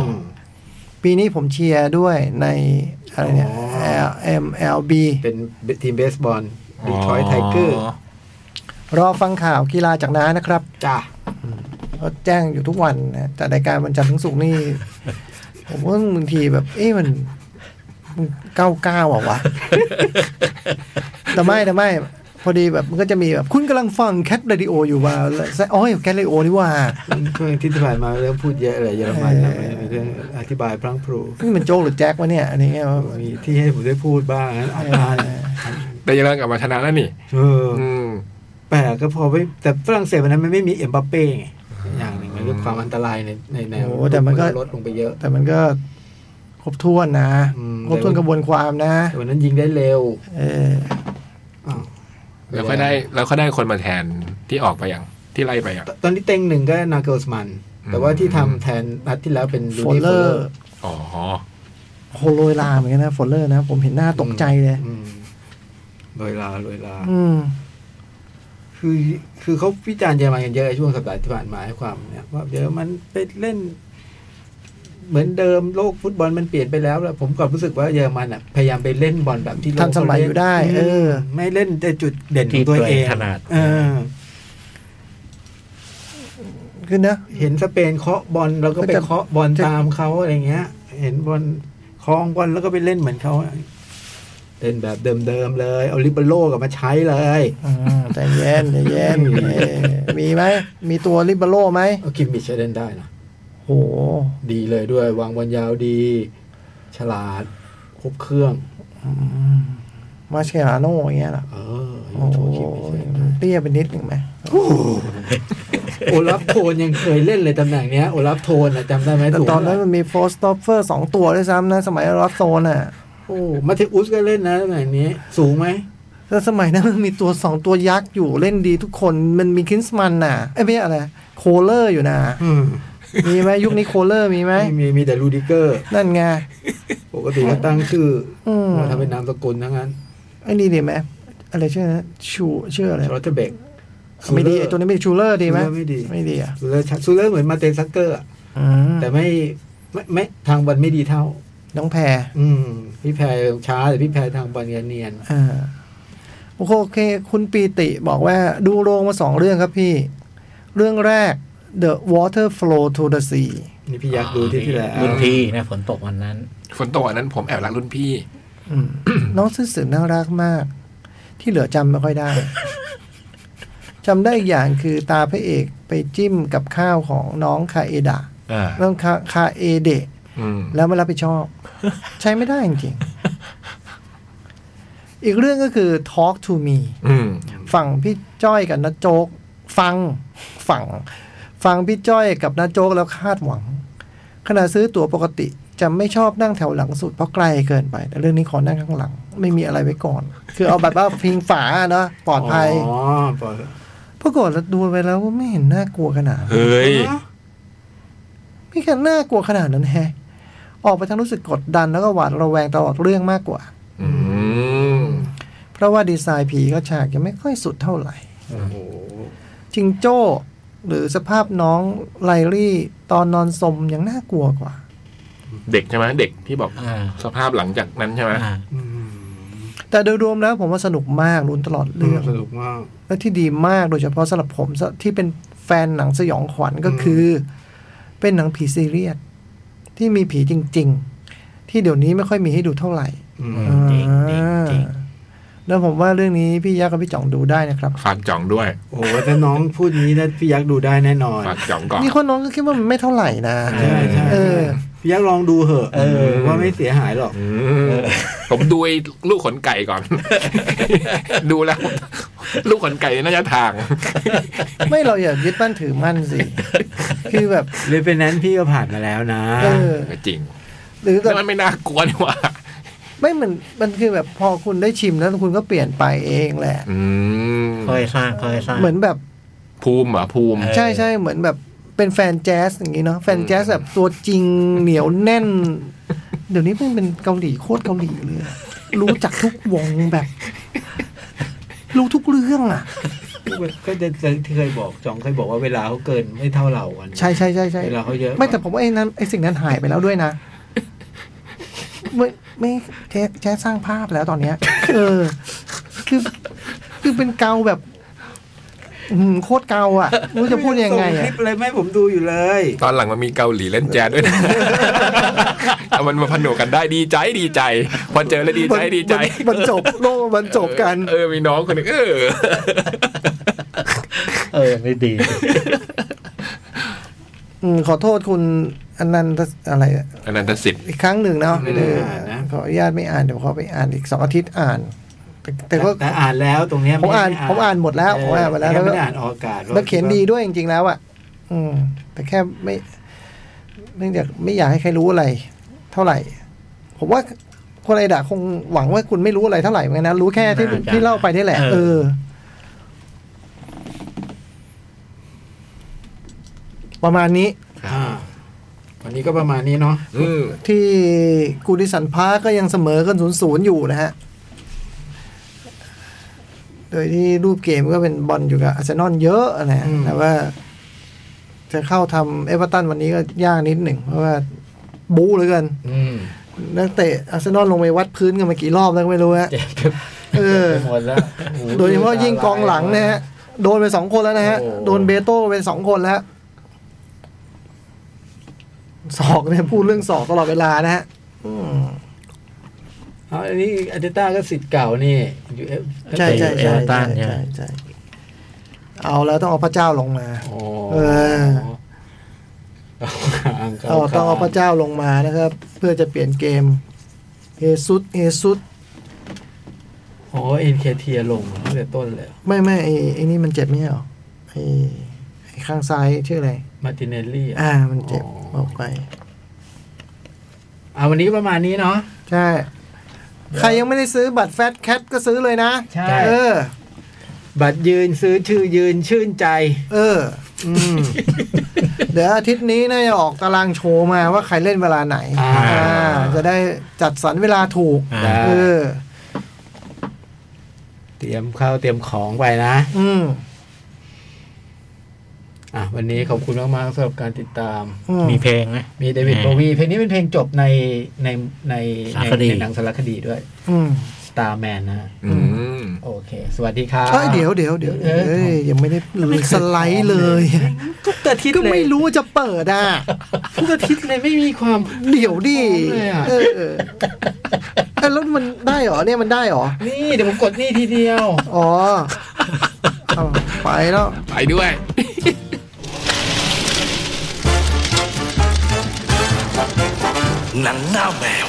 ๆ ปีนี้ผมเชียร์ด้วยในอะไรเนี่ย อ๋ L M L B เป็นทีมเบสบอลดีทรอยไทเกอร์ รอฟังข่าวกีฬาจากน้านะครับ จ้า ก็แจ้งอยู่ทุกวันนะแต่รายการวันจันทร์ถึงศุกร์นี่ ผมว่าบางทีแบบ เอ๊ะมันเก้าเก้าอ่ะวะ แต่ไม่แต่ไม่ พอดีแบบมันก็จะมีแบบ คุณกำลังฟังแคทเรดิโออยู่ว่าแล้วแซะอ๋อแคทเรดิโอนี่ว่า ช่วงที่ผ่านมาเรื่องพูดเยอะเลยเยอรมันนะมันเป็นเรื่องอธิบายพลังพรู นี่มันโจ้หรือแจ็ควะเนี่ยอะไรเงี้ยว่า มีที่ให้ผมได้พูดบ้างนะอัดมาเนี่ย ได้ยังไงกลับมาชนะแล้วนี่ เออ อืม แปลกก็พอไม่แต่ฝรั่งเศสวันนั้นมันไม่มีเอ็มบัปเป้ไงอย่างหนึ่งมันคือความอันตรายในในแนว โอ้แต่มันก็ ลดลงไปเยอะ แต่มันก็ครบถ้วนนะ อืม ครบถ้วนกระบวนความนะ แต่วันนั้นยิงได้เร็ว เออ อ้าว แล้วก็ได้แล้วก็ได้คนมาแทนที่ออกไปอย่างที่ไล่ไปอ่ะ ตตอนนี้เต็งหนึ่งก็นาเกิลสมัน แต่ว่าที่ทำแทนนัดที่แล้วเป็น โฟ ดู ล ดี้ เลอโฟลเลอ ร์ ร์ อ๋อ โหโรยลาเหมือนกันนะโฟลเลอร์นะ ผมเห็นหน้าตกใจเลย อืมลอยลาลอยลา อืม คือคือเขาวิจารณ์เยอรมันกันเยอะในช่วงสัปดาห์ที่ผ่านมาให้ความเนี่ยว่าเยอรมันไปเล่น เหมือนเดิมโลกฟุตบอลมันเปลี่ยนไปแล้วแล้วผมก็รู้สึกว่าเยอรมันอ่ะพยายามไปเล่นบอลแบบที่โลก ทันสมัยอยู่ได้เออ ไม่เล่นแต่จุดเด่นขอที่งตัวเอง ตัวเองถนัด เออ ขึ้นนะ เห็นสเปนเคาะบอลแล้วก็ไป ก็จะ เคาะบอลตามเขาอะไรเงี้ย เห็นบอลคลองบอลแล้วก็ไปเล่นเหมือนเขาอะเล่นแบบเดิมๆเลยเอาลิเบโรกลับมาใช้เลย อ่าใจเย็นใจเย็นเอ่อมีไหม มีตัวลิเบโร่ไหม เอาคิมมิชใช้เล่นได้นะ โห ดีเลยด้วย วางบอลยาวดี ฉลาด ครบเครื่อง มาเชลาโน่อย่างเงี้ยเหรอ เออ โอ้ โช โห คิมมิช เตี้ยไปนิดหนึ่งไหม โอลัฟโทนยังเคยเล่นเลยตำแหน่งเนี้ย โอลัฟโทนอะจำได้ไหม แต่ตอนนั้นมันมีโฟสตอฟเฟอร์สองตัวด้วยซ้ำนะ สมัยรอสโซนอ่ะ โอ้มาเทอุสก็เล่นนะตำแหน่งนี้ สูงไหม แล้วสมัยนั้นมันมีตัวสองตัวยักษ์อยู่เล่นดีทุกคนมันมีครินส์มันน่ะไอ้ยไม่ใช่อะไรโคเลอร์อยู่นะ อืม มีไหมยุคนี้โคเลอร์มีไหม ไม่มีมีแต่ลูดิเกอร์ นั่นไง ปกติก็ตั้งชื่ออ ม มาทำเป็นนามสกุลทั้งนั้น ไอ้นี่ดีไหมอะไรชื่อนะชูชื่ออะไร ชลอตเทเบก ไม่ดีไอ้ตัวนี้ไม่ดีชูเลอร์ดีไหม ไม่ดี ไม่ดีอ่ะ ซูเลอร์ชัดซูเลอร์เหมือนมาเตนซักเกอร์อะ อืม แต่ไม่ไม่ไม่ทางบอลไม่ดีเท่า น้องแพร อืม พี่แพรช้าแต่พี่แพรทางบอลเนียนเนียน อ่าโอเคโอเค คุณปีติบอกว่าดูโรงมาสองเรื่องครับพี่ เรื่องแรก The Water Flow to the Sea นี่พี่อยากดูที่ที่แล้ว รุ่นพี่นะฝนตกวันนั้น ฝนตกอันนั้นผมแอบรักรุ่นพี่ อืม น้องซื่อสือน่ารักมาก ที่เหลือจำไม่ค่อยได้ จำได้อีกอย่างคือตาพระเอกไปจิ้มกับข้าวของน้องคาเอดะ อ่า เรื่องคาคาเอเดะ อืม แล้วไม่รับผิดชอบ ใช้ไม่ได้จริงๆ อีกเรื่องก็คือ Talk to me อืม ฝั่งพี่จ้อยกับน้าโจ๊ก ฟังฝั่งฟังพี่จ้อยกับน้าโจ๊กแล้วคาดหวัง ขณะซื้อตั๋วปกติจะไม่ชอบนั่งแถวหลังสุดเพราะไกลเกินไป แต่เรื่องนี้ขอนั่งข้างหลัง ไม่มีอะไรไว้ก่อน คือเอาแบบว่าพิงฝาเนาะปลอดภัย อ๋อปลอดภัย ปรากฏเราดูไปแล้วว่าไม่เห็นน่ากลัวขนาดนั้น เฮ้ย ไม่เห็นน่ากลัวขนาดนั้นแฮะ ออกไปทั้งรู้สึกกดดันแล้วก็หวาดระแวงตลอดเรื่องมากกว่า อืม เพราะว่าดีไซน์ผีก็ฉากยังไม่ค่อยสุดเท่าไหร่ โอ้โห จิงโจ้ หรือสภาพน้องไลลี่ ตอนนอนสมยังน่ากลัวกว่า เด็กใช่ไหมเด็กที่บอก อ่า สภาพหลังจากนั้นใช่ไหม อ่า อืม แต่โดยรวมแล้วผมว่าสนุกมากลุ้นตลอดเรื่อง สนุกมาก และที่ดีมากโดยเฉพาะสำหรับผมที่เป็นแฟนหนังสยองขวัญก็คือ เป็นหนังผีซีเรียสที่มีผีจริง ๆ ที่เดี๋ยวนี้ไม่ค่อยมีให้ดูเท่าไหร่ อืม จริงๆจริงๆ อ่าแล้วผมว่าเรื่องนี้พี่ยักษ์กับพี่จ่องดูได้นะครับ ฝากจ่องด้วย โอ้โหถ้าน้องพูดนี้นะพี่ยักษ์ดูได้แน่นอน ฝากจ่องก่อน นี่คนน้องก็คิดว่ามันไม่เท่าไหร่นะ ใช่ใช่ เออ พี่ยักษ์ลองดูเหอะเออว่าไม่เสียหายหรอก อืมผมดูไอ้ลูกขนไก่ก่อน ดูแล้ว ลูกขนไก่น่าจะทาง ไม่เราอย่ายึดมั่นถือมั่น สิ คือแบบ เรฟเฟนแนนซ์พี่ก็ผ่านมาแล้วนะ เออ ก็จริง หรือแบ แต่ บ มันไม่น่ากลัวนี่หว่า ไม่เหมือนมันคือแบบพอคุณได้ชิมแล้วคุณก็เปลี่ยนไปเองแหละ อืม ค่อยสร้างค่อยสร้าง เหมือนแบบ ภูมิเหรอภูมิ เออ ใช่ใช่เหมือนแบบ เป็นแฟนแจ๊สอย่างนี้เนาะแฟนแจ๊สแบบตัวจริงเหนียวแน่น เดี๋ยวนี้เพิ่งเป็นเกาหลีโคตรเกาหลีเลยอะรู้จักทุกวงแบบ รู้ทุกเรื่องอ่ะ ก็จะที่เคยบอกจองเคยบอกว่าเวลาเขาเกินไม่เท่าเราอัน ใช่ใช่ใช่ใช่ เวลาเขาเยอะ ไม่แต่ผมว่าไอ้นั้นไอ้สิ่งนั้นหายไปแล้วด้วยนะ ไม่ไม่แท้แท้สร้างภาพแล้วตอนเนี้ย เออ คือคือเป็นเกาแบบอืมโคตรเกาอ่ะไม่รู้จะพูดยังไง ส่ค อ่ะ ลิปอะไรไม่ผมดูอยู่เลย ตอนหลังมันมีเกาหลีเล่นแจ๊สด้วยนะ เอามันมาผนวกกันได้ดีใจดีใจ พอเจอแล้วดีใจดีใจ บรรจบโลกบรรจบกัน เออมีน้องคนหนึงเออ เออไม่ดี อืมขอโทษคุณอนันตอะไรอะ อันนั้นทศิษย์ อีกครั้งหนึ่งเนาะ ไม่ได้อ่านนะ เออขออนุญาตไม่อ่านเดี๋ยวเขาไปอ่านอีกสองอาทิตย์อ่าน แต่แต่ก็ แต่อ่านแล้วตรงเนี้ย ผมอ่าน ไได้ ผมอ่านหมดแล้วผมอ่านหมดแล้วแล้เไม่วก็ ได้อ่านออกอากาศ แล้วเขียนดีด้วยจริงๆแล้วอ่ะ อืม แต่แค่ไม่เนื่องจากไม่อยากให้ใครรู้อะไร เท่าไหร่ ผมว่าคนไอด่าคงหวังว่าคุณไม่รู้อะไรเท่าไหร่เหมือนกันนะ รู้แค่ที่ น่าจะ ที่เล่าไปนี่แหละ เออ เออ ประมาณนี้ อ่าวันนี้ก็ประมาณนี้เนาะ อืม ที่กูดิสันพาร์คก็ยังเสมอกันศูนย์ศูนย์อยู่นะฮะ โดยที่รูปเกมก็เป็นบอลอยู่กับอาร์เซนอลเยอะนะฮะแต่ว่า จะเข้าทำเอเวอร์ตันวันนี้ก็ยากนิดหนึ่ง เพราะว่าบู๊เหลือเกิน อืม นักเตะอาร์เซนอลลงไปวัดพื้นกันมากี่รอบแล้วก็ไม่รู้ฮะ เจ็บ เออ หมดแล้วโอ้ โดยเฉพาะยิ่งกองหลังนะฮะ โดนไปสองคนแล้วนะฮะ โอ้โห โดนเบโต้ไปสองคนแล้วศอกเนี่ยพูดเรื่องศอกตลอดเวลานะฮะ อืม เอาอันนี้อาร์เตต้าก็สิทธิ์เก่านี่ UF ใช่ใช่ เอ ใช่ เวอร์ตั ใช่ นใช่ไหม ใช่ใช่เอาแล้วต้องเอาพระเจ้าลงมา โอ้ เออ เอาต้องเอาพระเจ้าลงมานะครับ เพื่อจะเปลี่ยนเกมเฮซุสเฮซุส โอ้เอ็นเคทีลงตั้งแต่ต้นเลย ไม่ไม่ไอ้ไอ้นี่มันเจ็บไม่ใช่เหรอไอ้ไอ้ข้างซ้ายชื่ออะไร มาติเนลลี่ อ่า มันเจ็บออกไป อ่าวันนี้ก็ประมาณนี้เนาะ ใช่ ใครยังไม่ได้ซื้อบัตรแฟตแคทก็ซื้อเลยนะ ใช่ เออ บัตรยืนซื้อชื่อยืนชื่นใจ เออ อืม เดี๋ยวอาทิตย์นี้น่าจะออกตารางโชว์มาว่าใครเล่นเวลาไหน อ่า จะได้จัดสรรเวลาถูก อ่า เออ เตรียมข้าวเตรียมของไปนะ อืม อ่ะวันนี้ขอบคุณมากๆสำหรับการติดตาม อืม มีเพลงไหม มีเดวิด อ่า โบวีเพลงนี้เป็นเพลงจบในในใน สาร ใน คดี ในหนังสารคดีด้วย อืม Starman นะ อืม โอเค สวัสดีครับ เอ้ยเดี๋ยวเดี๋ยวเดี๋ยวเอ้ยยังไม่ได้เลยสไลด์เลย ทุกอาทิตย์ ก็ เลย ไม่รู้ว่าจะเปิดอ่ะ ทุกอาทิตย์เลยไม่มีความ เดี๋ยวดิ พร้อมเลยอะ เออเออเอ้ยแล้วมันได้เหรอเนี่ยมันได้เหรอ นี่เดี๋ยวผมกดนี่ทีเดียว อ๋อเอาไปแล้ว ไปด้วย หนังหน้าแมว